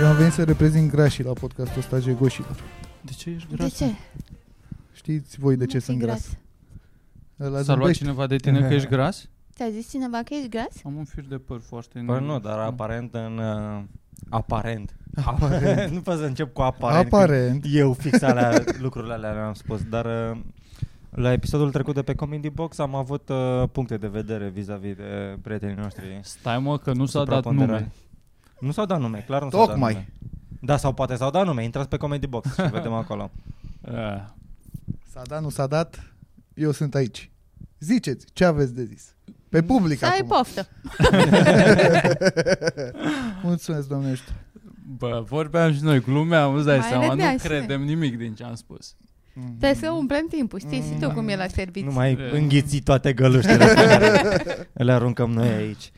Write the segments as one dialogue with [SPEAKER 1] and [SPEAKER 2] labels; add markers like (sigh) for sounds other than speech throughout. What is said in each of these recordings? [SPEAKER 1] Eu am venit să reprezint grașii la podcastul ăsta jegoșilor.
[SPEAKER 2] De ce ești
[SPEAKER 3] De
[SPEAKER 2] gras?
[SPEAKER 3] ce?
[SPEAKER 1] Știți voi de
[SPEAKER 3] Nu
[SPEAKER 1] ce
[SPEAKER 3] fi
[SPEAKER 1] sunt gras? La
[SPEAKER 2] S-a luat
[SPEAKER 1] zâmbești.
[SPEAKER 2] cineva de tine că ești gras?
[SPEAKER 3] Ți-a zis cineva că ești gras?
[SPEAKER 2] Am un fir de păr foarte...
[SPEAKER 4] Păi nu,
[SPEAKER 2] Mm.
[SPEAKER 4] dar aparent în... uh, aparent.
[SPEAKER 1] Aparent.
[SPEAKER 4] nu pot să încep cu aparent.
[SPEAKER 1] Aparent.
[SPEAKER 4] că Eu fix alea, lucrurile alea le-am spus, dar uh, la episodul trecut de pe Comedy Box am avut uh, puncte de vedere vis-a-vis de prietenii noștri.
[SPEAKER 2] Stai mă că nu s-a dat
[SPEAKER 4] supraponderali.
[SPEAKER 2] nume.
[SPEAKER 4] Nu s-au dat nume, clar nu s-au dat
[SPEAKER 1] Tocmai.
[SPEAKER 4] nume. Da, sau poate s-au dat nume, intrați pe Comedy Box și vedem acolo.
[SPEAKER 2] Eh,
[SPEAKER 1] S-a dat, nu s-a dat, eu sunt aici. Ziceți, ce aveți de zis? Pe public
[SPEAKER 3] Să ai
[SPEAKER 1] acum.
[SPEAKER 3] poftă.
[SPEAKER 1] (laughs) Mulțumesc, doamne ajută.
[SPEAKER 2] Bă, vorbeam și noi, glumeam, îți dai
[SPEAKER 3] Mai
[SPEAKER 2] seama,
[SPEAKER 3] râdeai
[SPEAKER 2] nu
[SPEAKER 3] și
[SPEAKER 2] credem nimic din ce am spus.
[SPEAKER 3] Trebuie să umplem timpul, știi și tu
[SPEAKER 1] Mm.
[SPEAKER 3] cum e la serviciu.
[SPEAKER 4] Nu mai
[SPEAKER 2] Eh.
[SPEAKER 4] înghiți toate găluștele pe care le aruncăm noi aici.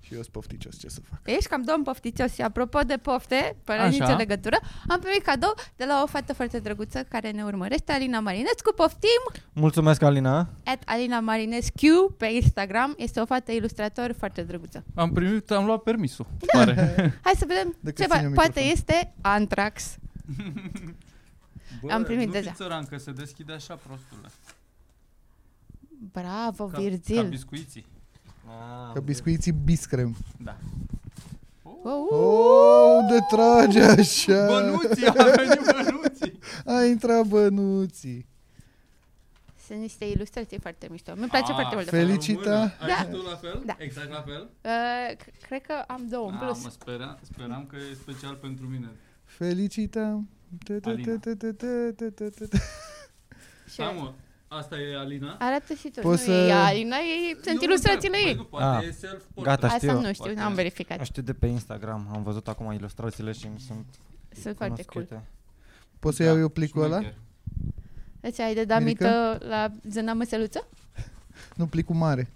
[SPEAKER 1] Și eu sunt pofticios, ce să fac?
[SPEAKER 3] Ești cam domn pofticios și apropo de pofte, fără
[SPEAKER 2] Așa.
[SPEAKER 3] nicio legătură, am primit cadou de la o fată foarte drăguță care ne urmărește, Alina Marinescu, poftim!
[SPEAKER 4] Mulțumesc, Alina.
[SPEAKER 3] At Alina Marinescu pe Instagram, este o fată ilustrator foarte drăguță.
[SPEAKER 2] Am primit, am luat permisul.
[SPEAKER 3] Da. (laughs)
[SPEAKER 2] Pare.
[SPEAKER 3] Hai să vedem
[SPEAKER 1] Decât
[SPEAKER 3] ce
[SPEAKER 1] ține
[SPEAKER 3] va-
[SPEAKER 1] un
[SPEAKER 3] poate
[SPEAKER 1] microfon.
[SPEAKER 3] este Antrax.
[SPEAKER 2] Bă,
[SPEAKER 3] Am primit
[SPEAKER 2] nu
[SPEAKER 3] deja.
[SPEAKER 2] fi țăran, că se deschide așa prostule.
[SPEAKER 3] Bravo,
[SPEAKER 2] Ca,
[SPEAKER 3] Virgil!
[SPEAKER 2] ca biscuiții.
[SPEAKER 3] Ah,
[SPEAKER 1] Că biscuiții biscrem.
[SPEAKER 2] Da.
[SPEAKER 3] Wow,
[SPEAKER 1] Oh, de trage așa.
[SPEAKER 2] Bănuții, a
[SPEAKER 3] (laughs)
[SPEAKER 2] venit bănuții.
[SPEAKER 1] A intrat bănuții.
[SPEAKER 3] Sunt niște ilustrații foarte mișto. Mi place
[SPEAKER 2] Ah,
[SPEAKER 3] foarte mult. de
[SPEAKER 1] fel.
[SPEAKER 3] fapt.
[SPEAKER 1] Felicita.
[SPEAKER 2] Ai
[SPEAKER 3] Da.
[SPEAKER 2] și tu la fel?
[SPEAKER 3] Da.
[SPEAKER 2] Exact la fel?
[SPEAKER 3] Uh, c- cred că am două în
[SPEAKER 2] Ah,
[SPEAKER 3] plus.
[SPEAKER 2] mă, speram, speram că e special pentru mine.
[SPEAKER 1] Felicităm. Te, te, te,
[SPEAKER 2] Alina.
[SPEAKER 1] te, te, te, te, te, te, te.
[SPEAKER 3] Și-
[SPEAKER 2] Da, mă, asta e Alina?
[SPEAKER 3] Arată și tu.
[SPEAKER 1] Poți
[SPEAKER 3] nu
[SPEAKER 1] să-
[SPEAKER 3] e ea, Alina, e,
[SPEAKER 2] Eu
[SPEAKER 3] sunt
[SPEAKER 2] nu
[SPEAKER 3] ilustrațiile
[SPEAKER 2] știu,
[SPEAKER 3] ei.
[SPEAKER 2] păi nu, Poate
[SPEAKER 4] Ah,
[SPEAKER 2] e self
[SPEAKER 4] Gata,
[SPEAKER 3] Asta
[SPEAKER 4] știu.
[SPEAKER 3] nu știu,
[SPEAKER 2] Poate-
[SPEAKER 3] n-am verificat.
[SPEAKER 4] Știu de pe Instagram, am văzut acum ilustrațiile și mi sunt
[SPEAKER 3] Sunt foarte cool.
[SPEAKER 4] cunoscute.
[SPEAKER 1] Poți să
[SPEAKER 2] Da,
[SPEAKER 1] iau eu plicul ăla?
[SPEAKER 2] Ah,
[SPEAKER 3] Deci ai de dat
[SPEAKER 1] Mirica?
[SPEAKER 3] mită la zâna măseluță?
[SPEAKER 1] Nu, plicul mare.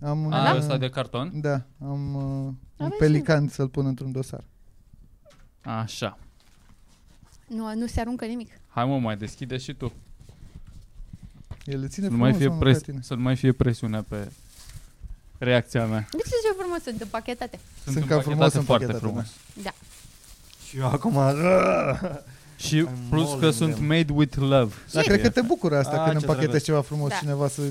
[SPEAKER 1] Am un...
[SPEAKER 2] A,
[SPEAKER 1] uh,
[SPEAKER 2] ăsta de carton?
[SPEAKER 1] Da, am uh, un
[SPEAKER 3] Aveți
[SPEAKER 1] pelican să-l pun într-un dosar.
[SPEAKER 2] Așa.
[SPEAKER 3] Nu, nu se aruncă nimic.
[SPEAKER 2] Hai mă, mai deschide și tu.
[SPEAKER 1] El îl ține
[SPEAKER 2] Să nu, mai
[SPEAKER 1] frumos,
[SPEAKER 2] fie
[SPEAKER 1] mă,
[SPEAKER 2] pres-
[SPEAKER 1] ca tine.
[SPEAKER 2] să nu mai fie presiune pe reacția mea.
[SPEAKER 3] De ce ce frumos Deci sunt împachetate?
[SPEAKER 1] Sunt da. cam frumos
[SPEAKER 2] împachetate foarte
[SPEAKER 1] împachetate,
[SPEAKER 2] frumos.
[SPEAKER 4] Și eu acum...
[SPEAKER 1] da.
[SPEAKER 2] Și
[SPEAKER 4] I'm
[SPEAKER 2] plus
[SPEAKER 4] all
[SPEAKER 2] că
[SPEAKER 4] in
[SPEAKER 2] sunt
[SPEAKER 4] them.
[SPEAKER 2] made with love.
[SPEAKER 1] Dar cred că te bucură asta
[SPEAKER 4] A,
[SPEAKER 1] când
[SPEAKER 4] ce
[SPEAKER 1] împachetezi
[SPEAKER 4] drăguț.
[SPEAKER 1] ceva frumos
[SPEAKER 3] Da.
[SPEAKER 1] cineva să...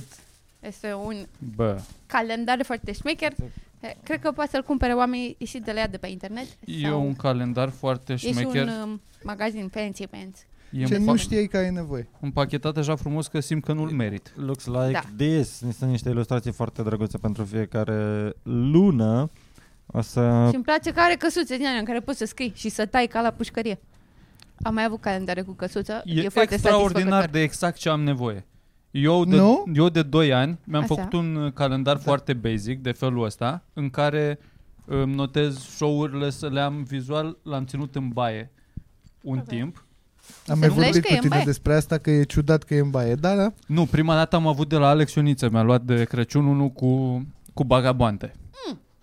[SPEAKER 3] Este un
[SPEAKER 2] Bă,
[SPEAKER 3] calendar foarte șmecher. Eh, Cred că poate să-l cumpere oamenii și de la ea de pe internet.
[SPEAKER 2] e un calendar foarte
[SPEAKER 3] e și
[SPEAKER 2] șmecher.
[SPEAKER 3] un um, magazin Fancy Pants.
[SPEAKER 2] E
[SPEAKER 1] Ce
[SPEAKER 2] împa-
[SPEAKER 1] nu știai că ai nevoie.
[SPEAKER 2] împachetat așa frumos că simt că nu-l merit.
[SPEAKER 4] Looks like
[SPEAKER 3] Da.
[SPEAKER 4] da. this. Sunt niște ilustrații foarte drăguțe pentru fiecare lună. O
[SPEAKER 2] Ah.
[SPEAKER 4] să...
[SPEAKER 3] Și îmi place că are căsuțe din alea în care poți să scrii și să tai ca la pușcărie. Am mai avut calendare cu căsuță. E,
[SPEAKER 2] E,
[SPEAKER 3] foarte
[SPEAKER 2] extraordinar
[SPEAKER 3] satisfăcător.
[SPEAKER 2] de exact ce am nevoie. Eu de,
[SPEAKER 1] Nu?
[SPEAKER 2] eu de 2 ani mi-am
[SPEAKER 3] Așa.
[SPEAKER 2] făcut un uh, calendar foarte basic de felul ăsta, în care îmi notez show-urile să le am vizual, l-am ținut în baie un
[SPEAKER 3] Avea.
[SPEAKER 2] timp.
[SPEAKER 1] Am
[SPEAKER 3] nu
[SPEAKER 1] mai
[SPEAKER 3] pleci
[SPEAKER 1] vorbit
[SPEAKER 3] că
[SPEAKER 1] cu
[SPEAKER 3] e în
[SPEAKER 1] tine
[SPEAKER 3] baie.
[SPEAKER 1] despre asta că e ciudat că e în baie. Da, da.
[SPEAKER 2] Nu, prima dată am avut de la Alex Ioniță, mi-a luat de Crăciun unul cu, cu bagaboante.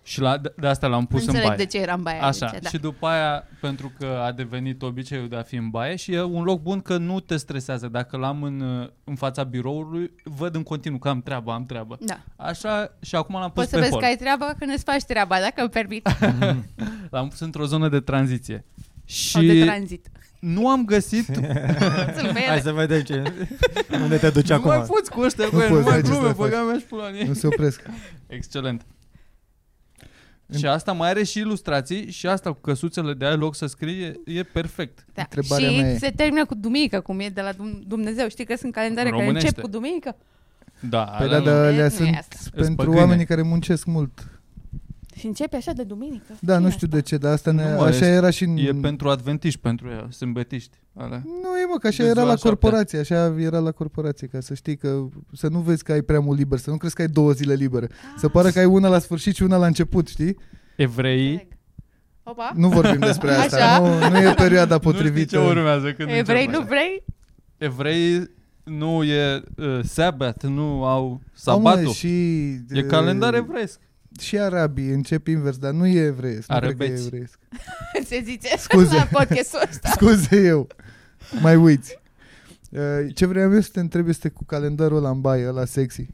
[SPEAKER 2] Și la, de, de asta l-am pus
[SPEAKER 3] Mm. Înțeleg deci
[SPEAKER 2] în baie.
[SPEAKER 3] de ce era în baie.
[SPEAKER 2] Așa,
[SPEAKER 3] de ce, da.
[SPEAKER 2] și după aia, pentru că a devenit obiceiul de a fi în baie și e un loc bun că nu te stresează. Dacă l-am în, uh, în fața biroului, văd în continuu că am treabă, am treabă.
[SPEAKER 3] da.
[SPEAKER 2] Așa, și acum l-am pus
[SPEAKER 3] Poți să
[SPEAKER 2] pe
[SPEAKER 3] vezi
[SPEAKER 2] hol.
[SPEAKER 3] că ai treaba când îți faci treaba, dacă îmi permit.
[SPEAKER 2] L-am pus într-o zonă de tranziție.
[SPEAKER 3] Sau Oh, de
[SPEAKER 2] (laughs) Și (laughs)
[SPEAKER 3] tranzit.
[SPEAKER 2] nu am
[SPEAKER 1] (laughs)
[SPEAKER 2] găsit...
[SPEAKER 3] Sunt pe ele.
[SPEAKER 4] Hai să vedem ce... unde te duci
[SPEAKER 2] nu
[SPEAKER 4] acum.
[SPEAKER 2] mai poți cu ăștia, băi, nu
[SPEAKER 1] poți,
[SPEAKER 2] mai
[SPEAKER 1] n-ai ce să
[SPEAKER 2] glume,
[SPEAKER 1] faci.
[SPEAKER 2] băga mea și pula în ei.
[SPEAKER 1] Nu se
[SPEAKER 2] (laughs)
[SPEAKER 1] opresc.
[SPEAKER 2] Excelent.
[SPEAKER 1] În-
[SPEAKER 2] Și asta mai are și ilustrații și asta cu căsuțele de ai loc să scrie, e perfect.
[SPEAKER 3] Da.
[SPEAKER 1] Întrebarea
[SPEAKER 3] și
[SPEAKER 1] mea e-
[SPEAKER 3] se termină cu duminică, cum e de la Dum- Dumnezeu. Știi că sunt calendare care
[SPEAKER 2] Românește.
[SPEAKER 3] încep cu duminică?
[SPEAKER 2] Da,
[SPEAKER 1] Păi da,
[SPEAKER 3] nu
[SPEAKER 1] dar
[SPEAKER 3] e
[SPEAKER 1] alea
[SPEAKER 3] asta.
[SPEAKER 1] sunt pentru
[SPEAKER 2] păgâne.
[SPEAKER 1] oamenii care muncesc mult.
[SPEAKER 3] Și începe așa de duminică.
[SPEAKER 1] Da,
[SPEAKER 3] Cine
[SPEAKER 1] nu știu de ce, dar asta ne...
[SPEAKER 2] Nu, mă,
[SPEAKER 1] Așa
[SPEAKER 2] e-
[SPEAKER 1] era și în...
[SPEAKER 2] E pentru adventiști, pentru ea, sâmbetiști. Alea.
[SPEAKER 1] Nu e mă, că așa
[SPEAKER 2] de
[SPEAKER 1] era
[SPEAKER 2] ziua
[SPEAKER 1] la
[SPEAKER 2] șaptea.
[SPEAKER 1] corporație, așa era la corporație, ca să știi că să nu vezi că ai prea mult liber, să nu crezi că ai două zile libere. Să pară că ai una la sfârșit și una la început, știi?
[SPEAKER 2] Evreii.
[SPEAKER 3] Înțeleg. Opa.
[SPEAKER 1] Nu vorbim despre asta,
[SPEAKER 3] Așa.
[SPEAKER 1] nu, nu e perioada
[SPEAKER 2] Nu
[SPEAKER 1] potrivită.
[SPEAKER 2] știi ce urmează când
[SPEAKER 3] Evrei,
[SPEAKER 2] începe.
[SPEAKER 3] nu vrei? (laughs)
[SPEAKER 2] Evrei nu e uh, sabat, nu au
[SPEAKER 1] Au, mă,
[SPEAKER 2] sabatul.
[SPEAKER 1] și, uh,
[SPEAKER 2] E calendar evresc.
[SPEAKER 1] Și arabii încep invers, dar nu e evreiesc. Nu cred că e
[SPEAKER 2] Arabeți.
[SPEAKER 1] evreiesc.
[SPEAKER 3] Se zice
[SPEAKER 1] Scuze.
[SPEAKER 3] la podcastul ăsta.
[SPEAKER 1] Scuze eu, mai uiți. Uh, Ce vreau eu să te întreb este cu calendarul ăla în baie, ăla sexy.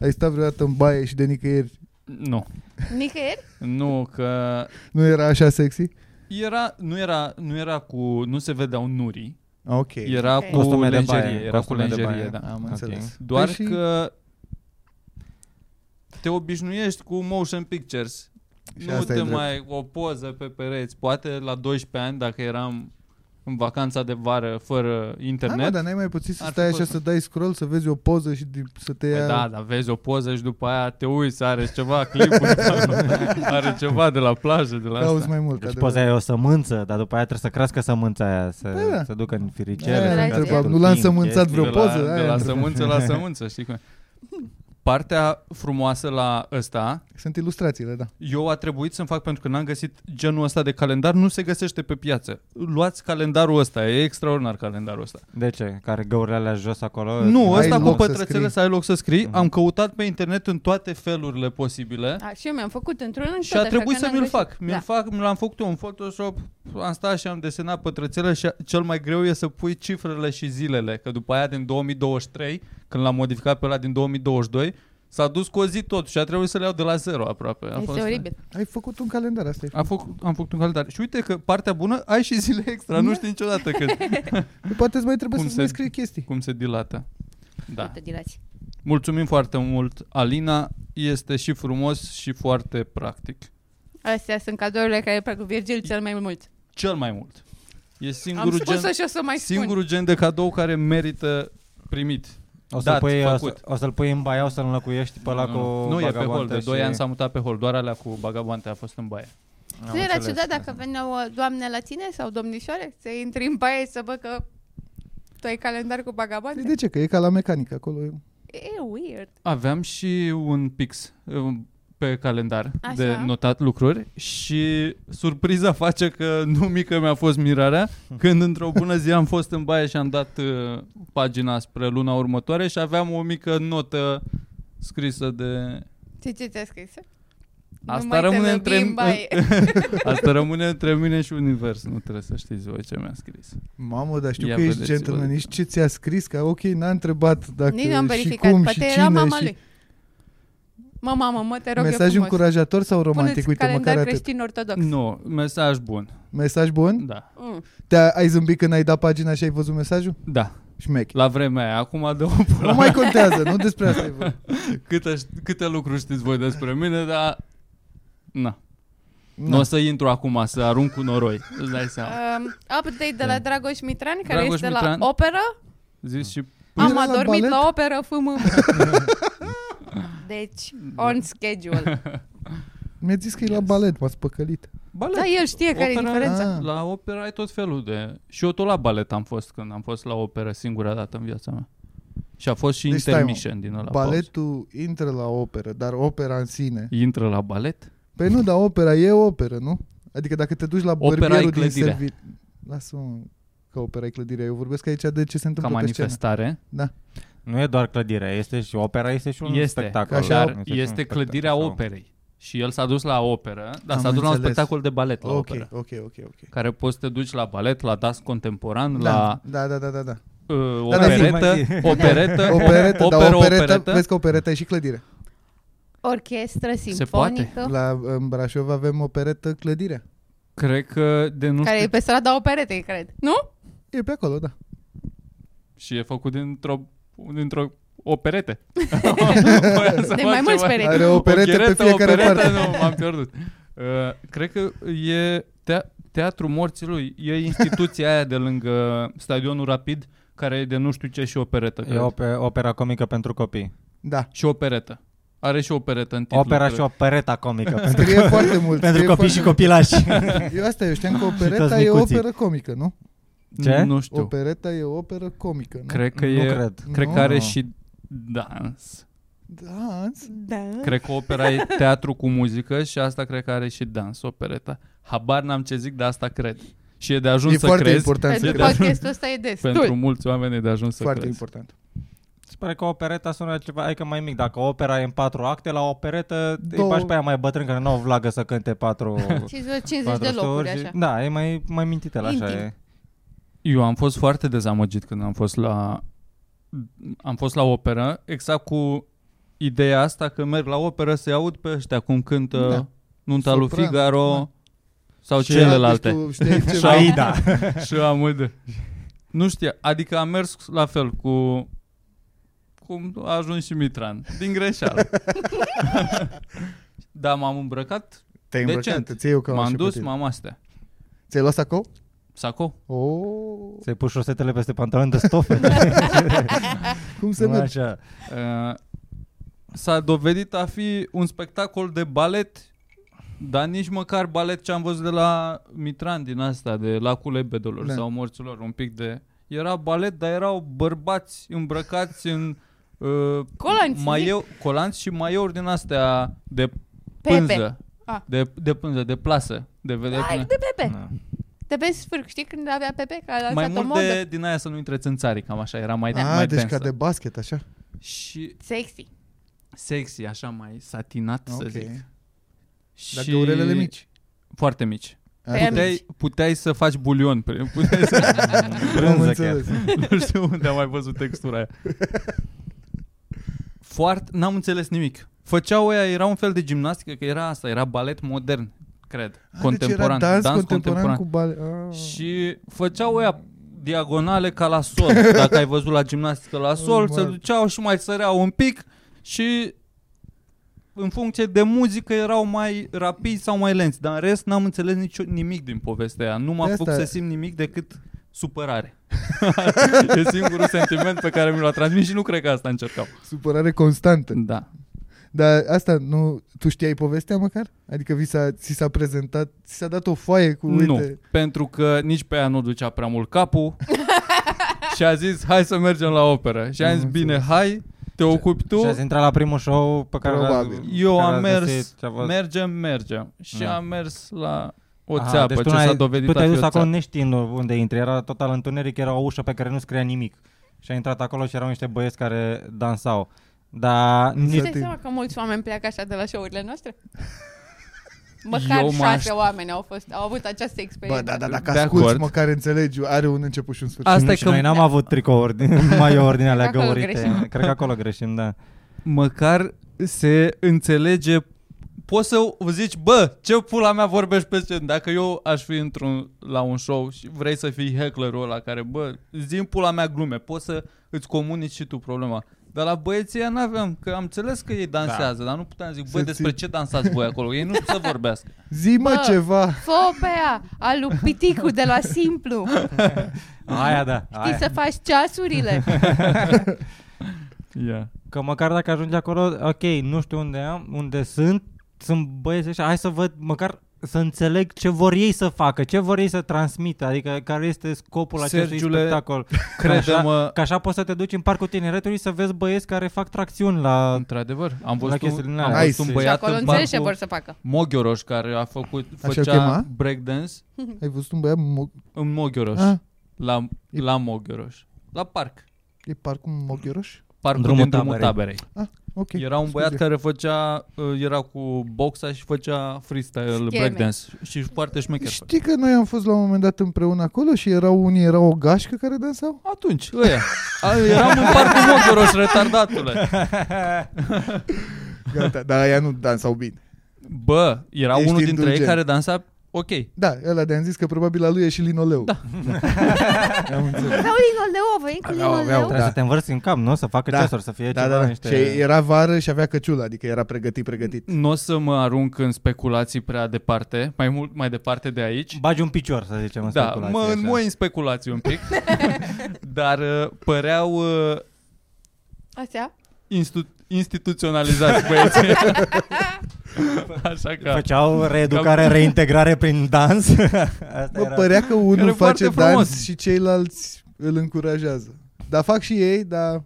[SPEAKER 1] Ai stat vreodată în baie și de nicăieri
[SPEAKER 2] Nu.
[SPEAKER 3] Nicăieri?
[SPEAKER 2] Nu, că
[SPEAKER 1] nu era așa sexy?
[SPEAKER 2] Era, nu, era, nu era cu, nu se vedeau nurii,
[SPEAKER 1] Ok.
[SPEAKER 2] era
[SPEAKER 3] Ok.
[SPEAKER 2] cu
[SPEAKER 4] Costume de
[SPEAKER 2] lenjerie,
[SPEAKER 4] baie,
[SPEAKER 2] era cu
[SPEAKER 4] costume de
[SPEAKER 2] lenjerie,
[SPEAKER 4] baie.
[SPEAKER 2] da.
[SPEAKER 1] Am
[SPEAKER 4] Ok.
[SPEAKER 1] înțeles.
[SPEAKER 2] Doar
[SPEAKER 1] Păi și-
[SPEAKER 2] că te obișnuiești cu motion pictures.
[SPEAKER 1] Și
[SPEAKER 2] nu
[SPEAKER 1] asta e
[SPEAKER 2] te
[SPEAKER 1] drept.
[SPEAKER 2] mai o poză pe pereți. Poate la 12 ani, dacă eram în vacanța de vară fără internet.
[SPEAKER 1] Hai, Da, mă, dar n-ai mai puțin să
[SPEAKER 2] Ar fi
[SPEAKER 1] stai așa
[SPEAKER 2] fost.
[SPEAKER 1] să dai scroll, să vezi o poză și de, să te ia...
[SPEAKER 2] Păi da, dar vezi o poză și după aia te uiți, are ceva clipuri, (laughs) are ceva de la plajă, de la
[SPEAKER 1] Auzi
[SPEAKER 2] asta.
[SPEAKER 1] mai mult.
[SPEAKER 4] Deci
[SPEAKER 1] ca
[SPEAKER 4] poza
[SPEAKER 1] adevărat.
[SPEAKER 4] aia e o sămânță, dar după aia trebuie să crească sămânța aia, să,
[SPEAKER 1] Da, da.
[SPEAKER 4] să ducă în
[SPEAKER 1] Aia
[SPEAKER 4] firicele.
[SPEAKER 3] era
[SPEAKER 4] să crească
[SPEAKER 3] întrebarea.
[SPEAKER 4] tot
[SPEAKER 1] Nu l-am
[SPEAKER 4] timp,
[SPEAKER 1] sămânțat
[SPEAKER 4] chestii.
[SPEAKER 1] vreo
[SPEAKER 2] de la,
[SPEAKER 1] poză,
[SPEAKER 2] de
[SPEAKER 1] aia
[SPEAKER 2] la
[SPEAKER 1] e.
[SPEAKER 2] sămânță
[SPEAKER 1] (laughs)
[SPEAKER 2] la sămânță, știi cum e. Partea frumoasă la ăsta,
[SPEAKER 1] Sunt ilustrațiile, da.
[SPEAKER 2] eu a trebuit să-mi fac pentru că n-am găsit genul ăsta de calendar, nu se găsește pe piață. Luați calendarul ăsta, e extraordinar calendarul ăsta.
[SPEAKER 4] De ce? Care găurile alea jos acolo?
[SPEAKER 2] Nu,
[SPEAKER 1] Păi, ai
[SPEAKER 2] ăsta cu
[SPEAKER 1] loc să
[SPEAKER 2] pătrățele
[SPEAKER 1] scrii.
[SPEAKER 2] să ai loc să scrii,
[SPEAKER 4] Mhm.
[SPEAKER 2] am căutat pe internet în toate felurile posibile.
[SPEAKER 3] A, și eu mi-am făcut într-un
[SPEAKER 2] Și a trebuit să mi-l fac. Mi-l
[SPEAKER 3] Mi-l
[SPEAKER 2] fac, mi l-am făcut eu în Photoshop, am stat și am desenat pătrățele și a- cel mai greu e să pui cifrele și zilele, că după aia din 2023, când l-am modificat pe ăla din 2022, s-a dus cu o zi tot și a trebuit să le iau de la zero aproape. A
[SPEAKER 3] Este oribil.
[SPEAKER 1] Ai făcut un calendar, asta e.
[SPEAKER 2] Am făcut, am făcut un calendar. Și uite că partea bună, ai și zile extra, nu știi niciodată
[SPEAKER 3] (laughs)
[SPEAKER 2] că,
[SPEAKER 1] Păi Poate îți mai trebuie
[SPEAKER 2] Cum
[SPEAKER 1] să-ți
[SPEAKER 2] se-
[SPEAKER 1] mai scrii chestii.
[SPEAKER 2] cum se dilată. Da.
[SPEAKER 3] Uite, dilați.
[SPEAKER 2] Mulțumim foarte mult, Alina. Este și frumos și foarte practic.
[SPEAKER 3] Astea sunt cadourile care îi plac lui Virgil cel mai mult.
[SPEAKER 2] Cel mai mult. E
[SPEAKER 3] Am
[SPEAKER 2] singurul gen...
[SPEAKER 3] spus-o și o să mai spun.
[SPEAKER 2] singurul gen de cadou care merită primit.
[SPEAKER 4] O să-l,
[SPEAKER 2] Dat,
[SPEAKER 4] pui, o,
[SPEAKER 2] Da, făcut.
[SPEAKER 4] să, o să-l pui în baia, o să-l înlocuiești pe ăla cu
[SPEAKER 2] nu e pe hol,
[SPEAKER 4] vagabonte
[SPEAKER 2] de 2
[SPEAKER 4] și-
[SPEAKER 2] ani s-a mutat pe hol, doar alea cu bagaboante a fost în baie.
[SPEAKER 4] Am
[SPEAKER 3] Nu era
[SPEAKER 4] înțeles.
[SPEAKER 3] ciudat dacă veneau uh, doamne la tine sau domnișoare să intri în baie să vă că tu ai calendar cu
[SPEAKER 1] Păi
[SPEAKER 2] Deci
[SPEAKER 3] bagabante?
[SPEAKER 1] de ce? Că e ca la mecanic acolo. e-
[SPEAKER 3] E weird.
[SPEAKER 2] Aveam și un pix um, pe calendar
[SPEAKER 3] Așa.
[SPEAKER 2] de notat lucruri și surpriza face că nu mică mi-a fost mirarea când într-o bună zi am fost în baie și am dat uh, pagina spre luna următoare și aveam o mică notă scrisă de
[SPEAKER 3] Ce ce ți-a scris? Nu
[SPEAKER 2] Asta
[SPEAKER 3] mai te
[SPEAKER 2] rămâne
[SPEAKER 3] lovi
[SPEAKER 2] între-
[SPEAKER 3] în baie.
[SPEAKER 2] (laughs) asta rămâne între mine și univers, nu trebuie să știți voi ce mi-a scris.
[SPEAKER 1] Mamă, dar știu
[SPEAKER 2] Ia
[SPEAKER 1] că ești
[SPEAKER 2] vedeți-vă.
[SPEAKER 1] gentleman, nici ce ți-a scris, că ok, n-a întrebat dacă
[SPEAKER 3] Nici nu am
[SPEAKER 1] și
[SPEAKER 3] verificat.
[SPEAKER 1] cum și
[SPEAKER 3] Poate
[SPEAKER 1] cine.
[SPEAKER 3] era mama
[SPEAKER 1] și
[SPEAKER 3] lui. Mă, mamă, mă, te rog
[SPEAKER 1] Mesaj
[SPEAKER 3] eu frumos.
[SPEAKER 1] încurajator sau romantic?
[SPEAKER 3] Puneți
[SPEAKER 1] Uite,
[SPEAKER 3] calendar
[SPEAKER 1] măcar atât.
[SPEAKER 3] creștin ortodox.
[SPEAKER 2] Nu, mesaj bun.
[SPEAKER 1] Mesaj bun?
[SPEAKER 2] Da.
[SPEAKER 3] Mm.
[SPEAKER 1] Te ai zâmbit când ai dat pagina și ai văzut mesajul?
[SPEAKER 2] Da.
[SPEAKER 1] Șmech.
[SPEAKER 2] La vremea aia, acum dă o pula.
[SPEAKER 1] Nu mai contează, nu despre asta e vorba.
[SPEAKER 2] Oh câte, câte lucruri știți voi despre mine, dar... Na.
[SPEAKER 1] Nu.
[SPEAKER 2] Nu o să intru acum, să arunc cu noroi. Îți dai seama.
[SPEAKER 3] Um, update de la
[SPEAKER 4] Da.
[SPEAKER 3] Dragoș Mitran, care
[SPEAKER 2] Dragoș
[SPEAKER 3] este
[SPEAKER 2] Mitran.
[SPEAKER 3] la operă.
[SPEAKER 2] Zis și...
[SPEAKER 1] Păi
[SPEAKER 3] Am
[SPEAKER 1] era la
[SPEAKER 3] adormit
[SPEAKER 1] balet?
[SPEAKER 3] la operă, fâmă. Deci, on schedule.
[SPEAKER 1] Mi-a zis că e la
[SPEAKER 2] Yes.
[SPEAKER 1] balet, m-ați păcălit.
[SPEAKER 2] Balet.
[SPEAKER 3] Da, el știe care e
[SPEAKER 2] Opera-
[SPEAKER 3] diferența.
[SPEAKER 1] Ah.
[SPEAKER 2] La operă ai tot felul de... Și eu tot la balet am fost când am fost la operă singura dată în viața mea. Și a fost și
[SPEAKER 1] Deci
[SPEAKER 2] deci
[SPEAKER 1] stai, mă.
[SPEAKER 2] intermission din ăla. Pauză.
[SPEAKER 1] Baletul intră la operă, dar opera în sine.
[SPEAKER 2] Intră la balet?
[SPEAKER 1] Păi nu, dar opera e operă, nu? Adică dacă te duci la
[SPEAKER 2] Opera e
[SPEAKER 1] bărbierul din
[SPEAKER 2] clădirea.
[SPEAKER 1] servit... Lasă-mă că opera e clădirea. Eu vorbesc aici de ce se
[SPEAKER 2] Ca
[SPEAKER 1] întâmplă pe scenă.
[SPEAKER 2] manifestare.
[SPEAKER 1] Da.
[SPEAKER 4] Nu e doar clădirea, este și opera, este și un
[SPEAKER 2] Este,
[SPEAKER 4] spectacol.
[SPEAKER 1] Așa,
[SPEAKER 2] Dar
[SPEAKER 4] și un
[SPEAKER 2] este
[SPEAKER 4] spectacol
[SPEAKER 2] clădirea
[SPEAKER 4] sau-
[SPEAKER 2] operei. Și el s-a dus la operă, dar
[SPEAKER 1] Am
[SPEAKER 2] s-a dus la un
[SPEAKER 1] înțeles.
[SPEAKER 2] spectacol de balet la
[SPEAKER 1] Ok,
[SPEAKER 2] operă.
[SPEAKER 1] ok, ok, ok.
[SPEAKER 2] care poți să te duci la balet, la dans contemporan, la
[SPEAKER 1] Da, da, da, da, da. da.
[SPEAKER 2] uh,
[SPEAKER 1] Da, da, zi,
[SPEAKER 2] operetă,
[SPEAKER 4] mai zi.
[SPEAKER 1] (laughs)
[SPEAKER 2] operetă,
[SPEAKER 1] Operetă,
[SPEAKER 2] operă,
[SPEAKER 1] dar operetă,
[SPEAKER 2] operetă.
[SPEAKER 1] vezi că opereta e și clădire.
[SPEAKER 3] Orchestră
[SPEAKER 2] poate?
[SPEAKER 3] simfonică,
[SPEAKER 1] La, în Brașov avem operetă clădirea.
[SPEAKER 2] Cred că de nu
[SPEAKER 3] care e
[SPEAKER 2] știu,
[SPEAKER 3] pe strada operetei, cred. Nu?
[SPEAKER 1] E pe acolo, da.
[SPEAKER 2] și e făcut dintr-o dintr-o
[SPEAKER 3] (laughs)
[SPEAKER 2] operete. (laughs)
[SPEAKER 3] De mai mulți perechi.
[SPEAKER 1] Are operete pe fiecare parte.
[SPEAKER 2] Nu, m-am pierdut. Uh, cred că e te- Teatrul Morților, e instituția aia de lângă Stadionul Rapid, care e de nu știu ce și operetă.
[SPEAKER 4] E
[SPEAKER 2] cred.
[SPEAKER 4] ope- opera comică pentru copii.
[SPEAKER 1] Da.
[SPEAKER 2] și operetă. Are și operetă în titlu.
[SPEAKER 4] Opera
[SPEAKER 2] cred.
[SPEAKER 4] și opereta comică pentru,
[SPEAKER 1] Scrie foarte mult.
[SPEAKER 4] pentru
[SPEAKER 1] scrie foarte
[SPEAKER 4] copii și copilași.
[SPEAKER 1] mult. Eu asta, eu
[SPEAKER 4] (laughs)
[SPEAKER 1] știam că opereta
[SPEAKER 4] toți
[SPEAKER 1] e
[SPEAKER 4] micuții.
[SPEAKER 1] operă comică, nu?
[SPEAKER 4] Ce?
[SPEAKER 2] Nu știu.
[SPEAKER 1] Opereta e operă comică, nu?
[SPEAKER 2] Cred (laughs) că
[SPEAKER 4] nu
[SPEAKER 2] e
[SPEAKER 4] cred.
[SPEAKER 2] Cred
[SPEAKER 1] Nu?
[SPEAKER 2] că are și dans.
[SPEAKER 1] Da, azi.
[SPEAKER 3] Da.
[SPEAKER 2] Cred că opera e teatru cu muzică și asta cred că are și dans, opereta. Habar n-am ce zic, dar asta cred. Și e de ajuns
[SPEAKER 1] E
[SPEAKER 2] să
[SPEAKER 1] foarte
[SPEAKER 2] crezi.
[SPEAKER 1] important să
[SPEAKER 3] Pentru
[SPEAKER 2] de ajuns-
[SPEAKER 1] crezi.
[SPEAKER 3] podcastul ăsta e destul.
[SPEAKER 2] Pentru mulți oameni e de ajuns să
[SPEAKER 1] Foarte
[SPEAKER 2] crezi.
[SPEAKER 1] important.
[SPEAKER 4] Se pare că opereta sună ceva, adică mai mic. Dacă opera e în patru acte, la operetă
[SPEAKER 1] Două.
[SPEAKER 4] îi bași pe aia mai bătrân, care nu au vlagă să cânte patru...
[SPEAKER 2] (laughs)
[SPEAKER 3] Și vreo 50
[SPEAKER 4] patru
[SPEAKER 3] de locuri,
[SPEAKER 4] stăuri
[SPEAKER 3] așa.
[SPEAKER 4] Da, e mai, mai mintitel, așa
[SPEAKER 3] Intim.
[SPEAKER 4] e.
[SPEAKER 2] Eu am fost foarte dezamăgit când am fost la am fost la operă, exact cu ideea asta că merg la operă să-i aud pe ăștia cum cântă
[SPEAKER 1] Da.
[SPEAKER 2] Nunta lui
[SPEAKER 1] Sopran,
[SPEAKER 2] Figaro,
[SPEAKER 1] da.
[SPEAKER 2] Sau
[SPEAKER 1] Și
[SPEAKER 2] celelalte.
[SPEAKER 1] Tu
[SPEAKER 2] (laughs)
[SPEAKER 1] știi ce da.
[SPEAKER 2] Și
[SPEAKER 1] vrei?
[SPEAKER 2] ai-
[SPEAKER 4] Aida.
[SPEAKER 2] Și am uite. Nu știa, adică am mers la fel cu cum a ajuns și Mitran, din
[SPEAKER 1] (laughs)
[SPEAKER 2] greșeală. (laughs) da, m-am îmbrăcat,
[SPEAKER 1] Te-ai îmbrăcat,
[SPEAKER 2] Decent.
[SPEAKER 1] îți iei eu că
[SPEAKER 2] m-am dus, m-am astea.
[SPEAKER 1] Ți-ai luat sacou?
[SPEAKER 2] Saco.
[SPEAKER 1] Oh,
[SPEAKER 4] Să-i pui șosetele peste pantaloni de (laughs) stofe.
[SPEAKER 1] cum se
[SPEAKER 4] nu
[SPEAKER 1] merge?
[SPEAKER 4] așa.
[SPEAKER 2] Uh, s-a dovedit a fi un spectacol de balet, dar nici măcar balet ce am văzut de la Mitran din asta, de Lacul Lebedelor
[SPEAKER 1] Da.
[SPEAKER 2] da. sau Morților, un pic de... Era balet, dar erau bărbați îmbrăcați în uh,
[SPEAKER 3] Colanți,
[SPEAKER 2] maio, colanți și maiouri din astea de
[SPEAKER 3] Pepe.
[SPEAKER 2] pânză.
[SPEAKER 3] Ah.
[SPEAKER 2] De, de pânză, de plasă. De vede
[SPEAKER 3] Ai,
[SPEAKER 2] până-
[SPEAKER 3] de Pepe.
[SPEAKER 4] Da.
[SPEAKER 3] Te vezi sfârc, știi când avea Pepe? Că a lansat
[SPEAKER 2] mai
[SPEAKER 3] o
[SPEAKER 2] mult
[SPEAKER 3] modă.
[SPEAKER 2] de, din aia să nu intre țânțarii, cam așa, era mai,
[SPEAKER 1] Ah,
[SPEAKER 2] mai
[SPEAKER 1] deci
[SPEAKER 2] densă.
[SPEAKER 1] ca de basket, așa.
[SPEAKER 2] Și
[SPEAKER 3] Sexy.
[SPEAKER 2] sexy, așa mai satinat, să
[SPEAKER 1] Ok.
[SPEAKER 2] zic.
[SPEAKER 1] Dar
[SPEAKER 2] Și-
[SPEAKER 1] găurelele mici.
[SPEAKER 2] Foarte mici.
[SPEAKER 3] Pe aia
[SPEAKER 2] Puteai, puteai să faci bulion. prin- Puteai să,
[SPEAKER 1] Am
[SPEAKER 4] Brânză chiar.
[SPEAKER 1] înțeles.
[SPEAKER 2] Deci (laughs) nu știu unde am mai văzut textura aia. Foarte, n-am înțeles nimic. Făceau ăia, era un fel de gimnastică, că era asta, era balet modern, cred.
[SPEAKER 1] Ah,
[SPEAKER 2] contemporan,
[SPEAKER 1] Deci era dans,
[SPEAKER 2] dans
[SPEAKER 1] contemporan,
[SPEAKER 2] contemporan.
[SPEAKER 1] cu bale. Ah.
[SPEAKER 2] Și făceau ăia diagonale ca la
[SPEAKER 1] (laughs)
[SPEAKER 2] sol. Dacă ai văzut la gimnastică la sol,
[SPEAKER 1] Mă.
[SPEAKER 2] se duceau și mai săreau un pic și în funcție de muzică erau mai rapizi sau mai lenți. Dar în rest n-am înțeles nicio, nimic din povestea aia. Nu m-a
[SPEAKER 1] De
[SPEAKER 2] făcut
[SPEAKER 1] asta-
[SPEAKER 2] să simt nimic decât supărare. (laughs) e singurul sentiment pe care mi l-a transmis și nu cred că asta încercau.
[SPEAKER 1] Supărare constantă.
[SPEAKER 2] Da.
[SPEAKER 1] Dar asta nu... Tu știai povestea măcar? Adică vi s-a, ți s-a prezentat, ți s-a dat o foaie cu uite...
[SPEAKER 2] Nu, pentru că nici pe ea nu ducea prea mult capul și a zis hai să mergem la operă. Și
[SPEAKER 1] Am
[SPEAKER 2] am zis
[SPEAKER 1] înțeles.
[SPEAKER 2] bine, hai, te ocupi tu.
[SPEAKER 4] Și ați intrat la primul show pe care
[SPEAKER 1] Probabil.
[SPEAKER 4] l-a-
[SPEAKER 2] Eu
[SPEAKER 4] care
[SPEAKER 2] am
[SPEAKER 4] l-ați
[SPEAKER 2] mers,
[SPEAKER 4] găsit, ce-a văzut.
[SPEAKER 2] mergem, mergem. Și
[SPEAKER 4] Da.
[SPEAKER 2] am mers la o
[SPEAKER 4] Aha,
[SPEAKER 2] țeapă
[SPEAKER 4] deci tu
[SPEAKER 2] ce
[SPEAKER 4] n-ai-
[SPEAKER 2] s-a dovedit
[SPEAKER 4] Tu
[SPEAKER 2] a
[SPEAKER 4] te-ai
[SPEAKER 2] fi
[SPEAKER 4] dus
[SPEAKER 2] o
[SPEAKER 4] acolo
[SPEAKER 2] țeapă.
[SPEAKER 4] neștiind unde intri, era total întuneric, era o ușă pe care nu scria nimic. Și a intrat acolo și erau niște băieți care dansau. Dar
[SPEAKER 3] Îți
[SPEAKER 4] nici...
[SPEAKER 3] dai
[SPEAKER 1] timp.
[SPEAKER 3] seama că mulți oameni pleacă așa de la show-urile
[SPEAKER 1] (laughs)
[SPEAKER 3] noastre? Măcar
[SPEAKER 2] Eu
[SPEAKER 3] Eu
[SPEAKER 2] mă
[SPEAKER 3] șase oameni au, fost, au avut această
[SPEAKER 1] Bă,
[SPEAKER 3] experiență.
[SPEAKER 1] da, da,
[SPEAKER 2] De
[SPEAKER 1] dacă asculti,
[SPEAKER 2] acord.
[SPEAKER 1] măcar înțelegi, are un început și un sfârșit.
[SPEAKER 2] Asta
[SPEAKER 4] Asta
[SPEAKER 2] e
[SPEAKER 4] și
[SPEAKER 2] că-
[SPEAKER 4] noi n-am avut
[SPEAKER 3] (laughs)
[SPEAKER 4] tricouri din- mai ordine alea
[SPEAKER 3] Cred că acolo
[SPEAKER 4] găurite.
[SPEAKER 3] greșim.
[SPEAKER 4] Cred că acolo greșim, da.
[SPEAKER 2] Măcar se înțelege Poți să zici, bă, ce pula mea vorbești pe scenă? Dacă eu aș fi într-un, la un show și vrei să fii hecklerul ăla care, bă, zi pula mea glume, poți să îți comunici și tu problema. Dar la băieții ăia n-aveam, că am înțeles că ei dansează, da. dar nu puteam zic, bă,
[SPEAKER 1] Să
[SPEAKER 2] despre
[SPEAKER 1] ții-
[SPEAKER 2] ce dansați voi acolo? Ei nu știu să vorbească.
[SPEAKER 1] (laughs) Zi mă
[SPEAKER 2] da.
[SPEAKER 3] Bă.
[SPEAKER 1] ceva.
[SPEAKER 3] Fă pe ea, a lui Piticu de la Simplu.
[SPEAKER 1] (laughs)
[SPEAKER 4] Aia da,
[SPEAKER 3] Știi
[SPEAKER 4] aia.
[SPEAKER 3] să faci ceasurile.
[SPEAKER 2] Yeah.
[SPEAKER 4] Că măcar dacă ajungi acolo, ok, nu știu unde am, unde sunt, sunt băieți ăștia, hai să văd măcar să înțeleg ce vor ei să facă, ce vor ei să transmită, adică care este scopul acestui
[SPEAKER 2] Sergiule,
[SPEAKER 4] spectacol.
[SPEAKER 2] crede-mă-
[SPEAKER 4] Că așa poți să te duci în parcul tineretului să vezi băieți care fac tracțiuni la...
[SPEAKER 1] Da.
[SPEAKER 2] Într-adevăr, am
[SPEAKER 4] La
[SPEAKER 2] văzut,
[SPEAKER 4] chestiile
[SPEAKER 2] un,
[SPEAKER 4] din
[SPEAKER 2] am
[SPEAKER 4] alea.
[SPEAKER 1] Hai
[SPEAKER 2] văzut
[SPEAKER 1] să-
[SPEAKER 2] un
[SPEAKER 3] și
[SPEAKER 2] băiat
[SPEAKER 3] acolo
[SPEAKER 2] în
[SPEAKER 3] înțelegi ce vor
[SPEAKER 2] parcul
[SPEAKER 3] să facă.
[SPEAKER 2] Mogioroș care a făcut,
[SPEAKER 1] Așa
[SPEAKER 2] făcea
[SPEAKER 1] o chema?
[SPEAKER 2] breakdance
[SPEAKER 1] Ai văzut un băiat? Mo-
[SPEAKER 2] în Mogioroș,
[SPEAKER 1] ah,
[SPEAKER 2] la,
[SPEAKER 1] E-
[SPEAKER 2] la Mogioroș, la parc,
[SPEAKER 1] e parcul Moghioros?
[SPEAKER 2] parcul
[SPEAKER 4] Drumul
[SPEAKER 2] din drumul
[SPEAKER 4] Taberei.
[SPEAKER 2] taberei.
[SPEAKER 1] Ok.
[SPEAKER 2] Era un băiat
[SPEAKER 1] scuze.
[SPEAKER 2] care făcea, uh, era cu boxa și făcea freestyle
[SPEAKER 3] Scheme.
[SPEAKER 2] breakdance și foarte șmecher. făcea.
[SPEAKER 1] Știi că noi am fost la un moment dat împreună acolo și erau unii, erau o gașcă care dansau?
[SPEAKER 2] Atunci, ăia. A, eram în parcul Mogioroș, retardatule.
[SPEAKER 1] Gata, dar aia nu dansau bine.
[SPEAKER 2] Bă, era
[SPEAKER 1] Ești
[SPEAKER 2] unul dintre ei
[SPEAKER 1] indulgent.
[SPEAKER 2] care dansa ok.
[SPEAKER 1] Da, ăla de-am zis că probabil la lui e și linoleu. Da. (laughs) am înțeles.
[SPEAKER 3] Aveau linoleu, veni cu
[SPEAKER 1] Aveau- aveau,
[SPEAKER 3] linoleu.
[SPEAKER 4] Trebuie
[SPEAKER 1] Da.
[SPEAKER 4] să te învârți în cap, nu? Să facă
[SPEAKER 1] Da.
[SPEAKER 4] ceasuri, să fie
[SPEAKER 1] Da,
[SPEAKER 4] ceva,
[SPEAKER 1] da, da.
[SPEAKER 4] niște...
[SPEAKER 1] Și era vară și avea căciulă, adică era pregătit, pregătit.
[SPEAKER 2] Nu o să mă arunc în speculații prea departe, mai mult mai departe de aici.
[SPEAKER 4] Bagi un picior, să zicem, în
[SPEAKER 2] Da,
[SPEAKER 4] speculație,
[SPEAKER 2] mă
[SPEAKER 4] așa.
[SPEAKER 2] înmoi în speculații un pic, (laughs) dar uh, păreau uh,
[SPEAKER 3] Astea?
[SPEAKER 2] institu- instituționalizați băieții. Așa
[SPEAKER 1] Da.
[SPEAKER 2] că...
[SPEAKER 4] Făceau reeducare, reintegrare prin dans. (laughs) Asta
[SPEAKER 1] Bă,
[SPEAKER 4] era.
[SPEAKER 1] părea că unul
[SPEAKER 2] Era foarte
[SPEAKER 1] face dans
[SPEAKER 2] frumos.
[SPEAKER 1] și ceilalți îl încurajează. Dar fac și ei, dar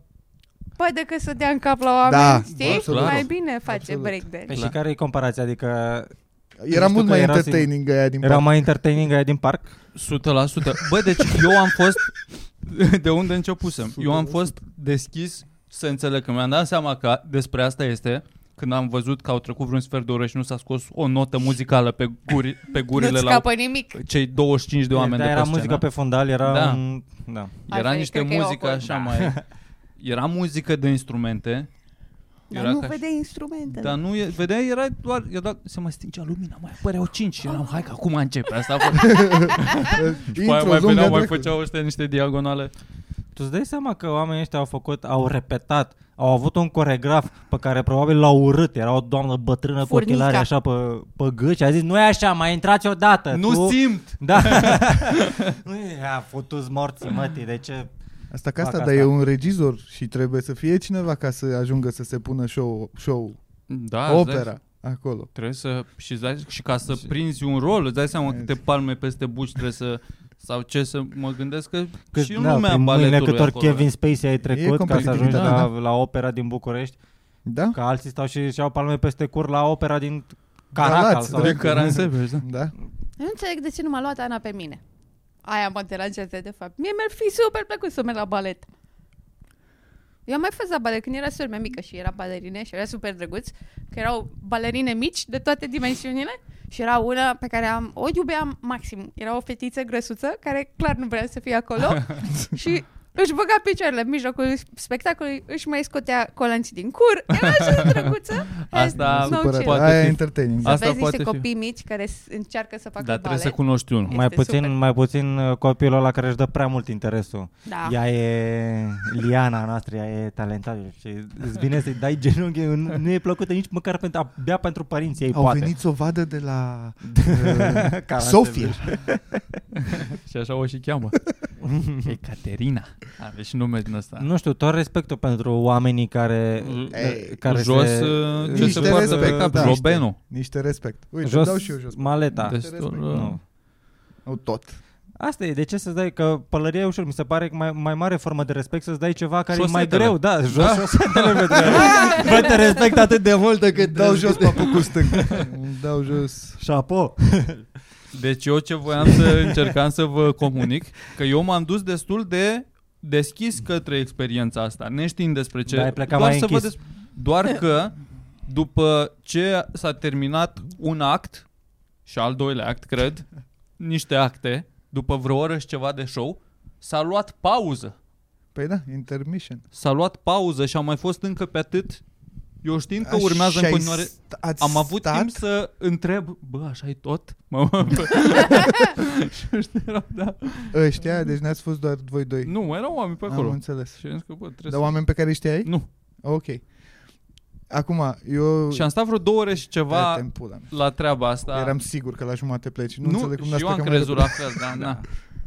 [SPEAKER 3] Păi decât să dea în cap la oameni,
[SPEAKER 1] Da,
[SPEAKER 3] știi?
[SPEAKER 1] absolut.
[SPEAKER 3] Mai bine face
[SPEAKER 1] Absolut.
[SPEAKER 4] Păi
[SPEAKER 3] breakdance.
[SPEAKER 4] și
[SPEAKER 2] Clar.
[SPEAKER 4] care e comparația? Adică
[SPEAKER 1] Da. era
[SPEAKER 4] știu
[SPEAKER 1] mult
[SPEAKER 4] că
[SPEAKER 1] mai
[SPEAKER 4] era
[SPEAKER 1] entertaining aia din
[SPEAKER 4] era
[SPEAKER 1] parc.
[SPEAKER 4] mai entertaining aia din parc?
[SPEAKER 2] 100%. Bă, deci eu am fost... De unde începusem? Eu am fost deschis să înțeleg că mi-am dat seama că despre asta este când am văzut că au trecut vreun sfert de oră și nu s-a scos o notă muzicală pe, guri, pe gurile
[SPEAKER 3] Nu-ți
[SPEAKER 2] la Păi,
[SPEAKER 3] scapă nimic.
[SPEAKER 2] cei 25 de oameni
[SPEAKER 4] da,
[SPEAKER 2] de pe
[SPEAKER 4] era
[SPEAKER 2] scenă.
[SPEAKER 4] muzică pe fundal, era
[SPEAKER 2] Da.
[SPEAKER 4] un... Da.
[SPEAKER 2] Era
[SPEAKER 3] Altfel,
[SPEAKER 2] niște
[SPEAKER 3] cred că e Da.
[SPEAKER 2] muzică
[SPEAKER 3] awkward.
[SPEAKER 2] așa
[SPEAKER 3] Da.
[SPEAKER 2] mai... Era muzică de instrumente,
[SPEAKER 3] Dar
[SPEAKER 2] Era
[SPEAKER 3] nu
[SPEAKER 2] ca și-
[SPEAKER 3] vedeai instrumentele.
[SPEAKER 2] Dar nu, e, vedeai, era doar, era, se mai stingea lumina, mai apăreau 5 și eram, hai că acum începe asta. Bă. După aia mai
[SPEAKER 1] zoom
[SPEAKER 2] veneau,
[SPEAKER 1] de-a
[SPEAKER 2] mai
[SPEAKER 1] dracu.
[SPEAKER 2] făceau ăștia niște diagonale.
[SPEAKER 4] Tu îți dai seama că oamenii ăștia au făcut, au repetat, au avut un coregraf pe care probabil l-au urât. Era o doamnă bătrână cu
[SPEAKER 3] Furnica.
[SPEAKER 4] ochelari așa pe, pe gât și a zis, nu e așa, mai intrați odată.
[SPEAKER 2] Nu
[SPEAKER 4] tu...
[SPEAKER 2] simt! (laughs)
[SPEAKER 4] Da. Nu e, a făcut morții, mătii, de ce?
[SPEAKER 1] Asta ca
[SPEAKER 4] Fac
[SPEAKER 1] asta, dar
[SPEAKER 4] asta.
[SPEAKER 1] e un regizor și trebuie să fie cineva ca să ajungă să se pună show, show
[SPEAKER 2] Da,
[SPEAKER 1] A,
[SPEAKER 2] îți dai
[SPEAKER 1] opera acolo.
[SPEAKER 2] Trebuie să și, îți dai, și ca să prinzi un rol, îți dai seama câte palme peste buci trebuie să sau ce să mă gândesc că
[SPEAKER 4] Cât,
[SPEAKER 2] și în lumea
[SPEAKER 4] da, prin mâinile
[SPEAKER 2] baletului
[SPEAKER 4] cât ori
[SPEAKER 2] acolo.
[SPEAKER 4] Kevin Spacey ai trecut ca să
[SPEAKER 1] competitivitate,
[SPEAKER 4] ajungi la,
[SPEAKER 1] da.
[SPEAKER 4] la opera din București,
[SPEAKER 1] Da?
[SPEAKER 4] că alții stau și își au palme peste cur la opera din Caracal.
[SPEAKER 1] Galați,
[SPEAKER 4] Sau...
[SPEAKER 2] Din
[SPEAKER 1] dracu.
[SPEAKER 2] Caransebeș, da.
[SPEAKER 1] Da?
[SPEAKER 3] Nu înțeleg de ce nu m-a luat Ana pe mine. Aia mă deranjează de fapt. Mie mi-ar fi super plăcut să merg la balet. Eu am mai fost la balet când era sora mea mică și era balerine și era super drăguț, că erau balerine mici de toate dimensiunile și era una pe care am, o iubeam maxim. Era o fetiță grăsuță care clar nu vrea să fie acolo (laughs) și își băga picioarele în mijlocul spectacolului, își mai scotea colanții din cur, era așa de drăguță.
[SPEAKER 2] Asta
[SPEAKER 3] Nu,
[SPEAKER 1] Supărat.
[SPEAKER 3] ce-
[SPEAKER 2] poate
[SPEAKER 1] Aia e
[SPEAKER 2] fi.
[SPEAKER 1] entertaining.
[SPEAKER 3] Să
[SPEAKER 2] Asta
[SPEAKER 3] vezi
[SPEAKER 2] poate
[SPEAKER 3] niște
[SPEAKER 2] fi.
[SPEAKER 3] copii mici care s- încearcă să facă
[SPEAKER 2] Dar trebuie
[SPEAKER 3] balet.
[SPEAKER 2] să cunoști unul.
[SPEAKER 4] Mai
[SPEAKER 3] Este
[SPEAKER 4] puțin,
[SPEAKER 3] super.
[SPEAKER 4] mai puțin uh, copilul ăla care își dă prea mult interesul.
[SPEAKER 2] Ah.
[SPEAKER 3] Da.
[SPEAKER 4] Ea e Liana noastră, ea e talentată și îți vine să-i dai genunchi, nu- nu e plăcută nici măcar pentru, abia pentru părinții ei,
[SPEAKER 1] Au
[SPEAKER 4] poate.
[SPEAKER 1] venit să o vadă de la
[SPEAKER 2] (laughs)
[SPEAKER 4] Ca
[SPEAKER 1] uh,
[SPEAKER 4] la
[SPEAKER 1] Sofia.
[SPEAKER 2] Și așa o și (laughs) cheamă. e Caterina. Avea și nume din ăsta.
[SPEAKER 4] Nu știu, tot respectul pentru oamenii care...
[SPEAKER 1] Ei,
[SPEAKER 4] care
[SPEAKER 2] Mm, jos,
[SPEAKER 4] se,
[SPEAKER 2] uh, ce
[SPEAKER 1] Niște
[SPEAKER 2] se poartă pe
[SPEAKER 1] respect,
[SPEAKER 2] cap,
[SPEAKER 1] da.
[SPEAKER 2] Robeno.
[SPEAKER 1] Niște respect. Uite,
[SPEAKER 4] jos,
[SPEAKER 1] dau și eu jos.
[SPEAKER 4] maleta.
[SPEAKER 1] Deci-
[SPEAKER 2] Destul,
[SPEAKER 1] respect.
[SPEAKER 2] uh,
[SPEAKER 4] nu.
[SPEAKER 1] Nu tot.
[SPEAKER 4] Asta e, de ce să-ți dai, că pălăria e ușor, mi se pare că mai, mai mare formă de respect să-ți dai ceva care e mai
[SPEAKER 2] Șosetele.
[SPEAKER 4] greu, da, jos
[SPEAKER 2] Da.
[SPEAKER 4] șosetele, pentru
[SPEAKER 2] (laughs)
[SPEAKER 4] Bă, te respect atât de mult decât
[SPEAKER 1] Dau jos papucul stâng. Îmi dau jos.
[SPEAKER 4] Șapo.
[SPEAKER 2] Deci eu ce voiam să
[SPEAKER 4] (laughs)
[SPEAKER 2] încercam să vă comunic, că eu m-am dus destul de deschis către experiența asta, neștiind despre ce.
[SPEAKER 4] Da, ai plecat
[SPEAKER 2] doar
[SPEAKER 4] mai
[SPEAKER 2] să vă
[SPEAKER 4] închis.
[SPEAKER 2] des- doar că după ce s-a terminat un act și al doilea act, cred, niște acte, după vreo oră și ceva de show, s-a luat pauză.
[SPEAKER 1] Păi da, intermission.
[SPEAKER 2] S-a luat pauză și am mai fost încă pe atât. Eu știind că urmează
[SPEAKER 1] Și
[SPEAKER 2] în
[SPEAKER 1] ai
[SPEAKER 2] continuare...
[SPEAKER 1] sta- ați
[SPEAKER 2] Am avut
[SPEAKER 1] stat?
[SPEAKER 2] timp să întreb, bă, așa e tot? (laughs) Mă, mă, bă. Și ăștia erau, da.
[SPEAKER 1] Ăștia, deci n-ați fost doar voi doi.
[SPEAKER 2] Nu, erau oameni pe
[SPEAKER 1] Păi, Am
[SPEAKER 2] acolo.
[SPEAKER 1] înțeles.
[SPEAKER 2] Și am zis că, bă, trebuie
[SPEAKER 1] Dar
[SPEAKER 2] să...
[SPEAKER 1] oameni pe care îi știai?
[SPEAKER 2] Nu.
[SPEAKER 1] Ok. Acum, eu...
[SPEAKER 2] Și am stat vreo două ore și
[SPEAKER 1] Da,
[SPEAKER 2] ceva
[SPEAKER 1] te-mi pula mea.
[SPEAKER 2] la treaba asta.
[SPEAKER 1] Eram sigur că la jumate pleci. Nu,
[SPEAKER 2] Da. nu,
[SPEAKER 1] înțeleg cum
[SPEAKER 2] și
[SPEAKER 1] n-ați
[SPEAKER 2] eu am
[SPEAKER 1] plecat mai
[SPEAKER 2] crezut
[SPEAKER 1] repede.
[SPEAKER 2] la fel, da, na.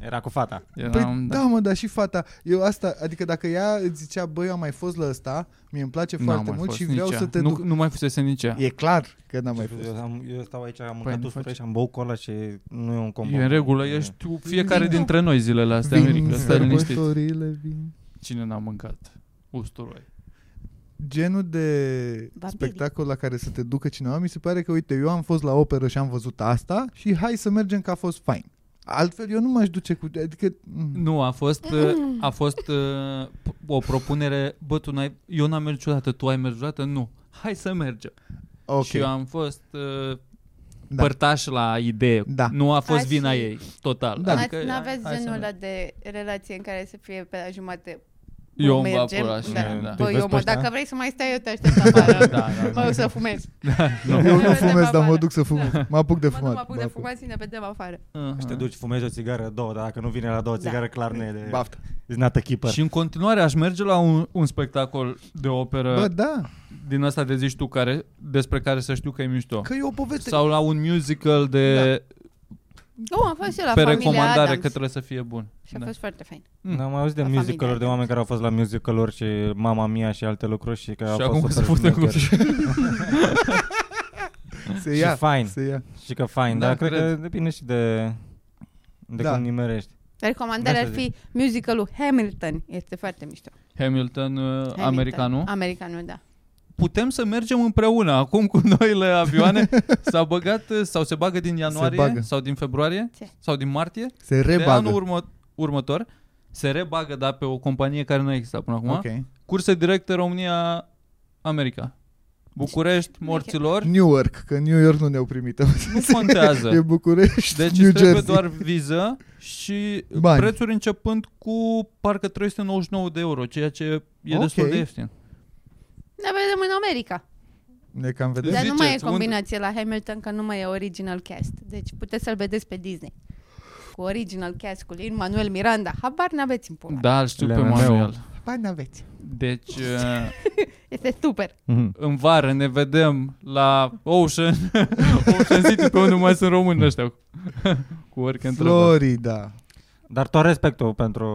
[SPEAKER 4] Era cu fata.
[SPEAKER 2] Eram,
[SPEAKER 1] Păi da,
[SPEAKER 2] da.
[SPEAKER 1] mă, dar și fata. Eu asta, adică dacă ea îți zicea, băi, eu am mai fost la ăsta, mie îmi place
[SPEAKER 2] N-am
[SPEAKER 1] foarte
[SPEAKER 2] mai
[SPEAKER 1] mult
[SPEAKER 2] fost
[SPEAKER 1] și vreau
[SPEAKER 2] nici ea.
[SPEAKER 1] să te
[SPEAKER 2] nu,
[SPEAKER 1] duc.
[SPEAKER 2] Nu mai fusese nici ea.
[SPEAKER 1] E clar că n-am mai fost.
[SPEAKER 4] Eu, am, eu stau aici, am
[SPEAKER 2] Păi, nu
[SPEAKER 4] mâncat
[SPEAKER 2] faci.
[SPEAKER 4] usturoi și am băut cola și nu e un combo.
[SPEAKER 2] E în regulă, ești tu fiecare dintre noi zilele astea,
[SPEAKER 1] Vin,
[SPEAKER 2] Mirica, stai liniștit.
[SPEAKER 1] sărbătorile, vin.
[SPEAKER 2] Cine n-a mâncat? Usturoi.
[SPEAKER 1] Genul de
[SPEAKER 3] Vampirii.
[SPEAKER 1] spectacol la care să te ducă cineva, mi se pare că, uite, eu am fost la operă și am văzut asta și hai să mergem că a fost fain. Altfel, eu nu m-aș duce cu... Adică... mm.
[SPEAKER 2] Nu, a fost, uh,
[SPEAKER 3] Mm.
[SPEAKER 2] a fost uh, p- o propunere, bă, tu n-ai, eu n-am mers niciodată, tu ai mers niciodată? Nu. Hai să mergem.
[SPEAKER 1] Ok,
[SPEAKER 2] Și eu am fost uh,
[SPEAKER 1] Da.
[SPEAKER 2] da. părtaș la idee.
[SPEAKER 1] Da.
[SPEAKER 2] Nu a fost
[SPEAKER 3] Hai
[SPEAKER 2] vina
[SPEAKER 3] și-
[SPEAKER 2] ei, total.
[SPEAKER 1] Da.
[SPEAKER 3] Da.
[SPEAKER 2] Adică,
[SPEAKER 3] Adică, N-aveți
[SPEAKER 2] hai să
[SPEAKER 3] genul ăla
[SPEAKER 2] mergem.
[SPEAKER 3] de relație în care să fie pe la jumate
[SPEAKER 2] Eu îmi va
[SPEAKER 3] mergem,
[SPEAKER 2] pula și
[SPEAKER 3] da.
[SPEAKER 2] mie, da.
[SPEAKER 4] Tu-i
[SPEAKER 3] Bă,
[SPEAKER 4] vezi
[SPEAKER 3] eu
[SPEAKER 4] pe
[SPEAKER 3] mă,
[SPEAKER 4] ăștia?
[SPEAKER 3] dacă vrei să mai stai, eu te aștept afară.
[SPEAKER 2] (laughs) Da, da, da.
[SPEAKER 3] Mă, o să fumez.
[SPEAKER 1] Eu nu
[SPEAKER 3] Te
[SPEAKER 1] fumez, dar mă
[SPEAKER 3] afară.
[SPEAKER 1] duc să fum. Mă apuc de
[SPEAKER 3] Mă, nu
[SPEAKER 1] fumat.
[SPEAKER 3] mă apuc de
[SPEAKER 1] Baftă.
[SPEAKER 3] fumat, ne vedem afară.
[SPEAKER 2] Aha.
[SPEAKER 4] Și te duci, fumezi o țigară, două, dar dacă nu vine la două
[SPEAKER 3] Da.
[SPEAKER 4] țigară, clar nu e de...
[SPEAKER 1] Baftă.
[SPEAKER 4] It's not a keeper.
[SPEAKER 2] Și în continuare aș merge la un, un spectacol de operă
[SPEAKER 1] Bă,
[SPEAKER 2] But...
[SPEAKER 1] da,
[SPEAKER 2] din asta de zici tu care, despre care să știu că e mișto.
[SPEAKER 1] că e o poveste.
[SPEAKER 2] Sau la un musical de
[SPEAKER 3] Nu, am fost și eu Da. la
[SPEAKER 2] pe
[SPEAKER 3] familia
[SPEAKER 2] recomandare da.
[SPEAKER 3] Adams.
[SPEAKER 2] că trebuie să fie bun.
[SPEAKER 3] Și a fost foarte fain.
[SPEAKER 1] Mm.
[SPEAKER 4] N-am mai auzit de
[SPEAKER 3] La
[SPEAKER 4] musicaluri,
[SPEAKER 3] familie.
[SPEAKER 4] de oameni care au fost la musicaluri și Mama Mia și alte lucruri și că
[SPEAKER 2] Și
[SPEAKER 4] au
[SPEAKER 2] acum
[SPEAKER 4] fost
[SPEAKER 2] să
[SPEAKER 4] super
[SPEAKER 2] futem cu
[SPEAKER 4] șmecher.
[SPEAKER 1] Se
[SPEAKER 4] și
[SPEAKER 1] ia,
[SPEAKER 4] fain.
[SPEAKER 1] se ia.
[SPEAKER 4] Și că fain,
[SPEAKER 2] Da,
[SPEAKER 4] dar cred,
[SPEAKER 2] cred.
[SPEAKER 4] că depinde și de, de
[SPEAKER 1] Da.
[SPEAKER 4] cum nimerești.
[SPEAKER 3] Recomandarea ar
[SPEAKER 4] Asta
[SPEAKER 3] fi musicalul Hamilton. Este foarte mișto.
[SPEAKER 2] Hamilton, Hamilton,
[SPEAKER 3] Hamilton.
[SPEAKER 2] americanul.
[SPEAKER 3] Americanul, da.
[SPEAKER 2] putem să mergem împreună acum cu noile
[SPEAKER 1] (laughs)
[SPEAKER 2] avioane. S-a băgat uh, sau se bagă din ianuarie
[SPEAKER 1] bagă.
[SPEAKER 2] sau din februarie
[SPEAKER 3] Ce?
[SPEAKER 2] sau din martie.
[SPEAKER 1] Se
[SPEAKER 2] De anul
[SPEAKER 1] rebagă.
[SPEAKER 2] urmă- următor se rebagă, dar pe o companie care nu a existat până acum.
[SPEAKER 1] Ok.
[SPEAKER 2] Okay. Curse directe România-America. București,
[SPEAKER 1] (laughs)
[SPEAKER 2] morților,
[SPEAKER 1] New York, că New York nu ne-au primit.
[SPEAKER 2] nu contează.
[SPEAKER 1] (laughs) E București,
[SPEAKER 2] Deci
[SPEAKER 1] New
[SPEAKER 2] îți trebuie
[SPEAKER 1] Jersey.
[SPEAKER 2] doar viză și
[SPEAKER 1] Bani.
[SPEAKER 2] prețuri începând cu parcă 399 de euro, ceea ce e
[SPEAKER 1] Ok.
[SPEAKER 2] destul de ieftin.
[SPEAKER 3] Ne vedem în America.
[SPEAKER 1] Ne cam vedem.
[SPEAKER 3] Dar nu mai e
[SPEAKER 2] Ziceți, unde-
[SPEAKER 3] combinație la Hamilton, că nu mai e original cast. Deci puteți să-l vedeți pe Disney. Cu original cast, cu Lin Manuel Miranda. Habar n-aveți în pula.
[SPEAKER 2] Da, îl știu pe
[SPEAKER 4] Le-am meu.
[SPEAKER 2] Manuel.
[SPEAKER 1] Ba n-aveți.
[SPEAKER 2] (laughs) Deci, uh,
[SPEAKER 3] Este super.
[SPEAKER 4] Mhm.
[SPEAKER 2] în vară ne vedem la Ocean, (laughs) Ocean City, pe unde mai sunt români ăștia. (laughs) Cu orice întrebare.
[SPEAKER 1] Florida.
[SPEAKER 4] Dar tot respectul pentru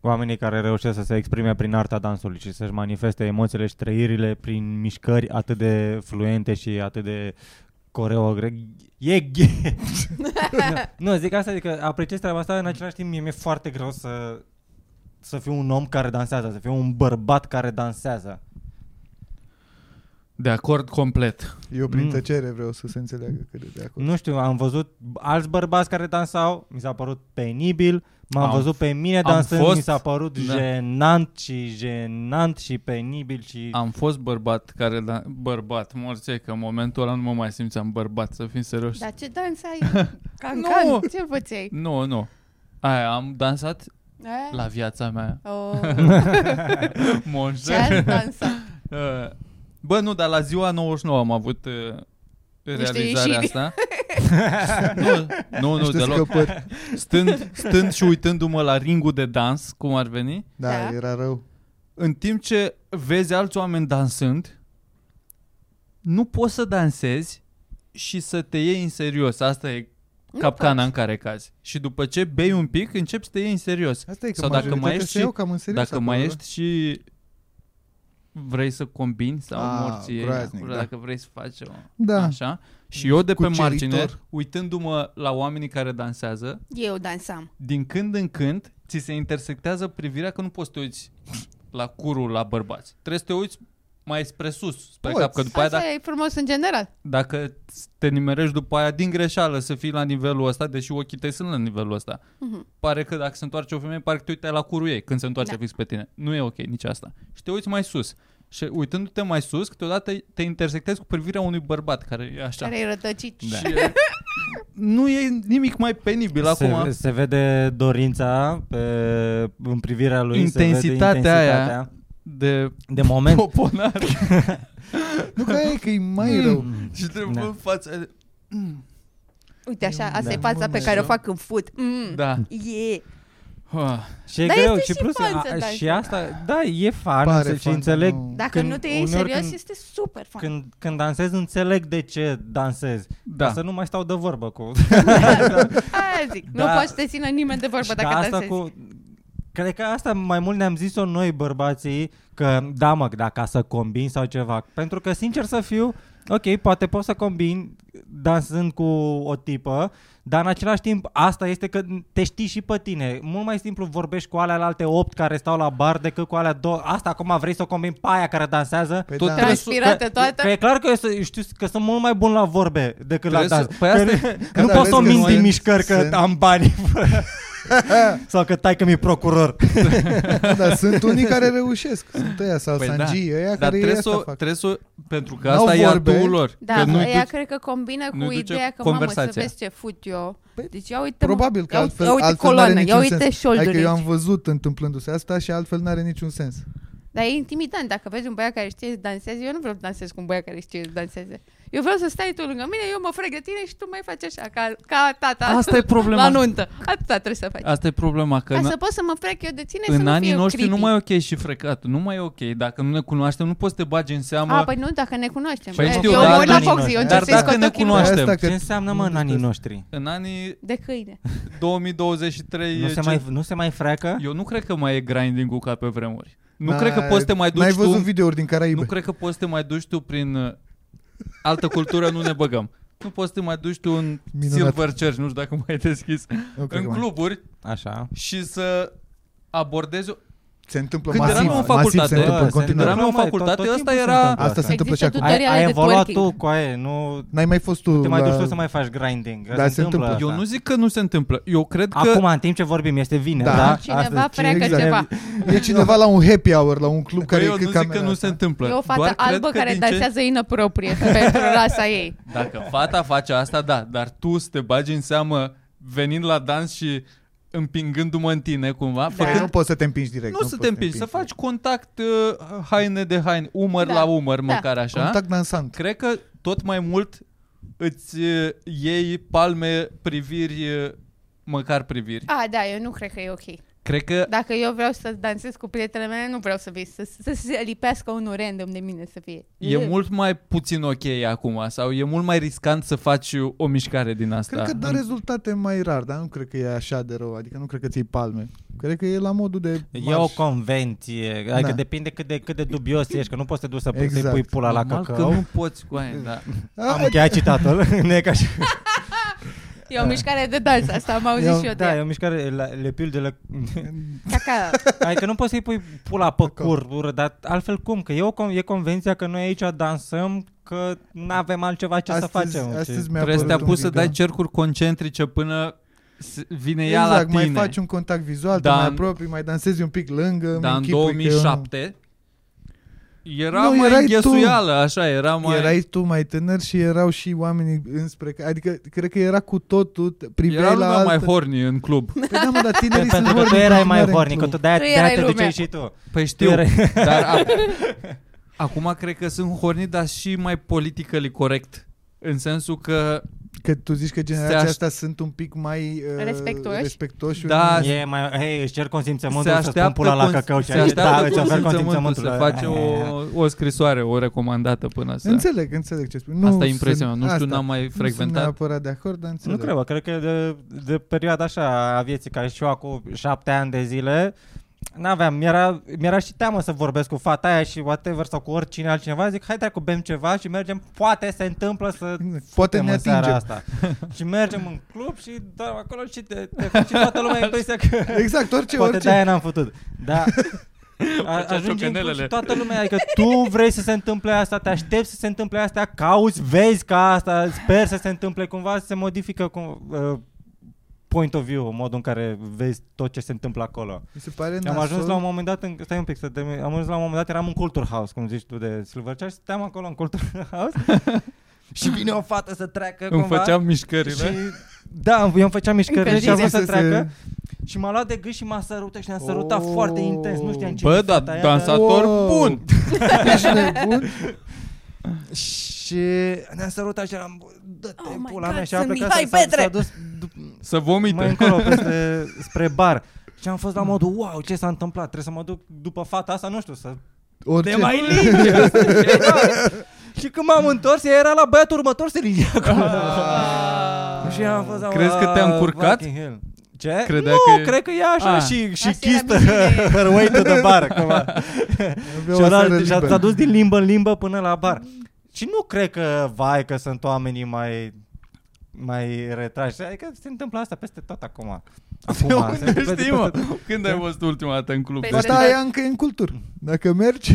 [SPEAKER 4] oamenii care reușesc să se exprime prin arta dansului și să-și manifeste emoțiile și trăirile prin mișcări atât de fluente și atât de coreogre. E ghe- (laughs) nu, nu, zic asta, adică apreciez treaba asta, în același timp mie mi-e foarte greu să, să fiu un om care dansează, să fiu un bărbat care dansează.
[SPEAKER 2] De acord complet.
[SPEAKER 1] Eu prin
[SPEAKER 4] Mm.
[SPEAKER 1] tăcere vreau să se înțeleagă cât de de acolo.
[SPEAKER 4] Nu știu, am văzut alți bărbați care dansau, mi s-a părut penibil, m-am
[SPEAKER 2] Am-
[SPEAKER 4] văzut pe mine
[SPEAKER 2] am
[SPEAKER 4] dansând,
[SPEAKER 2] fost-
[SPEAKER 4] mi s-a părut
[SPEAKER 2] da.
[SPEAKER 4] jenant și jenant și penibil și...
[SPEAKER 2] Am fost bărbat care... Da, bărbat, morție, că în momentul ăla nu mă mai simțeam bărbat, să fim serioși.
[SPEAKER 3] Dar ce dans
[SPEAKER 2] (laughs)
[SPEAKER 3] ai? Cancan?
[SPEAKER 2] Nu!
[SPEAKER 3] Ce făceai?
[SPEAKER 2] Nu, nu. Aia, am dansat
[SPEAKER 3] Eh?
[SPEAKER 2] la viața
[SPEAKER 3] (laughs)
[SPEAKER 2] mea. (laughs)
[SPEAKER 3] Oh,
[SPEAKER 2] Mon
[SPEAKER 3] ce ați dansat?
[SPEAKER 2] (laughs) Uh, Bă, nu, dar la ziua 99 am avut uh, realizarea
[SPEAKER 3] ieșiri. (laughs)
[SPEAKER 2] asta. nu, nu, nu
[SPEAKER 1] Niște
[SPEAKER 2] deloc.
[SPEAKER 1] (laughs) scăpări.
[SPEAKER 2] Stând, stând și uitându-mă la ringul de dans, cum ar veni,
[SPEAKER 1] Da,
[SPEAKER 3] Da.
[SPEAKER 1] era rău.
[SPEAKER 2] în timp ce vezi alți oameni dansând, nu poți să dansezi și să te iei în serios. Asta e
[SPEAKER 3] Nu
[SPEAKER 2] capcana în care cazi. Și după ce bei un pic, începi să te iei în serios.
[SPEAKER 1] Asta e că
[SPEAKER 2] Sau dacă mai
[SPEAKER 1] majoritatea
[SPEAKER 2] ești
[SPEAKER 1] se
[SPEAKER 2] și-
[SPEAKER 1] iau cam în serios
[SPEAKER 2] Dacă mai
[SPEAKER 1] acolo. da?
[SPEAKER 2] ești și vrei să combini sau
[SPEAKER 1] Ah,
[SPEAKER 2] morții,
[SPEAKER 1] groaznic,
[SPEAKER 2] acolo,
[SPEAKER 1] da.
[SPEAKER 2] dacă vrei să faci o...
[SPEAKER 1] Da.
[SPEAKER 2] Așa. Și eu de pe
[SPEAKER 1] Cuceritor.
[SPEAKER 2] margine, uitându-mă la oamenii care dansează,
[SPEAKER 3] Eu dansam.
[SPEAKER 2] din când în când ți se intersectează privirea că nu poți să te uiți la curul la bărbați. Trebuie să te uiți mai spre sus, spre
[SPEAKER 1] Poți.
[SPEAKER 2] cap, că după aia da-
[SPEAKER 3] Asta
[SPEAKER 2] dacă,
[SPEAKER 3] e frumos în general.
[SPEAKER 2] dacă te nimerești după aia din greșeală să fii la nivelul ăsta, deși ochii tăi sunt la nivelul ăsta,
[SPEAKER 3] Mhm.
[SPEAKER 2] pare că dacă se întoarce o femeie, pare că te uite la curul ei când se întoarce
[SPEAKER 3] Da.
[SPEAKER 2] fix pe tine. Nu e ok nici asta. Și te uiți mai sus. Și uitându-te mai sus, câteodată te intersectezi cu privirea unui bărbat care e așa.
[SPEAKER 3] Care e rătăcit.
[SPEAKER 2] Și e- nu e nimic mai penibil
[SPEAKER 4] Se,
[SPEAKER 2] acum.
[SPEAKER 4] se vede dorința pe, în privirea lui,
[SPEAKER 2] Intensitatea
[SPEAKER 4] se vede intensitatea aia.
[SPEAKER 2] De
[SPEAKER 4] de moment.
[SPEAKER 2] poponar.
[SPEAKER 1] Nu că e că e
[SPEAKER 2] Mm.
[SPEAKER 1] mai rău.
[SPEAKER 2] și trebuie
[SPEAKER 4] Da.
[SPEAKER 2] în față.
[SPEAKER 3] Uite așa, asta
[SPEAKER 2] Da.
[SPEAKER 3] e fața pe
[SPEAKER 2] Mulțumesc.
[SPEAKER 3] care o fac în food. Mm.
[SPEAKER 2] Da.
[SPEAKER 3] Yeah.
[SPEAKER 2] Ah.
[SPEAKER 4] Și e
[SPEAKER 3] Dar
[SPEAKER 4] greu,
[SPEAKER 3] este
[SPEAKER 4] și
[SPEAKER 3] și
[SPEAKER 4] plus,
[SPEAKER 3] fun să
[SPEAKER 4] a,
[SPEAKER 3] dansi.
[SPEAKER 4] și asta, da, e fan,
[SPEAKER 1] Pare
[SPEAKER 4] Pare și
[SPEAKER 1] fan,
[SPEAKER 4] înțeleg
[SPEAKER 1] nu.
[SPEAKER 3] Dacă
[SPEAKER 4] Când-
[SPEAKER 3] nu te iei
[SPEAKER 4] uneori
[SPEAKER 3] serios,
[SPEAKER 4] când-
[SPEAKER 3] este super fan.
[SPEAKER 4] când, când dansez, înțeleg de ce dansez.
[SPEAKER 2] Da.
[SPEAKER 4] Ca Să nu mai stau de vorbă cu...
[SPEAKER 3] Aia zic,
[SPEAKER 4] Da.
[SPEAKER 3] nu poți să te țină nimeni de
[SPEAKER 4] Și
[SPEAKER 3] vorbă
[SPEAKER 4] da,
[SPEAKER 3] dacă dansezi.
[SPEAKER 4] cu... Cred că asta mai mult ne-am zis-o noi bărbații, că da mă, dacă să combin sau ceva. Pentru că sincer să fiu, ok, poate pot să combin dansând cu o tipă, dar în același timp asta este că te știi și pe tine. Mult mai simplu vorbești cu alea alte opt care stau la bar decât cu alea două. Asta acum vrei să o combini pe aia care dansează?
[SPEAKER 1] Păi
[SPEAKER 2] Tot
[SPEAKER 1] da.
[SPEAKER 2] trebuie
[SPEAKER 3] Transpirată
[SPEAKER 4] Că-
[SPEAKER 3] toată.
[SPEAKER 4] Că e clar că eu să- știu că sunt mult mai bun la vorbe decât la
[SPEAKER 2] Trebuie
[SPEAKER 4] dans.
[SPEAKER 2] să- Păi asta e-
[SPEAKER 4] Că nu
[SPEAKER 1] da,
[SPEAKER 4] pot
[SPEAKER 1] vezi
[SPEAKER 4] să o
[SPEAKER 1] că
[SPEAKER 4] mint
[SPEAKER 1] noi
[SPEAKER 4] din mișcări că
[SPEAKER 1] sunt-
[SPEAKER 4] am bani
[SPEAKER 1] da. (laughs)
[SPEAKER 4] Sau că tai că mi-e procuror
[SPEAKER 1] Dar sunt unii care reușesc. Sunt ăia sau
[SPEAKER 2] Păi
[SPEAKER 1] păi
[SPEAKER 2] da.
[SPEAKER 1] Sanji, da. ăia
[SPEAKER 2] Dar
[SPEAKER 1] care ei
[SPEAKER 2] trebuie
[SPEAKER 1] asta
[SPEAKER 2] să, o-
[SPEAKER 1] fac.
[SPEAKER 2] trebuie să, o- pentru că
[SPEAKER 1] N-au
[SPEAKER 2] asta e
[SPEAKER 1] vorbe.
[SPEAKER 2] atul lor.
[SPEAKER 3] Da,
[SPEAKER 2] că nu
[SPEAKER 3] ea cred că combină
[SPEAKER 2] nu-i
[SPEAKER 3] cu
[SPEAKER 2] duce
[SPEAKER 3] ideea că, mamă, să
[SPEAKER 2] conversația.
[SPEAKER 3] vezi ce fut eu.
[SPEAKER 1] Păi,
[SPEAKER 3] Deci ia uite,
[SPEAKER 1] Probabil că
[SPEAKER 3] ia,
[SPEAKER 1] altfel,
[SPEAKER 3] ia uite
[SPEAKER 1] altfel n-are
[SPEAKER 3] coloană,
[SPEAKER 1] niciun
[SPEAKER 3] ia uite
[SPEAKER 1] sens. Adică
[SPEAKER 3] șolduri.
[SPEAKER 1] eu am văzut întâmplându-se asta și altfel n-are niciun sens.
[SPEAKER 3] Dar e intimidant dacă vezi un băiat care știe să danseze. Eu nu vreau să dansez cu un băiat care știe să danseze. Eu vreau să stai tu lângă mine, eu mă frec de tine și tu mai faci așa, ca, ca tata.
[SPEAKER 2] Asta e problema.
[SPEAKER 3] La nuntă. Atâta trebuie să faci.
[SPEAKER 2] Asta e problema, că
[SPEAKER 3] Ca
[SPEAKER 2] în,
[SPEAKER 3] să pot să mă frec eu de tine să
[SPEAKER 2] în
[SPEAKER 3] nu
[SPEAKER 2] anii
[SPEAKER 3] fiu
[SPEAKER 2] noștri
[SPEAKER 3] creepy.
[SPEAKER 2] nu mai e ok și frecatul, nu mai e ok. Dacă nu ne cunoaștem, nu poți să te bagi în seamă.
[SPEAKER 3] A, păi nu, dacă ne cunoaștem.
[SPEAKER 2] Păi
[SPEAKER 3] Eh,
[SPEAKER 2] știu,
[SPEAKER 3] eu
[SPEAKER 2] dar-
[SPEAKER 3] mă uit la
[SPEAKER 4] dar-
[SPEAKER 3] Foxy, eu
[SPEAKER 1] dar
[SPEAKER 3] încerc să-i
[SPEAKER 2] dacă
[SPEAKER 3] scot
[SPEAKER 2] ne
[SPEAKER 3] ochii
[SPEAKER 2] cunoaștem.
[SPEAKER 3] lui.
[SPEAKER 1] Păi Asta că
[SPEAKER 4] Ce înseamnă mă în anii noștri?
[SPEAKER 2] În anii
[SPEAKER 3] De câine.
[SPEAKER 2] 2023
[SPEAKER 4] Nu
[SPEAKER 2] e
[SPEAKER 4] se,
[SPEAKER 2] ce-
[SPEAKER 4] mai, nu se mai freacă?
[SPEAKER 2] Eu nu cred că mai e grinding-ul ca pe vremuri. Nu
[SPEAKER 1] N-ai-
[SPEAKER 2] cred că poți să te mai duci
[SPEAKER 1] N-ai văzut
[SPEAKER 2] tu.
[SPEAKER 1] videouri din Caraibe.
[SPEAKER 2] Nu cred că poți să te mai duci tu prin uh, altă cultură, nu ne băgăm. Nu poți să te mai duci tu în
[SPEAKER 1] Minunat.
[SPEAKER 2] Silver Church, nu știu dacă mai ai deschis,
[SPEAKER 1] Nu cred
[SPEAKER 2] în
[SPEAKER 1] că mai-
[SPEAKER 2] cluburi
[SPEAKER 4] Așa
[SPEAKER 2] și să abordezi...
[SPEAKER 1] Se întâmplă
[SPEAKER 2] Când
[SPEAKER 1] masiv,
[SPEAKER 2] eram eu în
[SPEAKER 1] masiv
[SPEAKER 2] facultate,
[SPEAKER 1] se întâmplă în
[SPEAKER 2] se
[SPEAKER 1] continuare.
[SPEAKER 2] eram eu în
[SPEAKER 4] Tot- tot
[SPEAKER 2] facultate,
[SPEAKER 4] timpul
[SPEAKER 2] ăsta
[SPEAKER 4] se
[SPEAKER 2] era-
[SPEAKER 4] întâmplă
[SPEAKER 1] Asta se întâmplă și
[SPEAKER 3] Există
[SPEAKER 1] acum.
[SPEAKER 4] Ai,
[SPEAKER 3] Tutoriale
[SPEAKER 4] ai
[SPEAKER 3] de
[SPEAKER 4] evoluat
[SPEAKER 3] twerking.
[SPEAKER 4] tu cu aia Nu
[SPEAKER 1] N-ai mai fost tu
[SPEAKER 4] te mai
[SPEAKER 1] la...
[SPEAKER 4] duci tu să mai faci grinding
[SPEAKER 1] Da, se întâmplă.
[SPEAKER 4] asta.
[SPEAKER 2] Eu nu zic că nu se întâmplă. Eu cred că...
[SPEAKER 4] Acum, în timp ce vorbim, este vine,
[SPEAKER 1] Da.
[SPEAKER 4] da?
[SPEAKER 3] Cineva
[SPEAKER 4] Astăzi,
[SPEAKER 3] freacă
[SPEAKER 1] Exact.
[SPEAKER 4] cine-
[SPEAKER 3] ceva.
[SPEAKER 1] E cineva la un happy hour, la un club
[SPEAKER 2] Bă,
[SPEAKER 1] care
[SPEAKER 2] Păi eu
[SPEAKER 1] e cât
[SPEAKER 2] nu zic că
[SPEAKER 1] camera
[SPEAKER 2] nu se
[SPEAKER 1] asta.
[SPEAKER 2] întâmplă.
[SPEAKER 3] E o
[SPEAKER 2] Doar
[SPEAKER 3] fată
[SPEAKER 2] cred
[SPEAKER 3] albă
[SPEAKER 2] că
[SPEAKER 3] care
[SPEAKER 2] din ce-
[SPEAKER 3] dansează inaproprie (laughs) pentru rasa ei.
[SPEAKER 2] Dacă fata face asta, da, dar tu să te bagi în seamă venind la dans și împingându-mă în tine cumva, da.
[SPEAKER 1] Păi
[SPEAKER 2] făcând
[SPEAKER 1] nu poți să te împingi direct.
[SPEAKER 2] nu să
[SPEAKER 1] poți
[SPEAKER 2] te împingi, să faci
[SPEAKER 1] direct.
[SPEAKER 2] contact uh, haine de haine, umăr
[SPEAKER 3] Da.
[SPEAKER 2] la umăr,
[SPEAKER 3] Da.
[SPEAKER 2] măcar așa.
[SPEAKER 1] Contact dansant.
[SPEAKER 2] Cred că tot mai mult îți uh, iei palme, priviri, uh, măcar priviri.
[SPEAKER 3] A, da, eu nu cred că e ok.
[SPEAKER 2] Cred că
[SPEAKER 3] Dacă eu vreau să dansez cu prietenele mele, nu vreau să, vii, să, să se lipească unul random de mine să fie.
[SPEAKER 2] e mult mai puțin ok acum sau e mult mai riscant să faci o mișcare din asta.
[SPEAKER 1] Cred că dă rezultate mai rar, dar nu cred că e așa de rău. Adică nu cred că ți-i palme. Cred că e la modul de
[SPEAKER 4] E o
[SPEAKER 1] marș.
[SPEAKER 4] convenție, adică
[SPEAKER 1] Da.
[SPEAKER 4] depinde cât de, cât de dubios ești, că nu poți să te duci să pui- să-i
[SPEAKER 1] Exact.
[SPEAKER 4] pui pula la
[SPEAKER 2] Normal
[SPEAKER 4] cacao.
[SPEAKER 2] că nu poți cu aia, da.
[SPEAKER 4] Am
[SPEAKER 1] A,
[SPEAKER 4] încheiat citatul, (laughs) nu e ca și...
[SPEAKER 3] E o mișcare de dans, asta am auzit
[SPEAKER 1] Eu-
[SPEAKER 3] și eu de
[SPEAKER 4] Da, e
[SPEAKER 3] ea.
[SPEAKER 4] o mișcare, la, le pildele...
[SPEAKER 3] Caca.
[SPEAKER 4] Adică nu poți să-i pui pula pe cur, ură, dar altfel cum? Că e, o, con- e convenția că noi aici dansăm, că nu avem altceva ce să
[SPEAKER 1] astăzi-
[SPEAKER 4] facem.
[SPEAKER 1] Astăzi
[SPEAKER 4] Și-
[SPEAKER 1] mi-a
[SPEAKER 2] Trebuie să te
[SPEAKER 1] apărut un
[SPEAKER 2] apuci să
[SPEAKER 1] video.
[SPEAKER 2] dai cercuri concentrice până s- vine ea
[SPEAKER 1] Exact,
[SPEAKER 2] la tine.
[SPEAKER 1] mai faci un contact vizual, da,
[SPEAKER 2] Da,
[SPEAKER 1] te mai
[SPEAKER 2] în-
[SPEAKER 1] apropii, mai dansezi un pic lângă.
[SPEAKER 2] Dar în 2007 era
[SPEAKER 1] Nu,
[SPEAKER 2] mai
[SPEAKER 1] erai
[SPEAKER 2] înghesuială, așa, era mai...
[SPEAKER 1] Mai... Erai tu mai tânăr și erau și oamenii înspre... ca- Adică cred că era cu totul, te priveai
[SPEAKER 2] era
[SPEAKER 1] la
[SPEAKER 2] lumea mai
[SPEAKER 1] altă...
[SPEAKER 2] horny în club.
[SPEAKER 1] Păi da, mă,
[SPEAKER 2] (laughs)
[SPEAKER 1] dar
[SPEAKER 4] Pe-
[SPEAKER 1] tinerii sunt
[SPEAKER 4] Pentru că
[SPEAKER 1] horny
[SPEAKER 4] tu
[SPEAKER 1] în
[SPEAKER 4] erai mai
[SPEAKER 1] continuare în
[SPEAKER 4] horny, că
[SPEAKER 1] club.
[SPEAKER 4] tu de-aia,
[SPEAKER 3] Tu
[SPEAKER 4] de-aia
[SPEAKER 3] erai
[SPEAKER 4] te duceai
[SPEAKER 3] lumea.
[SPEAKER 4] și tu.
[SPEAKER 2] Păi știu,
[SPEAKER 4] erai-
[SPEAKER 2] dar (laughs) a, acum cred că sunt horny, dar și mai politically corect. În sensul că,
[SPEAKER 1] Că tu zici că
[SPEAKER 2] Se
[SPEAKER 1] generația
[SPEAKER 2] aș-
[SPEAKER 1] asta sunt un pic mai uh,
[SPEAKER 3] Respectuoși?
[SPEAKER 1] respectoși
[SPEAKER 2] Da,
[SPEAKER 1] unii-
[SPEAKER 4] E mai, hei, își cer
[SPEAKER 2] se
[SPEAKER 4] consimțământul să spun
[SPEAKER 2] așteaptă,
[SPEAKER 4] pula la
[SPEAKER 2] cons-
[SPEAKER 4] cacao.
[SPEAKER 2] se
[SPEAKER 4] și aici, da,
[SPEAKER 2] așteaptă
[SPEAKER 4] îți ofer
[SPEAKER 2] consimțământul să
[SPEAKER 4] consimțământul.
[SPEAKER 2] face o, o scrisoare, o recomandată până să...
[SPEAKER 1] Înțeleg, înțeleg ce spui. Nu
[SPEAKER 2] Asta e
[SPEAKER 1] sunt-
[SPEAKER 2] impresia mea, nu știu,
[SPEAKER 1] asta.
[SPEAKER 2] n-am mai
[SPEAKER 1] Nu sunt
[SPEAKER 2] frecventat.
[SPEAKER 1] neapărat de acord, dar
[SPEAKER 4] Nu
[SPEAKER 1] înțeleg.
[SPEAKER 4] cred, bă, cred că de, de perioada așa a vieții, ca și eu acum șapte ani de zile, n-aveam, mi-era, mi-era și teamă să vorbesc cu fata aia și whatever sau cu oricine altcineva, zic hai dracu, bem ceva și mergem, poate se întâmplă să
[SPEAKER 1] Exact, Poate ne
[SPEAKER 4] în seara
[SPEAKER 1] atingem.
[SPEAKER 4] asta. și mergem în club și doar acolo și te, te face toată
[SPEAKER 1] (laughs)
[SPEAKER 4] lumea impresia că
[SPEAKER 1] Exact, orice,
[SPEAKER 4] poate
[SPEAKER 1] orice.
[SPEAKER 4] de-aia n-am făcut. (laughs) Da. A, ajungi în club
[SPEAKER 2] ciocanelele.
[SPEAKER 4] și toată lumea, adică tu vrei să se întâmple asta, te aștepți să se întâmple asta, cauți, vezi ca asta, sper să se întâmple cumva, se modifică cum, uh, point of view, modul în care vezi tot ce se întâmplă acolo.
[SPEAKER 1] Mi se pare
[SPEAKER 4] Și am
[SPEAKER 1] nasol.
[SPEAKER 4] ajuns la un moment dat, în, stai un pic, să termin, am ajuns la un moment dat, eram în Culture House, cum zici tu de Silverchair, stăteam acolo în Culture (laughs) House și vine o fată să treacă
[SPEAKER 2] Îmi
[SPEAKER 4] cumva.
[SPEAKER 2] făceam mișcările.
[SPEAKER 4] și, da, eu îmi făceam mișcările și
[SPEAKER 3] Încălzire.
[SPEAKER 4] am vrut să
[SPEAKER 1] Se- se-
[SPEAKER 4] treacă. Și m-a luat de gât și m-a sărutat și ne-a sărutat
[SPEAKER 1] Oh.
[SPEAKER 4] foarte intens, nu știam ce
[SPEAKER 2] Bă,
[SPEAKER 4] e
[SPEAKER 2] da,
[SPEAKER 4] fata aia,
[SPEAKER 2] dansator
[SPEAKER 1] Wow.
[SPEAKER 2] bun!
[SPEAKER 1] Ești nebun?
[SPEAKER 4] (laughs) Și ne-a sărutat și eram, dă-te
[SPEAKER 3] Oh my
[SPEAKER 4] pula mea
[SPEAKER 3] God,
[SPEAKER 4] și a
[SPEAKER 3] sunt
[SPEAKER 4] plecat,
[SPEAKER 3] Mihai
[SPEAKER 4] s-a, s-a
[SPEAKER 3] Petre.
[SPEAKER 4] dus dup-
[SPEAKER 2] Să
[SPEAKER 4] mai
[SPEAKER 2] vomite. (laughs)
[SPEAKER 4] încolo peste, spre bar. Și am fost la modul, wow, ce s-a întâmplat, trebuie să mă duc după fata asta, nu știu, să
[SPEAKER 1] Orice.
[SPEAKER 4] te (laughs) mai linge. și când m-am întors, ea era la băiatul următor să linge acolo.
[SPEAKER 3] Ah.
[SPEAKER 4] și am fost la
[SPEAKER 2] Crezi că te-a încurcat?
[SPEAKER 4] fucking hell. Ce?
[SPEAKER 2] Credea
[SPEAKER 4] nu,
[SPEAKER 2] că e-
[SPEAKER 4] cred că e așa
[SPEAKER 2] Ah.
[SPEAKER 4] și, și
[SPEAKER 3] Asta era
[SPEAKER 4] kissed
[SPEAKER 3] bine.
[SPEAKER 4] (laughs) her way to the bar. Cumva.
[SPEAKER 1] Avea
[SPEAKER 4] Și
[SPEAKER 1] o
[SPEAKER 4] ăla
[SPEAKER 1] seră
[SPEAKER 4] și a-
[SPEAKER 1] liberă.
[SPEAKER 4] s-a dus din limbă în limbă până la bar. Și nu cred că, vai, că sunt oamenii mai mai retrași. Adică se întâmplă asta peste tot acum.
[SPEAKER 2] (laughs)
[SPEAKER 4] Acum. se
[SPEAKER 2] Unde
[SPEAKER 4] întâmplă
[SPEAKER 2] știi,
[SPEAKER 4] peste
[SPEAKER 2] mă?
[SPEAKER 4] tot.
[SPEAKER 2] Când ai fost ultima dată în club?
[SPEAKER 3] Pe
[SPEAKER 1] Dar
[SPEAKER 3] Deci-
[SPEAKER 1] asta aia încă e în cultură. Dacă
[SPEAKER 4] (laughs)
[SPEAKER 1] mergi...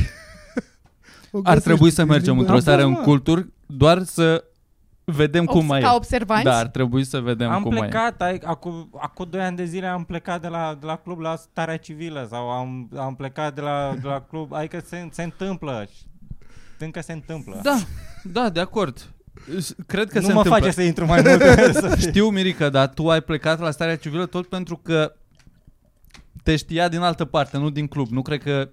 [SPEAKER 1] o
[SPEAKER 2] Ar trebui
[SPEAKER 1] găsești
[SPEAKER 2] să
[SPEAKER 1] din
[SPEAKER 2] mergem
[SPEAKER 1] limbă.
[SPEAKER 2] într-o
[SPEAKER 4] Am
[SPEAKER 2] seară
[SPEAKER 4] fost,
[SPEAKER 2] în
[SPEAKER 4] mă.
[SPEAKER 2] culturi, doar să vedem cum mai
[SPEAKER 3] Ca
[SPEAKER 2] e.
[SPEAKER 3] observanți?
[SPEAKER 2] Da, ar trebui să vedem
[SPEAKER 4] Am
[SPEAKER 2] cum mai
[SPEAKER 4] plecat, ai, acum, acum 2 ani de zile am plecat de la, de la club la starea civilă sau am, am plecat de la, de la club, adică se, se întâmplă. Și Încă se întâmplă.
[SPEAKER 2] e. Da, da, de acord. S- Cred că
[SPEAKER 4] nu
[SPEAKER 2] se
[SPEAKER 4] mă
[SPEAKER 2] întâmplă.
[SPEAKER 4] face să intru
[SPEAKER 2] (laughs)
[SPEAKER 4] mai mult. să fie-
[SPEAKER 2] Știu, Mirica, dar tu ai plecat la starea civilă tot pentru că te știa din altă parte, nu din club. Nu cred că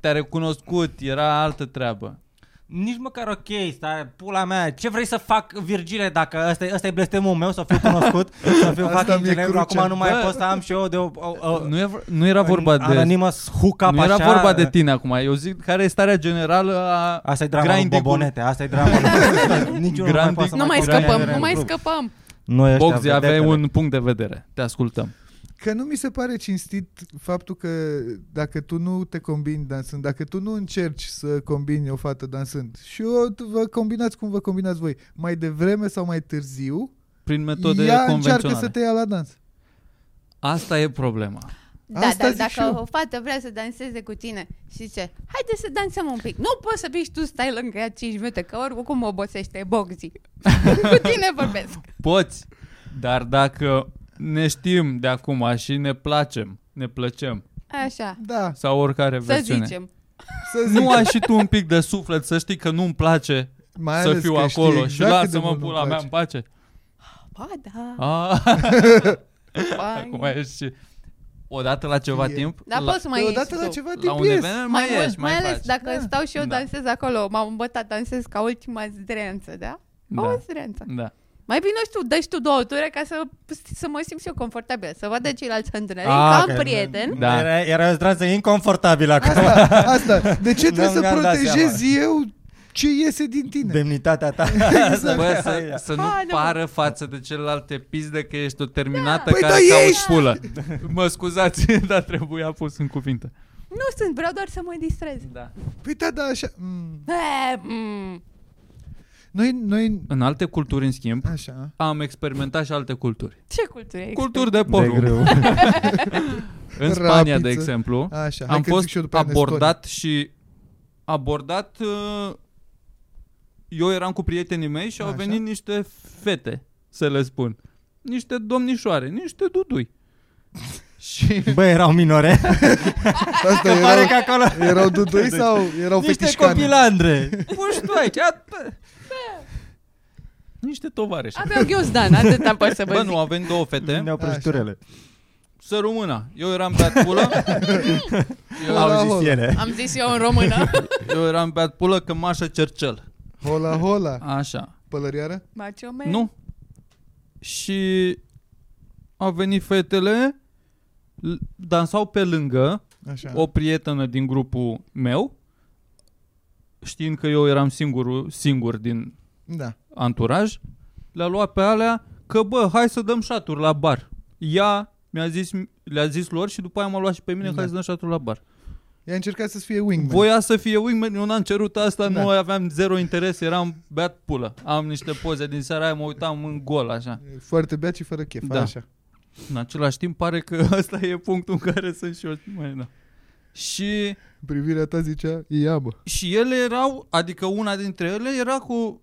[SPEAKER 2] te-a recunoscut, era altă treabă.
[SPEAKER 4] Nici măcar ok, stai, pula mea, ce vrei să fac, Virgile, dacă ăsta e, ăsta e blestemul meu, să fiu cunoscut, să fiu
[SPEAKER 1] (laughs) Asta
[SPEAKER 4] fucking
[SPEAKER 1] mi-e
[SPEAKER 4] celebru,
[SPEAKER 1] cruce.
[SPEAKER 4] acum nu mai
[SPEAKER 2] Bă.
[SPEAKER 4] pot să am și eu de o... o, o
[SPEAKER 2] Nu, e, v- nu era vorba de...
[SPEAKER 4] Anonymous hookup
[SPEAKER 2] Nu
[SPEAKER 4] așa.
[SPEAKER 2] era vorba de tine acum. Eu zic care e starea generală a
[SPEAKER 4] Asta e drama lui
[SPEAKER 2] grinding-ului.
[SPEAKER 4] Bobonete, asta e drama lui Niciunul nu mai
[SPEAKER 2] Grinding-
[SPEAKER 4] poate să
[SPEAKER 3] Nu mai
[SPEAKER 2] Mai
[SPEAKER 4] curăie
[SPEAKER 3] scăpăm,
[SPEAKER 4] în
[SPEAKER 3] nu mai
[SPEAKER 4] grup.
[SPEAKER 3] scăpăm.
[SPEAKER 4] Noi ăștia
[SPEAKER 2] Bogzi, aveai
[SPEAKER 4] vedetele.
[SPEAKER 2] un punct de vedere. Te ascultăm.
[SPEAKER 1] Că nu mi se pare cinstit faptul că dacă tu nu te combini dansând, dacă tu nu încerci să combini o fată dansând și o, tu vă combinați cum vă combinați voi, mai devreme sau mai târziu,
[SPEAKER 2] Prin metode
[SPEAKER 1] ea încearcă
[SPEAKER 2] convenționale.
[SPEAKER 1] să te ia la dans.
[SPEAKER 2] Asta e problema. (laughs)
[SPEAKER 3] Da,
[SPEAKER 1] Asta
[SPEAKER 3] dar
[SPEAKER 1] zic și
[SPEAKER 3] dacă
[SPEAKER 1] eu.
[SPEAKER 3] o fată vrea să danseze cu tine și zice, haide să dansăm un pic. Nu poți să vii și tu stai lângă ea 5 minute, că oricum obosește Bogzi. (laughs) cu tine vorbesc.
[SPEAKER 2] Poți, dar dacă ne știm de acum și ne placem, ne plăcem,
[SPEAKER 3] Așa,
[SPEAKER 1] Da,
[SPEAKER 2] sau oricare
[SPEAKER 3] să
[SPEAKER 2] versiune.
[SPEAKER 3] zicem.
[SPEAKER 1] să zic.
[SPEAKER 2] Nu ai și tu un pic de suflet să știi că nu-mi place
[SPEAKER 1] mai
[SPEAKER 2] să
[SPEAKER 1] ales
[SPEAKER 2] fiu
[SPEAKER 1] că știi
[SPEAKER 2] acolo și
[SPEAKER 1] exact cât de
[SPEAKER 2] lasă-mă
[SPEAKER 1] mult nu-mi
[SPEAKER 2] pula mea
[SPEAKER 1] place.
[SPEAKER 2] în pace.
[SPEAKER 3] Ba da.
[SPEAKER 2] Ah.
[SPEAKER 3] Bani.
[SPEAKER 2] (laughs) Acum ești și odată la ceva
[SPEAKER 1] E-
[SPEAKER 2] timp,
[SPEAKER 3] Da,
[SPEAKER 2] la,
[SPEAKER 3] poți să mai ieși
[SPEAKER 1] Odată la
[SPEAKER 3] tu.
[SPEAKER 1] ceva
[SPEAKER 2] la
[SPEAKER 1] timp
[SPEAKER 2] un
[SPEAKER 1] ies.
[SPEAKER 2] eveniment mai,
[SPEAKER 3] mult,
[SPEAKER 2] ieși, mai,
[SPEAKER 3] mai ales
[SPEAKER 2] faci.
[SPEAKER 3] dacă
[SPEAKER 1] Da.
[SPEAKER 3] stau și eu
[SPEAKER 2] Da.
[SPEAKER 3] dansez acolo. M-am îmbătat, dansez ca ultima zdreanță, da?
[SPEAKER 2] Da.
[SPEAKER 3] O zdreanță.
[SPEAKER 2] Da.
[SPEAKER 3] Mai bine, nu știu, dă și tu două ture ca să, să mă simt și eu confortabil. Să vadă ceilalți hândrări,
[SPEAKER 4] Ah,
[SPEAKER 3] ca am
[SPEAKER 4] că-
[SPEAKER 3] prieten.
[SPEAKER 2] Da.
[SPEAKER 4] Era, era o stranță inconfortabilă acum.
[SPEAKER 1] Asta, (laughs) asta. De ce trebuie
[SPEAKER 4] Mi-am-
[SPEAKER 1] să
[SPEAKER 4] mi-am dat
[SPEAKER 1] protejezi eu ce iese din tine?
[SPEAKER 4] Demnitatea
[SPEAKER 1] (laughs)
[SPEAKER 4] ta.
[SPEAKER 1] Da. Exact.
[SPEAKER 2] Bă, să, să nu
[SPEAKER 3] Hai, da, mă.
[SPEAKER 2] pară față de celelalte pizdă că ești o terminată
[SPEAKER 1] Păi,
[SPEAKER 2] care
[SPEAKER 1] da,
[SPEAKER 2] ca
[SPEAKER 1] ești!
[SPEAKER 2] o pulă. Mă scuzați, (laughs) dar trebuia pus în cuvinte.
[SPEAKER 3] Nu sunt, vreau doar să mă distrez.
[SPEAKER 2] Da.
[SPEAKER 1] Păi da, da, așa. Mm.
[SPEAKER 3] E, mm.
[SPEAKER 1] Noi, noi,
[SPEAKER 2] În alte culturi, în schimb,
[SPEAKER 1] așa.
[SPEAKER 2] am experimentat și alte culturi.
[SPEAKER 3] Ce cultură e?
[SPEAKER 2] Culturi de porumb. În
[SPEAKER 1] Rapiță.
[SPEAKER 2] Spania, de exemplu,
[SPEAKER 1] Așa, hai
[SPEAKER 2] am
[SPEAKER 1] că
[SPEAKER 2] fost
[SPEAKER 1] zic și eu după aia în
[SPEAKER 2] abordat și abordat uh, eu eram cu prietenii mei și au
[SPEAKER 1] Așa.
[SPEAKER 2] venit niște fete, să le spun. Niște domnișoare, niște
[SPEAKER 1] (laughs)
[SPEAKER 2] dudui. și
[SPEAKER 4] Bă, erau minore.
[SPEAKER 1] Estonia. Asta
[SPEAKER 4] Că pare
[SPEAKER 1] erau,
[SPEAKER 4] că acolo...
[SPEAKER 1] erau dudui
[SPEAKER 2] Deci,
[SPEAKER 1] sau erau
[SPEAKER 4] Niște
[SPEAKER 1] fetișcane? (laughs)
[SPEAKER 4] copilandre.
[SPEAKER 2] puși tu aici. a- bă. Niște tovarăși.
[SPEAKER 3] Aveau ghiozdan, atâta pot să vă
[SPEAKER 2] Bă,
[SPEAKER 3] zic.
[SPEAKER 2] nu, au venit două fete,
[SPEAKER 4] Ne-au prăjiturele.
[SPEAKER 2] să rămână. Eu eram beat
[SPEAKER 1] (laughs)
[SPEAKER 2] pulă. eu,
[SPEAKER 1] Hola,
[SPEAKER 2] au
[SPEAKER 4] Au zis
[SPEAKER 1] hola,
[SPEAKER 4] ele.
[SPEAKER 3] Am zis eu în română.
[SPEAKER 2] zis, eu eram beat pulă, cămașă, cercel.
[SPEAKER 1] hola, hola.
[SPEAKER 2] Așa.
[SPEAKER 1] Pălărioară?
[SPEAKER 3] Macho man.
[SPEAKER 2] Nu. Și au venit fetele, l- dansau pe lângă
[SPEAKER 1] Așa.
[SPEAKER 2] o prietenă din grupul meu, știind că eu eram singurul, singur din
[SPEAKER 1] Da.
[SPEAKER 2] anturaj, le-a luat pe alea că bă, hai să dăm șaturi la bar. Ea mi-a zis, le-a zis lor și după aia m-a luat și pe mine
[SPEAKER 1] Da.
[SPEAKER 2] da. hai să dăm șaturi la bar.
[SPEAKER 1] Ea încercat să fie wingman.
[SPEAKER 2] Voia să fie wingman, eu n-am cerut asta,
[SPEAKER 1] Da.
[SPEAKER 2] da. nu aveam zero interes, eram beat pulă. Am niște poze din seara aia, mă uitam în gol așa.
[SPEAKER 1] Foarte beat și fără chef,
[SPEAKER 2] Da.
[SPEAKER 1] așa.
[SPEAKER 2] În același timp pare că (laughs) ăsta e punctul în care sunt și eu. Mai, da. Și,
[SPEAKER 1] Privirea ta zicea, ia bă.
[SPEAKER 2] și ele erau, adică una dintre ele era cu...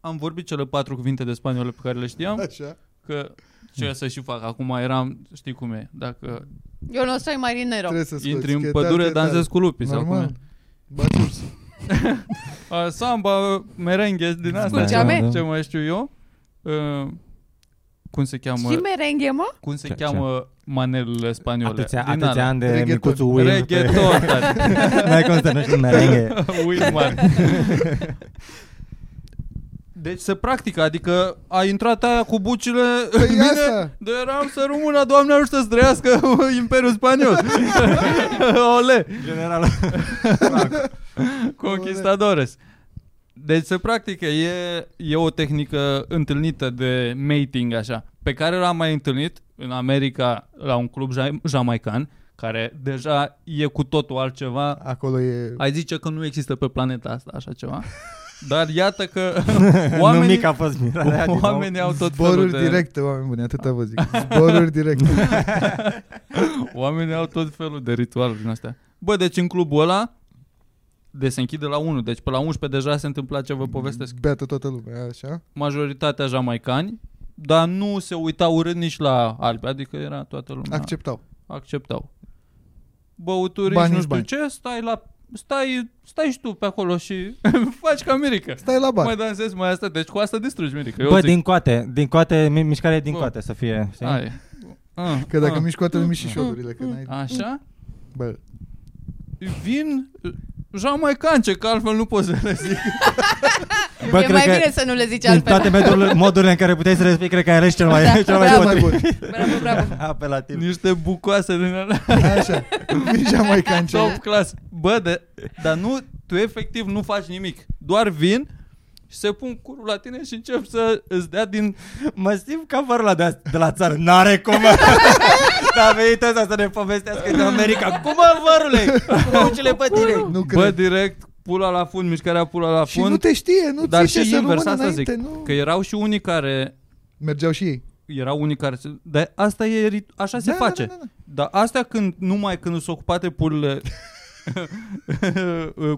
[SPEAKER 2] Am vorbit cele patru cuvinte de spaniolă pe care le știam.
[SPEAKER 1] Așa.
[SPEAKER 2] că ce să și fac. Acum eram, știi cum e, dacă
[SPEAKER 3] Eu nu soi marinero.
[SPEAKER 1] Trebuie să scoți.
[SPEAKER 2] intri în
[SPEAKER 1] că
[SPEAKER 2] pădure,
[SPEAKER 1] da, da,
[SPEAKER 2] dansezi cu lupii
[SPEAKER 1] da.
[SPEAKER 2] "Păi sau cum e.
[SPEAKER 1] Normal. Bați urs.
[SPEAKER 2] A, Samba, merenghe din asta,
[SPEAKER 3] Scurgeame?
[SPEAKER 2] ce mai știu eu. A, cum se cheamă,
[SPEAKER 3] Și merenghe, mă?
[SPEAKER 2] cum se
[SPEAKER 4] Ce-
[SPEAKER 2] cheamă manelele spaniole?
[SPEAKER 4] Atâția,
[SPEAKER 2] Din
[SPEAKER 4] atâția
[SPEAKER 2] alea.
[SPEAKER 4] ani de
[SPEAKER 1] Reggaeton.
[SPEAKER 4] micuțul Will.
[SPEAKER 2] Reggaeton, tati.
[SPEAKER 4] (laughs) N-ai cum să nu știi merenghe.
[SPEAKER 2] (laughs) Wilman. Deci se practică, adică a intrat aia cu bucile
[SPEAKER 1] Păi
[SPEAKER 2] în mine,
[SPEAKER 1] asta.
[SPEAKER 2] de eram să rămână, doamne ajută să trăiască (laughs) Imperiul Spaniol. (laughs) Ole!
[SPEAKER 4] General.
[SPEAKER 2] Conquistadores. Deci se practică, e, e o tehnică întâlnită de mating așa, pe care l-am mai întâlnit în America la un club ja- jamaican, care deja e cu totul altceva.
[SPEAKER 1] Acolo e...
[SPEAKER 2] Ai zice că nu există pe planeta asta așa ceva. (laughs) Dar iată
[SPEAKER 1] (laughs)
[SPEAKER 2] că
[SPEAKER 4] Nu
[SPEAKER 2] oamenii,
[SPEAKER 4] mic a fost mirarea din nou.
[SPEAKER 2] oamenii au tot felul
[SPEAKER 1] Zboruri
[SPEAKER 2] de... Ah.
[SPEAKER 1] directe, oameni buni, atâta vă zic.
[SPEAKER 2] (laughs)
[SPEAKER 1] Zboruri directe.
[SPEAKER 2] Oamenii au tot felul de ritualuri din astea. Bă, deci în clubul ăla, de se închide la 1, deci pe la 11 deja se întâmpla ce vă povestesc.
[SPEAKER 1] Beată toată lumea, așa.
[SPEAKER 2] majoritatea jamaicani, dar nu se uitau urât nici la albi, adică era toată lumea.
[SPEAKER 1] Acceptau.
[SPEAKER 2] Acceptau. Băuturi
[SPEAKER 1] Bani
[SPEAKER 2] și nu
[SPEAKER 1] nici
[SPEAKER 2] știu
[SPEAKER 1] bani.
[SPEAKER 2] ce, stai la stai, stai și tu pe acolo și (laughs) faci ca Mirica.
[SPEAKER 1] Stai la bar.
[SPEAKER 2] Mai dansezi, mai asta, deci cu asta distrugi Mirica. Eu
[SPEAKER 4] Bă,
[SPEAKER 2] zic,
[SPEAKER 4] din coate, din coate, mi- mișcare din
[SPEAKER 2] Bă.
[SPEAKER 4] coate să fie, știi?
[SPEAKER 2] Ai. A,
[SPEAKER 1] Că dacă
[SPEAKER 2] a,
[SPEAKER 1] miști coatele, miști și șodurile, că n-ai...
[SPEAKER 2] Ah, Așa?
[SPEAKER 1] Bă,
[SPEAKER 2] Vin jamaicance, că altfel nu poți să le zic.
[SPEAKER 4] Bă,
[SPEAKER 3] e
[SPEAKER 4] cred
[SPEAKER 3] mai
[SPEAKER 4] că
[SPEAKER 3] bine să nu le zici
[SPEAKER 4] din
[SPEAKER 3] altfel.
[SPEAKER 4] toate modurile, modurile în care puteai să respiri, cred că ai ales cel mai,
[SPEAKER 3] Da,
[SPEAKER 4] cel
[SPEAKER 3] bravo.
[SPEAKER 4] mai
[SPEAKER 1] mai bun.
[SPEAKER 3] Bravo, bravo.
[SPEAKER 4] (laughs) Apelativ.
[SPEAKER 2] Niște bucoase din alea.
[SPEAKER 1] Așa. Mingea mai cancel.
[SPEAKER 2] Top class. Bă, de, dar nu, tu efectiv nu faci nimic. Doar vin și se pun curul la tine și încep să îți dea din...
[SPEAKER 4] Mă simt ca vărla de, de la țară. N-are
[SPEAKER 3] (laughs)
[SPEAKER 4] cum. Dar a venit ăsta să ne povestească din America. Cum mă,
[SPEAKER 1] (laughs)
[SPEAKER 4] vărule? Cu bucile pe tine.
[SPEAKER 1] Nu
[SPEAKER 2] Bă,
[SPEAKER 1] cred.
[SPEAKER 2] direct, pula la fund, mișcarea pula la
[SPEAKER 1] și
[SPEAKER 2] fund.
[SPEAKER 1] nu te știe, nu
[SPEAKER 2] dar
[SPEAKER 1] ți
[SPEAKER 2] și
[SPEAKER 1] să
[SPEAKER 2] invers,
[SPEAKER 1] rămână
[SPEAKER 2] asta
[SPEAKER 1] înainte,
[SPEAKER 2] zic.
[SPEAKER 1] nu?
[SPEAKER 2] Că erau și unii care...
[SPEAKER 1] Mergeau și ei.
[SPEAKER 2] Erau unii care... se- Dar asta e... rit- Așa se
[SPEAKER 1] Da, da,
[SPEAKER 2] face.
[SPEAKER 1] da, da, da.
[SPEAKER 2] Dar astea când, numai când sunt ocupate pulele...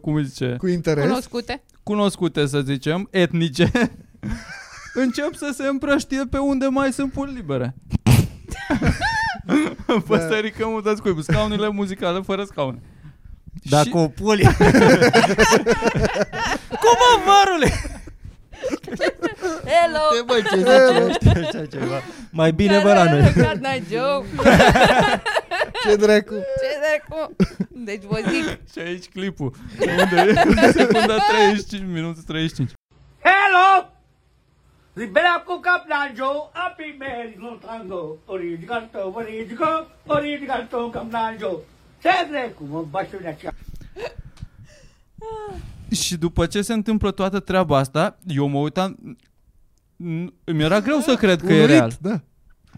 [SPEAKER 2] cum îi zice?
[SPEAKER 1] Cu interes.
[SPEAKER 3] Cunoscute.
[SPEAKER 2] cunoscute, să zicem, etnice, încep să se împrăștie pe unde mai sunt pur libere. Păstărică mutați cu scaunele muzicale fără scaune.
[SPEAKER 4] Da,
[SPEAKER 2] Și-
[SPEAKER 4] cu puli. Cum mă, vărule?
[SPEAKER 3] Hello, Hello!
[SPEAKER 2] băi, ce
[SPEAKER 1] Hello!
[SPEAKER 4] Știi așa ceva. Mai bine vă la noi.
[SPEAKER 3] God night Joe!
[SPEAKER 1] Ce dracu!
[SPEAKER 3] Ce dracu? Deci vă zic,
[SPEAKER 2] Și aici clipul. Unde (laughs) e? Secunda 35, minute 35.
[SPEAKER 5] Hello! Libera cu cap lanjo, api meri non tango, origi canto, origi go, origi canto, cap lanjo. Sempre cum un bacione a
[SPEAKER 2] Și după ce se întâmplă toată treaba asta, eu mă uitam... N- Îmi era greu să cred că e real.
[SPEAKER 1] Urit, da.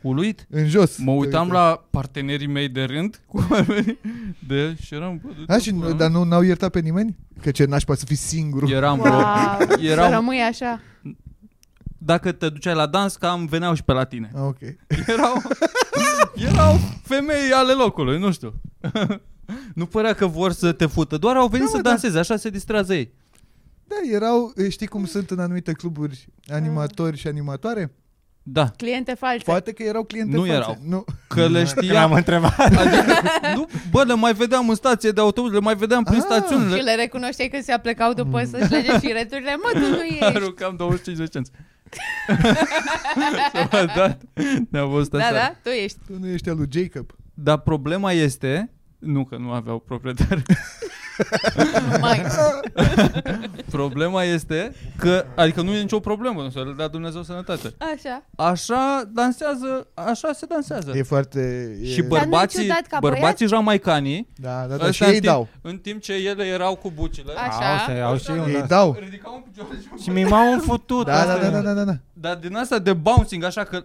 [SPEAKER 2] Uluit.
[SPEAKER 1] În jos.
[SPEAKER 2] Mă uitam
[SPEAKER 1] Te-
[SPEAKER 2] la partenerii mei de rând, (laughs) cum ar veni, de, și eram... Bă, du-te,
[SPEAKER 1] A, și,
[SPEAKER 2] pula
[SPEAKER 1] nu,
[SPEAKER 2] mea.
[SPEAKER 1] dar nu n-au iertat pe nimeni? Că ce nașpa să fii singurul.
[SPEAKER 2] Eram, bro.
[SPEAKER 3] wow,
[SPEAKER 2] Erau-
[SPEAKER 3] să rămâi așa.
[SPEAKER 2] Dacă te duceai la dans, cam veneau și pe la
[SPEAKER 1] (laughs)
[SPEAKER 2] tine.
[SPEAKER 1] Ah, ok.
[SPEAKER 2] Erau, (laughs) erau femei ale locului, nu știu. (laughs) nu părea că vor să te fută, doar au venit
[SPEAKER 1] Da,
[SPEAKER 2] să
[SPEAKER 1] mă, da.
[SPEAKER 2] danseze, așa se distrează ei.
[SPEAKER 1] Da, erau, știi cum sunt în anumite cluburi animatori și animatoare?
[SPEAKER 2] Da,
[SPEAKER 3] Cliente false.
[SPEAKER 1] Poate că erau cliente
[SPEAKER 2] Nu
[SPEAKER 1] false.
[SPEAKER 2] erau.
[SPEAKER 1] Nu (laughs)
[SPEAKER 2] că le
[SPEAKER 4] Când am
[SPEAKER 2] știam.
[SPEAKER 4] întrebat.
[SPEAKER 2] Adică, nu, bă, le mai vedeam în stație de autobuz, le mai vedeam prin
[SPEAKER 1] Ah.
[SPEAKER 3] Și
[SPEAKER 2] (laughs) stațiunile.
[SPEAKER 3] le recunoșteai că se aplecau
[SPEAKER 1] Mm.
[SPEAKER 3] după să-și lege și returile. Mă, tu
[SPEAKER 1] (laughs)
[SPEAKER 3] nu ești.
[SPEAKER 2] Aruncam 25 de cenți. (laughs) S-a dat. Ne-a văzut
[SPEAKER 3] Da,
[SPEAKER 2] așa.
[SPEAKER 3] da, tu ești.
[SPEAKER 1] Tu nu ești al lui Jacob.
[SPEAKER 2] Dar problema este, nu că nu aveau proprietari,
[SPEAKER 3] Mai.
[SPEAKER 2] (laughs) problema este că, adică nu e nicio problemă, nu să le dea Dumnezeu sănătate.
[SPEAKER 3] Așa.
[SPEAKER 2] Așa dansează, așa se dansează.
[SPEAKER 1] E foarte... E...
[SPEAKER 2] Da. și bărbații,
[SPEAKER 3] ciudat ca
[SPEAKER 2] bărbații jamaicanii,
[SPEAKER 1] Da, da, da, și
[SPEAKER 2] ăștia
[SPEAKER 1] ei
[SPEAKER 2] în, timp,
[SPEAKER 1] dau.
[SPEAKER 2] în timp ce ele erau cu bucile,
[SPEAKER 3] Așa.
[SPEAKER 4] Au, să iau și eu.
[SPEAKER 1] Ei
[SPEAKER 4] da.
[SPEAKER 1] dau.
[SPEAKER 2] ridicau în picioare și
[SPEAKER 4] Și mimau un futut.
[SPEAKER 1] Da,
[SPEAKER 4] asta
[SPEAKER 1] da,
[SPEAKER 4] e.
[SPEAKER 1] da, da, da, da, da.
[SPEAKER 2] Dar din asta de bouncing, așa că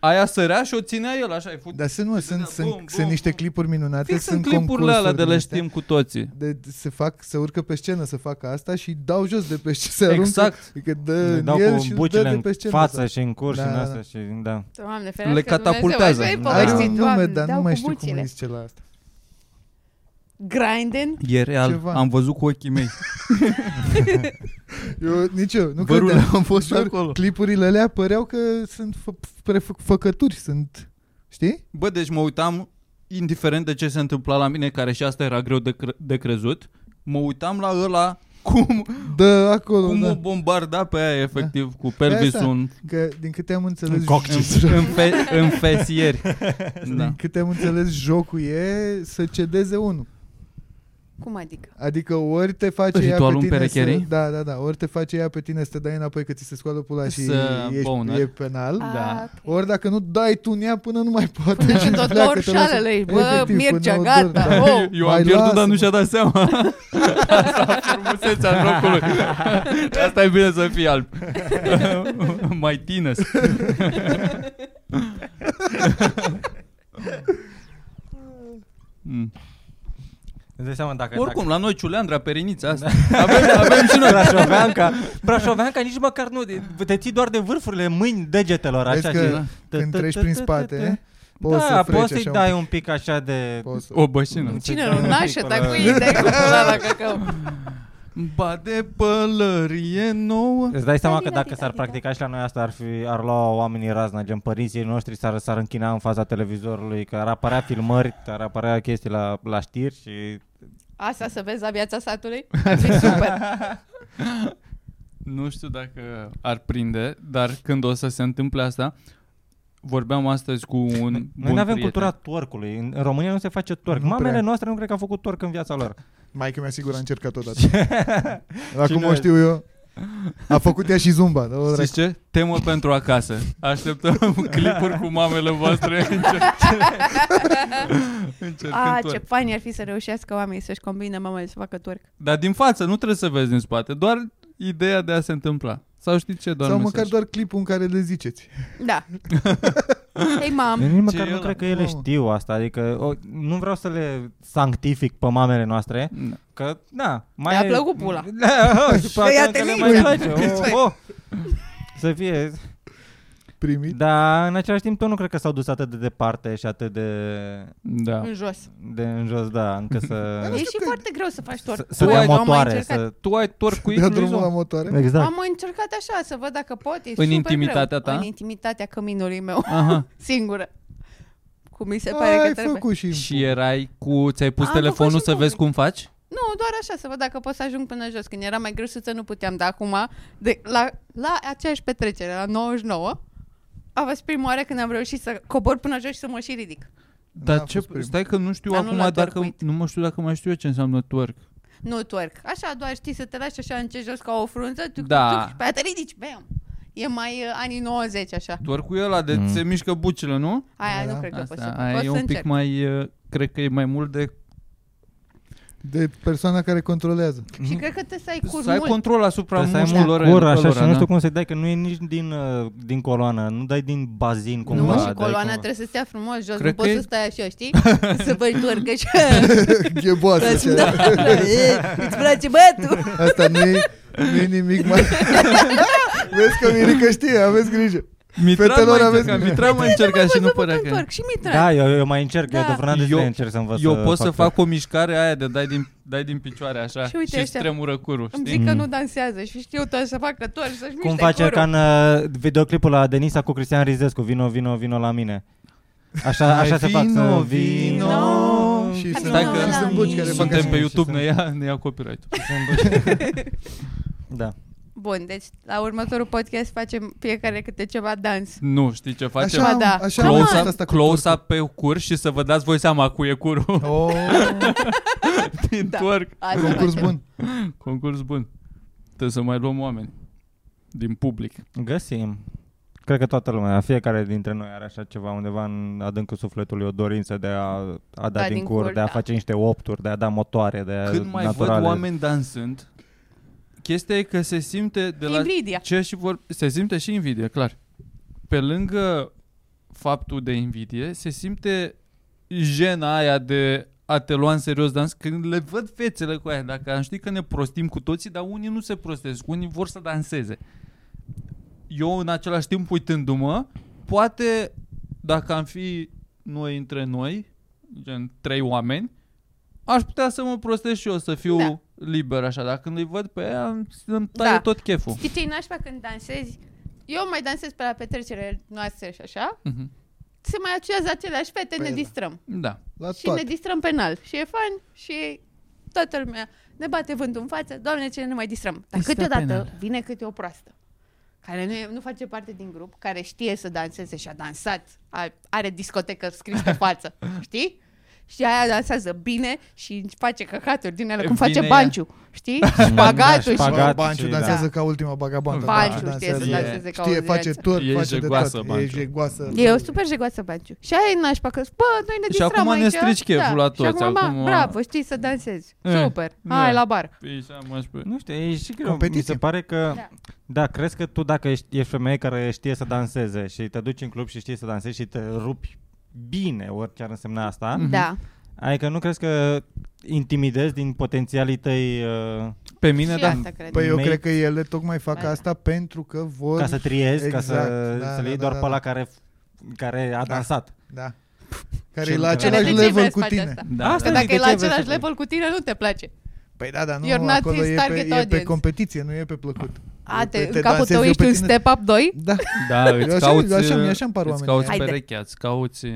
[SPEAKER 2] aia sărea și o ținea el, așa, ai fut...
[SPEAKER 1] Dar sunt, mă, sunt,
[SPEAKER 2] Bum,
[SPEAKER 1] sunt,
[SPEAKER 2] bum,
[SPEAKER 1] sunt niște
[SPEAKER 2] bum.
[SPEAKER 1] clipuri minunate.
[SPEAKER 2] Fix în
[SPEAKER 1] Da, sunt
[SPEAKER 2] clipurile alea de le
[SPEAKER 1] concursuri din
[SPEAKER 2] știm cu toții.
[SPEAKER 1] astea. De, se fac, se urcă pe scenă să facă asta și dau jos de pe scenă, se aruncă,
[SPEAKER 2] Exact.
[SPEAKER 1] adică dă
[SPEAKER 4] Le
[SPEAKER 1] în
[SPEAKER 4] dau
[SPEAKER 1] el
[SPEAKER 4] cu
[SPEAKER 1] și îl dă
[SPEAKER 4] bucile
[SPEAKER 1] de
[SPEAKER 4] în
[SPEAKER 1] pe scenă.
[SPEAKER 4] față
[SPEAKER 1] sau-
[SPEAKER 4] și în curs
[SPEAKER 1] Da,
[SPEAKER 4] și în
[SPEAKER 1] da,
[SPEAKER 4] asta
[SPEAKER 1] da.
[SPEAKER 4] și da.
[SPEAKER 3] Doamne, ferească
[SPEAKER 2] Le catapultează.
[SPEAKER 3] Dumnezeu,
[SPEAKER 1] Are
[SPEAKER 3] aș
[SPEAKER 1] Da. un nume,
[SPEAKER 3] povesti, Doamne,
[SPEAKER 1] dar nu
[SPEAKER 3] dau
[SPEAKER 1] mai
[SPEAKER 3] cu
[SPEAKER 1] știu cum
[SPEAKER 3] bucile.
[SPEAKER 1] îi zice la asta.
[SPEAKER 3] Grinding.
[SPEAKER 2] E real,
[SPEAKER 1] Ceva.
[SPEAKER 2] am văzut cu ochii
[SPEAKER 1] (laughs)
[SPEAKER 2] mei.
[SPEAKER 1] Eu, nici eu, nu
[SPEAKER 2] Bărule,
[SPEAKER 1] credeam.
[SPEAKER 2] am fost și
[SPEAKER 1] Doar
[SPEAKER 2] acolo.
[SPEAKER 1] Clipurile alea păreau că sunt fă- prefăcături, sunt... Știi?
[SPEAKER 2] Bă, deci mă uitam, indiferent de ce se întâmpla la mine, care și asta era greu de, cre- de crezut, mă uitam la ăla cum,
[SPEAKER 1] (laughs) Dă acolo,
[SPEAKER 2] cum
[SPEAKER 1] da.
[SPEAKER 2] o bombarda pe aia efectiv, cu pelvisul
[SPEAKER 1] asta. (laughs)
[SPEAKER 2] în,
[SPEAKER 1] Că, din câte am înțeles...
[SPEAKER 4] În coc.
[SPEAKER 2] în,
[SPEAKER 1] (laughs)
[SPEAKER 2] în, fe, în fesieri. da.
[SPEAKER 1] Din câte am înțeles, jocul e să cedeze unul.
[SPEAKER 3] Cum adică?
[SPEAKER 1] Adică ori te face ea
[SPEAKER 2] Ritualul
[SPEAKER 1] pe tine
[SPEAKER 2] împerecherii?
[SPEAKER 1] să, da, da, da, ori te face ea pe tine să te dai înapoi că ți se scoală pula și
[SPEAKER 2] Să
[SPEAKER 1] ești,
[SPEAKER 2] boner.
[SPEAKER 1] e penal.
[SPEAKER 2] Ah,
[SPEAKER 1] A.
[SPEAKER 2] Da.
[SPEAKER 3] Ah, ok.
[SPEAKER 1] Ori dacă nu dai tu în ea până nu mai poate.
[SPEAKER 3] Până
[SPEAKER 1] și
[SPEAKER 3] când o
[SPEAKER 1] pleacă,
[SPEAKER 3] torci
[SPEAKER 1] te lasă.
[SPEAKER 3] șalele, bă,
[SPEAKER 1] Efectiv,
[SPEAKER 3] Mircea,
[SPEAKER 1] până da. o
[SPEAKER 3] gata,
[SPEAKER 1] dormi,
[SPEAKER 3] oh.
[SPEAKER 2] Eu, Da. eu am
[SPEAKER 1] Mai
[SPEAKER 2] pierdut, dar
[SPEAKER 1] lasă-mă.
[SPEAKER 2] nu și-a dat seama. (laughs) Asta frumusețea locului.
[SPEAKER 1] (laughs)
[SPEAKER 2] De Asta e bine să fii alb. (laughs) Mai
[SPEAKER 1] (laughs)
[SPEAKER 2] tines. Mm.
[SPEAKER 4] Îți dai seama dacă...
[SPEAKER 2] Oricum, la noi Ciuleandra, Perinița asta. (laughs) Avem, avem și noi.
[SPEAKER 4] Brașoveanca, Brașoveanca nici măcar nu, de- te ții doar de vârfurile mâini degetelor,
[SPEAKER 1] Vezi
[SPEAKER 4] așa
[SPEAKER 1] că
[SPEAKER 4] și...
[SPEAKER 1] Când treci prin spate, poți
[SPEAKER 4] da,
[SPEAKER 1] să freci
[SPEAKER 4] poți să-i
[SPEAKER 1] așa
[SPEAKER 4] dai
[SPEAKER 1] un
[SPEAKER 4] un pic așa de...
[SPEAKER 1] pic. Poți să...
[SPEAKER 2] O bășină.
[SPEAKER 3] Cine
[SPEAKER 4] Să-i
[SPEAKER 3] nu
[SPEAKER 4] dai un
[SPEAKER 3] naște,
[SPEAKER 4] pic
[SPEAKER 3] dar
[SPEAKER 4] la-
[SPEAKER 3] cu ei dai cu pula
[SPEAKER 1] (laughs)
[SPEAKER 3] la căcău.
[SPEAKER 2] Ba de pălărie nouă.
[SPEAKER 4] Îți dai seama că dacă s-ar practica și la noi asta ar fi ar lua oamenii razna, gen părinții noștri s-ar, s-ar închina în fața televizorului, că ar apărea filmări, ar apărea chestii la, la știri și
[SPEAKER 3] Asta să vezi la viața
[SPEAKER 1] (laughs)
[SPEAKER 3] satului? Ar fi super.
[SPEAKER 2] Nu știu dacă ar prinde, dar când o să se întâmple asta, vorbeam astăzi cu un bun
[SPEAKER 4] Noi nu avem
[SPEAKER 2] prieten.
[SPEAKER 4] cultura torcului. În în România nu se face torc.
[SPEAKER 1] Nu
[SPEAKER 4] Mamele
[SPEAKER 1] prea.
[SPEAKER 4] noastre nu cred că au făcut torc în viața lor.
[SPEAKER 1] Mai că mi-a sigur a
[SPEAKER 2] (laughs)
[SPEAKER 1] încercat odată. Acum
[SPEAKER 4] Cine-
[SPEAKER 1] o știu eu. A făcut ea și zumba. Da, o dracu.
[SPEAKER 2] Știți ce? Temă pentru acasă. Așteptăm clipuri cu mamele voastre încercând, încercând
[SPEAKER 3] A, Ah, ce
[SPEAKER 2] torc.
[SPEAKER 3] fain ar fi să reușească oamenii să-și combine mamele să facă turc.
[SPEAKER 2] Dar din față, nu trebuie să vezi din spate, doar ideea de a se întâmpla. Sau știi ce, doar
[SPEAKER 1] Sau
[SPEAKER 2] mesaj.
[SPEAKER 1] măcar doar clipul în care le ziceți.
[SPEAKER 3] Da.
[SPEAKER 1] (laughs)
[SPEAKER 3] Hei,
[SPEAKER 4] Eu
[SPEAKER 3] mam.
[SPEAKER 4] nici măcar
[SPEAKER 2] e
[SPEAKER 4] nu
[SPEAKER 2] ăla?
[SPEAKER 4] cred că ele
[SPEAKER 1] Mamă.
[SPEAKER 4] știu asta. Adică o, nu vreau să le sanctific pe mamele noastre,
[SPEAKER 2] Da.
[SPEAKER 4] că na, mai
[SPEAKER 3] Mi-a
[SPEAKER 4] (laughs)
[SPEAKER 3] plăcut Păi, pula.
[SPEAKER 4] Da, și poate
[SPEAKER 3] Că ia
[SPEAKER 4] încă le
[SPEAKER 3] te
[SPEAKER 4] mai
[SPEAKER 3] lingă.
[SPEAKER 4] place. O, o. Să fie.
[SPEAKER 1] Primit.
[SPEAKER 4] Dar în același timp eu nu cred că s-au dus atât de departe și atât de,
[SPEAKER 2] da.
[SPEAKER 3] În jos.
[SPEAKER 4] de în jos, da, încă să...
[SPEAKER 3] E
[SPEAKER 1] știu
[SPEAKER 3] și
[SPEAKER 1] că-
[SPEAKER 3] foarte greu să faci
[SPEAKER 4] să-
[SPEAKER 3] torc.
[SPEAKER 4] Să
[SPEAKER 3] Bă,
[SPEAKER 4] dea
[SPEAKER 3] eu am mai
[SPEAKER 4] motoare,
[SPEAKER 3] Păi, încercat.
[SPEAKER 4] să...
[SPEAKER 2] Tu ai torc cu
[SPEAKER 1] Dea drumul la
[SPEAKER 2] ei,
[SPEAKER 1] motoare.
[SPEAKER 4] Exact.
[SPEAKER 3] Am încercat așa, să văd dacă pot. E
[SPEAKER 2] În
[SPEAKER 3] super
[SPEAKER 2] intimitatea
[SPEAKER 3] greu.
[SPEAKER 2] ta?
[SPEAKER 3] În intimitatea căminului meu. (laughs)
[SPEAKER 2] Aha.
[SPEAKER 3] Singură. Cum mi se pare că
[SPEAKER 1] Ai
[SPEAKER 3] trebuie.
[SPEAKER 1] făcut și...
[SPEAKER 2] Și erai cu... Ți-ai pus
[SPEAKER 3] Am făcut
[SPEAKER 2] telefonul
[SPEAKER 3] și
[SPEAKER 2] să
[SPEAKER 3] public.
[SPEAKER 2] vezi cum faci?
[SPEAKER 3] Nu, doar așa, să văd dacă pot să ajung până jos. Când era mai grăsuță, nu puteam, dar acum, de, la, la aceeași petrecere, la 99, a fost prima oară când am reușit să cobor până jos și să mă și ridic.
[SPEAKER 1] N-a
[SPEAKER 3] Da,
[SPEAKER 2] Dar ce,
[SPEAKER 1] fost prim.
[SPEAKER 2] stai că nu știu
[SPEAKER 3] Dar nu
[SPEAKER 2] acum
[SPEAKER 3] la
[SPEAKER 2] dacă,
[SPEAKER 3] twerkuit.
[SPEAKER 2] nu mă știu dacă mai știu eu ce înseamnă twerk.
[SPEAKER 3] Nu twerk. Așa doar știi să te lași așa încerci jos ca o frunză, tuc, tuc,
[SPEAKER 2] Da.
[SPEAKER 3] tuc, și pe aia te ridici, bam. E mai uh, anii 90 așa.
[SPEAKER 2] Twerk cu ăla de
[SPEAKER 4] Mm.
[SPEAKER 2] se mișcă bucile, nu?
[SPEAKER 3] Aia
[SPEAKER 1] Da,
[SPEAKER 3] nu
[SPEAKER 1] da.
[SPEAKER 3] cred că pot să
[SPEAKER 2] Asta,
[SPEAKER 3] fac.
[SPEAKER 2] aia
[SPEAKER 3] Pot
[SPEAKER 2] e
[SPEAKER 3] să
[SPEAKER 2] un pic
[SPEAKER 3] încerc.
[SPEAKER 2] mai, uh, cred că e mai mult de
[SPEAKER 1] De persoana care
[SPEAKER 2] (laughs)
[SPEAKER 1] controlează.
[SPEAKER 3] Și cred că te să ai cur
[SPEAKER 2] să ai
[SPEAKER 3] mult.
[SPEAKER 2] control asupra
[SPEAKER 4] Trebuie să ai
[SPEAKER 2] mușchilor.
[SPEAKER 4] mult cur,
[SPEAKER 2] lor,
[SPEAKER 4] așa, și
[SPEAKER 2] da.
[SPEAKER 4] nu știu cum să-i dai, că nu e nici din, uh, din coloană, nu dai din bazin cumva.
[SPEAKER 3] nu, și
[SPEAKER 4] dai
[SPEAKER 3] coloana
[SPEAKER 4] cumva.
[SPEAKER 3] trebuie să stea frumos jos,
[SPEAKER 2] Da, Cred că
[SPEAKER 3] nu poți
[SPEAKER 2] e-
[SPEAKER 3] să stai așa,
[SPEAKER 2] (laughs)
[SPEAKER 3] știi? să vă turcă și...
[SPEAKER 1] Gheboasă.
[SPEAKER 3] Îți
[SPEAKER 1] așa.
[SPEAKER 3] îți place bătul?
[SPEAKER 1] Asta nu e, nu e nimic mai...
[SPEAKER 2] (laughs)
[SPEAKER 1] Vezi că Mirica știe, aveți grijă.
[SPEAKER 2] Mitran
[SPEAKER 1] Fetelor,
[SPEAKER 2] mă
[SPEAKER 1] aveți
[SPEAKER 2] încerca,
[SPEAKER 1] grijă.
[SPEAKER 2] Mitran mă încerca și nu părea că...
[SPEAKER 3] Întorc și mi
[SPEAKER 4] Da, eu, eu mai încerc, eu
[SPEAKER 3] Da.
[SPEAKER 4] de vreun an de
[SPEAKER 2] Eu-
[SPEAKER 4] zile încerc să învăț uh,
[SPEAKER 2] Eu pot să
[SPEAKER 4] fac
[SPEAKER 2] fac o mișcare aia de dai din, dai din picioare așa
[SPEAKER 3] Și uite
[SPEAKER 2] și
[SPEAKER 3] ăștia.
[SPEAKER 2] tremură curul,
[SPEAKER 3] Îmi
[SPEAKER 2] știi?
[SPEAKER 3] zic că
[SPEAKER 4] Mm.
[SPEAKER 3] nu dansează și știu tot să facă tot să-și miște
[SPEAKER 4] Cum face
[SPEAKER 3] corul.
[SPEAKER 4] ca în uh, videoclipul la Denisa cu Cristian Rizescu, vino, vino, vino la mine. Așa,
[SPEAKER 2] Hai,
[SPEAKER 4] așa se fac
[SPEAKER 2] vino,
[SPEAKER 4] să vino.
[SPEAKER 3] vino.
[SPEAKER 1] Și
[SPEAKER 3] Hai,
[SPEAKER 1] sunt,
[SPEAKER 2] stai că-
[SPEAKER 1] și sunt buci care fac
[SPEAKER 2] Suntem
[SPEAKER 1] așa.
[SPEAKER 2] pe
[SPEAKER 4] Și
[SPEAKER 2] YouTube,
[SPEAKER 4] sunt-
[SPEAKER 2] ne ia, ne ia copyright (laughs)
[SPEAKER 4] Da.
[SPEAKER 3] Bun, deci la următorul podcast facem fiecare câte ceva dans.
[SPEAKER 2] Nu, știi ce facem?
[SPEAKER 3] Ba
[SPEAKER 1] Așa,
[SPEAKER 3] da.
[SPEAKER 1] da. așa am
[SPEAKER 3] Close-up-
[SPEAKER 1] învățat
[SPEAKER 2] Close-up
[SPEAKER 1] asta cu
[SPEAKER 2] close up pe cur și să vă dați voi seama cu e curul
[SPEAKER 1] (laughs) turcul. Oh,
[SPEAKER 2] din
[SPEAKER 3] Da.
[SPEAKER 2] twerk.
[SPEAKER 3] Asta
[SPEAKER 1] concurs
[SPEAKER 3] facem.
[SPEAKER 1] bun.
[SPEAKER 2] Concurs bun. Trebuie să mai luăm oameni din public.
[SPEAKER 4] Găsim. Cred că toată lumea, fiecare dintre noi are așa ceva undeva în adâncul sufletului, o dorință de a, a da, din, cur, de a
[SPEAKER 3] da.
[SPEAKER 4] face niște opturi, de a da motoare, de a
[SPEAKER 2] Când mai
[SPEAKER 4] naturale.
[SPEAKER 2] văd oameni dansând, chestia e că se simte de la
[SPEAKER 3] Invidia.
[SPEAKER 2] ce și vor... Se simte și invidie, clar. Pe lângă faptul de invidie, se simte jena aia de a te lua în serios dans când le văd fețele cu aia. Dacă am ști că ne prostim cu toții, dar unii nu se prostesc, unii vor să danseze. Eu în același timp uitându-mă, poate dacă am fi noi între noi, gen trei oameni, aș putea să mă prostesc și eu, să fiu
[SPEAKER 3] Da.
[SPEAKER 2] da. liber așa, dar când îi văd pe aia îmi- îmi taie
[SPEAKER 3] Da.
[SPEAKER 2] da. tot cheful.
[SPEAKER 3] Știi ce-i nașpa când dansezi? Eu mai dansez pe la petrecere noastre și așa.
[SPEAKER 2] Mhm.
[SPEAKER 3] Se mai aceează aceleași fete,
[SPEAKER 1] Păi
[SPEAKER 3] ne
[SPEAKER 1] da.
[SPEAKER 3] distrăm.
[SPEAKER 2] Da.
[SPEAKER 1] La
[SPEAKER 3] Și ne
[SPEAKER 1] toate.
[SPEAKER 3] distrăm penal. Și e fain și toată lumea ne bate vântul în față. Doamne, ce ne mai distrăm. Dar
[SPEAKER 2] Este
[SPEAKER 3] câteodată
[SPEAKER 2] penal.
[SPEAKER 3] vine câte o proastă care nu, e, nu face parte din grup, care știe să danseze și a dansat, a, are discotecă scris pe față, știi? Și aia dansează bine și își face căcaturi din ele, cum face
[SPEAKER 2] Vine ea.
[SPEAKER 3] Banciu, știi? Spagatul și...
[SPEAKER 4] Spagat
[SPEAKER 1] Bă,
[SPEAKER 4] și-
[SPEAKER 1] Banciu dansează
[SPEAKER 4] da.
[SPEAKER 1] ca ultima bagabantă.
[SPEAKER 3] Banciu
[SPEAKER 1] Banciu
[SPEAKER 3] știe să
[SPEAKER 1] dansează.
[SPEAKER 3] danseze ca
[SPEAKER 1] Știe,
[SPEAKER 3] o
[SPEAKER 1] face
[SPEAKER 3] viață.
[SPEAKER 1] tot,
[SPEAKER 2] E
[SPEAKER 1] face de
[SPEAKER 2] jegoasă,
[SPEAKER 1] tot. E
[SPEAKER 2] Banciu.
[SPEAKER 1] jegoasă.
[SPEAKER 3] E o super jegoasă Banciu. Și aia e nașpa că, bă, noi ne
[SPEAKER 2] Și
[SPEAKER 3] distrăm
[SPEAKER 2] acum ne
[SPEAKER 3] aici, Da.
[SPEAKER 2] strici cheful la
[SPEAKER 3] Și
[SPEAKER 2] toți,
[SPEAKER 3] acum,
[SPEAKER 2] acum-
[SPEAKER 3] acum, bravo, știi să dansezi.
[SPEAKER 2] Eh,
[SPEAKER 3] Super.
[SPEAKER 2] da.
[SPEAKER 3] Hai la bar.
[SPEAKER 4] Nu știu, e și greu. Mi
[SPEAKER 1] Competiție.
[SPEAKER 4] se pare că,
[SPEAKER 3] Da.
[SPEAKER 4] da. crezi că tu dacă ești, ești femeie care știe să danseze și te duci în club și știi să dansezi și te rupi bine orice ar însemna asta,
[SPEAKER 1] Mm.
[SPEAKER 2] Mhm.
[SPEAKER 3] Da.
[SPEAKER 4] adică nu crezi că intimidezi din potențialii tăi uh,
[SPEAKER 2] Pe mine,
[SPEAKER 3] și
[SPEAKER 2] da.
[SPEAKER 3] asta cred.
[SPEAKER 1] Păi eu
[SPEAKER 4] Mate.
[SPEAKER 1] cred că ele tocmai fac
[SPEAKER 3] Ba da.
[SPEAKER 1] asta pentru că vor...
[SPEAKER 4] ca să triezi, exact, ca
[SPEAKER 1] Păi, Exact,
[SPEAKER 4] să,
[SPEAKER 1] da,
[SPEAKER 4] da, să le iei
[SPEAKER 1] da,
[SPEAKER 4] doar
[SPEAKER 1] da,
[SPEAKER 4] pe ăla
[SPEAKER 1] da.
[SPEAKER 4] care, care a
[SPEAKER 1] Da.
[SPEAKER 4] dansat.
[SPEAKER 1] Da. Care
[SPEAKER 4] Ce
[SPEAKER 1] e la
[SPEAKER 4] lucrare.
[SPEAKER 1] același
[SPEAKER 3] De ce vrei
[SPEAKER 1] level
[SPEAKER 3] să
[SPEAKER 1] cu
[SPEAKER 3] faci
[SPEAKER 1] tine.
[SPEAKER 3] asta?
[SPEAKER 2] Da.
[SPEAKER 3] Că
[SPEAKER 2] Asta
[SPEAKER 3] dacă e la
[SPEAKER 4] Zic, ce vrei
[SPEAKER 3] același
[SPEAKER 4] să faci?
[SPEAKER 3] level cu tine, nu te place.
[SPEAKER 1] Păi da, dar nu,
[SPEAKER 3] You're not
[SPEAKER 1] acolo
[SPEAKER 3] his
[SPEAKER 1] e
[SPEAKER 3] target
[SPEAKER 1] pe, e pe
[SPEAKER 3] audience.
[SPEAKER 1] competiție, nu e pe plăcut.
[SPEAKER 3] A,
[SPEAKER 1] E
[SPEAKER 3] te,
[SPEAKER 1] pe-
[SPEAKER 3] în capul
[SPEAKER 1] dansez
[SPEAKER 3] tău
[SPEAKER 1] eu
[SPEAKER 3] ești
[SPEAKER 1] pe
[SPEAKER 3] un
[SPEAKER 1] tine.
[SPEAKER 3] step up 2?
[SPEAKER 1] Da,
[SPEAKER 2] Da, îți
[SPEAKER 1] așa-
[SPEAKER 2] cauți,
[SPEAKER 1] așa- așa îmi par
[SPEAKER 2] îți
[SPEAKER 1] oamenii.
[SPEAKER 2] cauți
[SPEAKER 3] Haide.
[SPEAKER 2] perechea, îți cauți...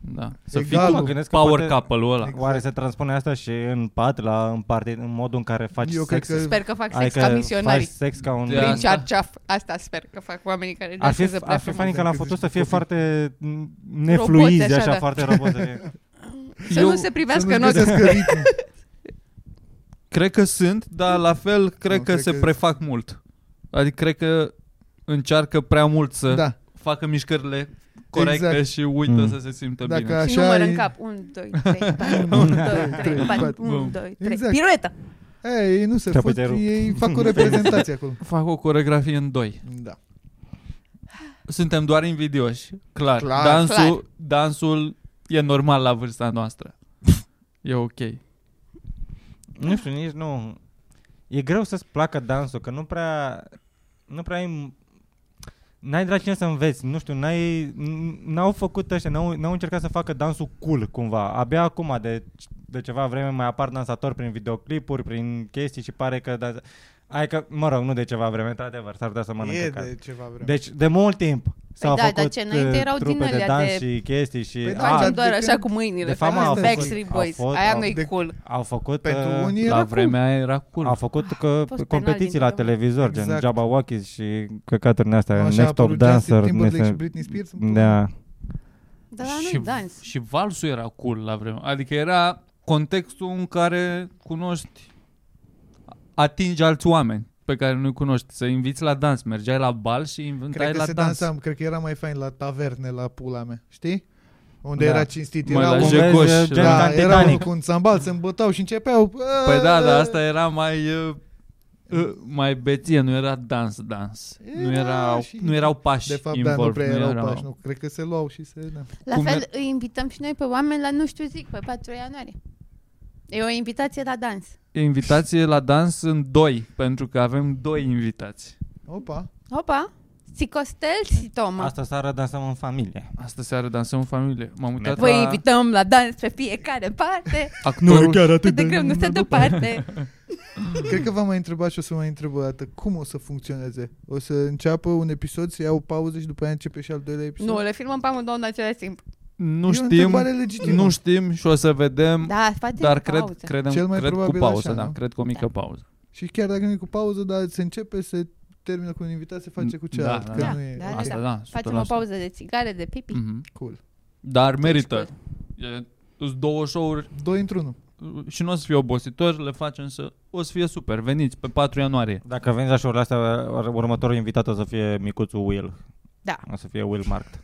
[SPEAKER 2] Da. Să fii
[SPEAKER 1] Egalul.
[SPEAKER 2] tu
[SPEAKER 1] Mă
[SPEAKER 4] gândesc că
[SPEAKER 2] power
[SPEAKER 4] poate-
[SPEAKER 2] couple-ul ăla.
[SPEAKER 4] Oare se transpune asta și în pat, la, în, parte, în modul în care faci
[SPEAKER 1] Eu
[SPEAKER 4] sex?
[SPEAKER 1] cred că...
[SPEAKER 3] Sper că fac sex Păi,
[SPEAKER 4] Adică
[SPEAKER 3] ca
[SPEAKER 4] faci
[SPEAKER 3] misionarii.
[SPEAKER 4] sex ca un...
[SPEAKER 2] Prin
[SPEAKER 3] Prin
[SPEAKER 2] Da.
[SPEAKER 3] cear ceaf. Asta sper că fac oamenii care
[SPEAKER 4] Ar fi,
[SPEAKER 3] dansează prea
[SPEAKER 4] ar fi
[SPEAKER 3] frumos.
[SPEAKER 4] fain că la
[SPEAKER 1] Dacă
[SPEAKER 4] fotos
[SPEAKER 1] zici
[SPEAKER 4] să fie
[SPEAKER 1] copii.
[SPEAKER 4] foarte m, nefluizi,
[SPEAKER 3] Roboți,
[SPEAKER 4] așa,
[SPEAKER 3] așa, da.
[SPEAKER 4] foarte robot. să
[SPEAKER 3] (laughs)
[SPEAKER 4] fie.
[SPEAKER 3] Să
[SPEAKER 2] Eu-
[SPEAKER 3] nu se privească în
[SPEAKER 1] nu
[SPEAKER 3] ochi. (laughs)
[SPEAKER 2] Cred că sunt, dar la fel cred
[SPEAKER 1] Nu,
[SPEAKER 2] că
[SPEAKER 1] cred
[SPEAKER 2] se
[SPEAKER 1] că-
[SPEAKER 2] prefac mult. Adică cred că încearcă prea mult să
[SPEAKER 1] Da,
[SPEAKER 2] facă mișcările corecte
[SPEAKER 1] Exact.
[SPEAKER 2] și uită
[SPEAKER 4] Mm.
[SPEAKER 2] să se simtă
[SPEAKER 1] Dacă
[SPEAKER 2] bine.
[SPEAKER 1] a-
[SPEAKER 3] Și
[SPEAKER 1] Așa
[SPEAKER 3] număr
[SPEAKER 1] e.
[SPEAKER 3] în cap. 1, 2, 3, 4, 1, 2, 3, 4, 1,
[SPEAKER 2] Bun.
[SPEAKER 3] 2, 3.
[SPEAKER 1] Exact.
[SPEAKER 3] Piruetă!
[SPEAKER 1] Ei, ei nu se
[SPEAKER 4] Te-a
[SPEAKER 1] fut,
[SPEAKER 4] putea rup.
[SPEAKER 1] ei fac o reprezentație acolo.
[SPEAKER 2] Fac o coreografie în doi.
[SPEAKER 1] Da.
[SPEAKER 2] Suntem doar invidioși, clar.
[SPEAKER 1] Clar.
[SPEAKER 2] dansul, dansul e normal la vârsta noastră. e ok.
[SPEAKER 4] Nu știu, nici nu. E greu să-ți placă dansul, că nu prea... Nu prea ai... N-ai de la cine să înveți, nu știu, n-ai, n- n-au făcut ăștia, n-au, n-au încercat să facă dansul cool cumva. Abia acum, de, de ceva vreme, mai apar dansatori prin videoclipuri, prin chestii și pare că... Dansa... Adică, mă rog, nu de ceva vreme, într-adevăr, s-ar putea să mănânce
[SPEAKER 1] E
[SPEAKER 4] carne.
[SPEAKER 1] de ceva vreme.
[SPEAKER 4] Deci, de mult timp s-au
[SPEAKER 3] da, dar
[SPEAKER 4] făcut
[SPEAKER 3] ce, înainte
[SPEAKER 4] uh,
[SPEAKER 3] erau din
[SPEAKER 4] trupe de
[SPEAKER 3] alea
[SPEAKER 4] dans
[SPEAKER 3] de-
[SPEAKER 4] și chestii și...
[SPEAKER 1] Păi da,
[SPEAKER 4] a,
[SPEAKER 1] dar-
[SPEAKER 3] Facem doar
[SPEAKER 1] de
[SPEAKER 3] așa
[SPEAKER 1] când-
[SPEAKER 3] cu mâinile.
[SPEAKER 4] de fapt,
[SPEAKER 3] facem
[SPEAKER 1] au fost-
[SPEAKER 3] Backstreet
[SPEAKER 4] au
[SPEAKER 3] Boys.
[SPEAKER 4] fost-
[SPEAKER 3] Aia
[SPEAKER 4] au-
[SPEAKER 3] nu-i
[SPEAKER 1] de-
[SPEAKER 3] cool.
[SPEAKER 4] au făcut...
[SPEAKER 1] Pentru
[SPEAKER 4] uh,
[SPEAKER 1] unii
[SPEAKER 2] La
[SPEAKER 1] era cool.
[SPEAKER 2] vremea aia era cool.
[SPEAKER 4] Au făcut că
[SPEAKER 3] fost penal
[SPEAKER 4] competiții la
[SPEAKER 3] din
[SPEAKER 4] televizor, gen
[SPEAKER 1] Exact.
[SPEAKER 4] Jabba Walkies și căcaturile astea,
[SPEAKER 1] Așa a
[SPEAKER 4] Next Top
[SPEAKER 1] apărut Justin
[SPEAKER 4] Dancer.
[SPEAKER 1] Timberlake
[SPEAKER 4] Next-
[SPEAKER 1] și Britney Spears.
[SPEAKER 4] Da.
[SPEAKER 3] Dar la nu-i Da, dans.
[SPEAKER 2] și valsul era cool la vremea. Adică era contextul în care cunoști, atingi alți oameni pe care nu-i cunoști. Să inviți la dans. Mergeai la bal și inventai
[SPEAKER 1] Cred că
[SPEAKER 2] la
[SPEAKER 1] se
[SPEAKER 2] dans.
[SPEAKER 1] dansam, cred că era mai fain la taverne, la pula mea, știi? Unde
[SPEAKER 4] Da.
[SPEAKER 1] era cinstit,
[SPEAKER 2] Mă,
[SPEAKER 1] era
[SPEAKER 2] la
[SPEAKER 1] un...
[SPEAKER 2] Jack- Jegoș,
[SPEAKER 4] vezi, gen
[SPEAKER 1] Da,
[SPEAKER 4] ca în
[SPEAKER 1] erau
[SPEAKER 4] Titanic.
[SPEAKER 1] cu un țambal, se îmbătau și începeau...
[SPEAKER 2] Păi da, dar asta era mai... uh, uh, mai beție, nu era dans, dans. Nu,
[SPEAKER 1] Era
[SPEAKER 2] erau,
[SPEAKER 1] și-
[SPEAKER 2] nu erau pași
[SPEAKER 1] De fapt, da,
[SPEAKER 2] involved,
[SPEAKER 1] nu prea erau pași, nu. Cred că se luau și se... Da.
[SPEAKER 3] La
[SPEAKER 2] Cum
[SPEAKER 3] fel,
[SPEAKER 2] e-
[SPEAKER 3] îi invităm și noi pe oameni la, nu știu zic, pe 4 ianuarie. E o invitație la dans.
[SPEAKER 2] Invitație la dans în doi, pentru că avem doi invitați.
[SPEAKER 1] Opa!
[SPEAKER 3] Opa! Si Costel, si Toma.
[SPEAKER 4] Asta seară dansăm în familie.
[SPEAKER 2] Astă seară dansăm în familie. M-am uitat
[SPEAKER 3] Vă
[SPEAKER 2] la
[SPEAKER 3] invităm la dans pe fiecare
[SPEAKER 2] (laughs)
[SPEAKER 3] parte.
[SPEAKER 2] actorul...
[SPEAKER 3] Cât de greu nu stă deoparte.
[SPEAKER 2] (laughs)
[SPEAKER 1] Cred că v-am mai întrebat și o să mai întreb o dată cum o să funcționeze. O să înceapă un episod, să iau o pauză și după aia începe și al doilea episod?
[SPEAKER 3] nu, le filmăm pe amândouă în același timp.
[SPEAKER 2] Nu
[SPEAKER 1] E o
[SPEAKER 2] știm,
[SPEAKER 1] întrebare legitimă.
[SPEAKER 2] nu știm și o să vedem,
[SPEAKER 3] Da, facem
[SPEAKER 2] dar
[SPEAKER 3] pauză.
[SPEAKER 2] cred, credem,
[SPEAKER 1] Cel mai
[SPEAKER 2] cred cu
[SPEAKER 1] probabil
[SPEAKER 2] pauză,
[SPEAKER 1] așa,
[SPEAKER 2] da,
[SPEAKER 1] nu?
[SPEAKER 2] cred cu o mică
[SPEAKER 3] Da.
[SPEAKER 2] pauză.
[SPEAKER 1] Și chiar dacă nu e cu pauză, dar se începe, se termină cu un invitat, se face cu
[SPEAKER 2] Da,
[SPEAKER 1] cealaltă.
[SPEAKER 2] da,
[SPEAKER 1] că
[SPEAKER 3] da.
[SPEAKER 1] nu e...
[SPEAKER 3] Da,
[SPEAKER 2] Asta da, 100%.
[SPEAKER 3] Facem o pauză Deci, de țigare, de pipi.
[SPEAKER 2] Mhm.
[SPEAKER 1] Cool.
[SPEAKER 2] Dar merită. E, sunt două show-uri
[SPEAKER 1] Doi într-unul.
[SPEAKER 2] și nu o să fie obositor, le facem să... O să fie super, veniți pe 4 ianuarie.
[SPEAKER 4] Dacă veniți la show-urile astea, ur- următorul invitat o să fie micuțul Will.
[SPEAKER 3] Da.
[SPEAKER 4] O să fie Will Marked.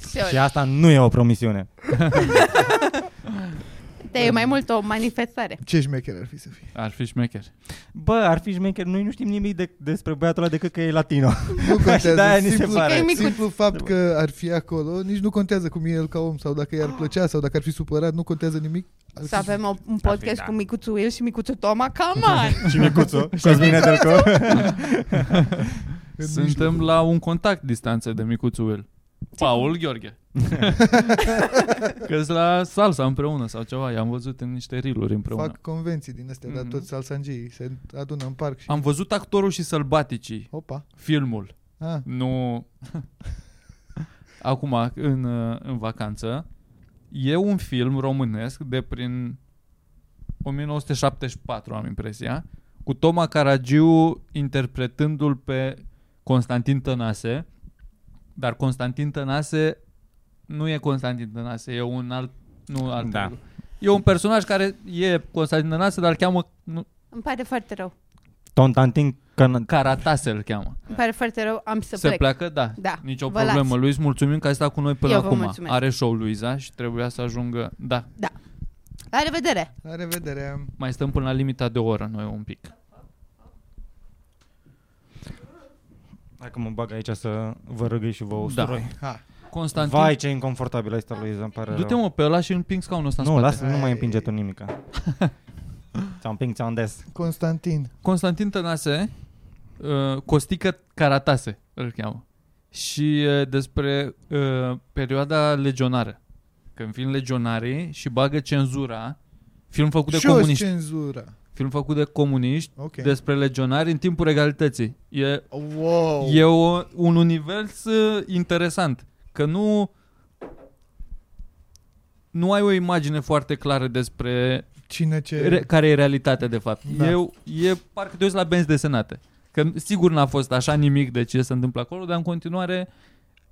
[SPEAKER 3] Sure.
[SPEAKER 4] Și asta nu e o promisiune.
[SPEAKER 3] Da, e mai mult o manifestare.
[SPEAKER 1] Ce șmecher ar fi să
[SPEAKER 2] (laughs)
[SPEAKER 1] fie.
[SPEAKER 2] Ar fi șmecher.
[SPEAKER 4] Bă, ar fi șmecher, noi nu știm nimic de, despre băiatul ăla decât că e
[SPEAKER 1] (laughs)
[SPEAKER 4] latino.
[SPEAKER 1] Nu
[SPEAKER 4] Și de-aia
[SPEAKER 1] contează.
[SPEAKER 4] ni se
[SPEAKER 1] simplu,
[SPEAKER 4] pare.
[SPEAKER 3] Că e micuț.
[SPEAKER 1] simplu fapt că ar fi acolo, nici nu contează cum e el ca om sau dacă i-ar plăcea sau dacă ar fi supărat, nu contează nimic. Ar
[SPEAKER 3] Să
[SPEAKER 1] fi-
[SPEAKER 3] avem o- un podcast
[SPEAKER 4] da.
[SPEAKER 3] cu micuțul el și micuțul Toma, come
[SPEAKER 2] (laughs)
[SPEAKER 3] on!
[SPEAKER 4] și micuțul, Cosmine Delco.
[SPEAKER 1] în
[SPEAKER 2] Suntem
[SPEAKER 1] mijloc.
[SPEAKER 2] la un contact distanță de micuțul Will. Paul
[SPEAKER 1] (laughs)
[SPEAKER 2] Gheorghe. că la salsa împreună sau ceva, i-am văzut în niște riluri împreună.
[SPEAKER 1] Fac convenții din astea, dar
[SPEAKER 2] Mhm.
[SPEAKER 1] toți salsangii se adună în parc și...
[SPEAKER 2] Am văzut actorul și sălbaticii,
[SPEAKER 1] Opa!
[SPEAKER 2] filmul.
[SPEAKER 1] Ah,
[SPEAKER 2] Nu. Acum, în, uh, în vacanță, e un film românesc de prin 1974, am impresia, cu Toma Caragiu interpretându-l pe Constantin Tănase, dar Constantin Tănase nu e Constantin Tănase, e un alt... Nu alt
[SPEAKER 4] Da.
[SPEAKER 2] E un personaj care e Constantin Tănase, dar îl cheamă... Nu,
[SPEAKER 3] Îmi pare foarte rău.
[SPEAKER 4] Tontantin Can-
[SPEAKER 2] Caratase îl cheamă.
[SPEAKER 3] Îmi pare foarte rău, am să
[SPEAKER 2] Se
[SPEAKER 3] plec.
[SPEAKER 2] pleacă, da.
[SPEAKER 3] Da,
[SPEAKER 2] Nicio
[SPEAKER 3] vă
[SPEAKER 2] problemă,
[SPEAKER 3] las.
[SPEAKER 2] Luis. Mulțumim că ai stat cu noi până
[SPEAKER 3] Eu vă
[SPEAKER 2] acum.
[SPEAKER 3] mulțumesc.
[SPEAKER 2] Are show Luiza și trebuia să ajungă... Da,
[SPEAKER 3] La revedere!
[SPEAKER 1] la revedere!
[SPEAKER 2] mai stăm până la limita de o oră noi un pic.
[SPEAKER 4] Dacă mă bag aici să vă răgâi și vă usturoi.
[SPEAKER 1] Ha!
[SPEAKER 4] Da.
[SPEAKER 2] Constantin,
[SPEAKER 4] Vai, ce inconfortabil ai stat, Luiza, îmi pare
[SPEAKER 2] du-te
[SPEAKER 4] rău.
[SPEAKER 2] mă pe ăla și împing scaunul ăsta în
[SPEAKER 4] Nu,
[SPEAKER 2] spate.
[SPEAKER 4] lasă, nu mai împinge
[SPEAKER 2] (laughs)
[SPEAKER 4] tu nimica. ți-am împing, ți-am des.
[SPEAKER 1] Constantin,
[SPEAKER 2] Constantin Tănase, uh, Costică Caratase îl cheamă. Și uh, despre uh, perioada legionară. Când vin legionarii și bagă cenzura, film făcut de
[SPEAKER 1] și
[SPEAKER 2] comuniști.
[SPEAKER 1] cenzura.
[SPEAKER 2] Film făcut de comuniști
[SPEAKER 1] Ok.
[SPEAKER 2] despre legionari în timpul egalității. E
[SPEAKER 1] Wow!
[SPEAKER 2] E o, un univers uh, interesant, că nu nu ai o imagine foarte clară despre
[SPEAKER 1] Cine ce...
[SPEAKER 2] re, care e realitatea de fapt.
[SPEAKER 1] Da.
[SPEAKER 2] Da. E, e parcă te uiți la benzi desenate. Că sigur n-a fost așa nimic de ce se întâmplă acolo, dar în continuare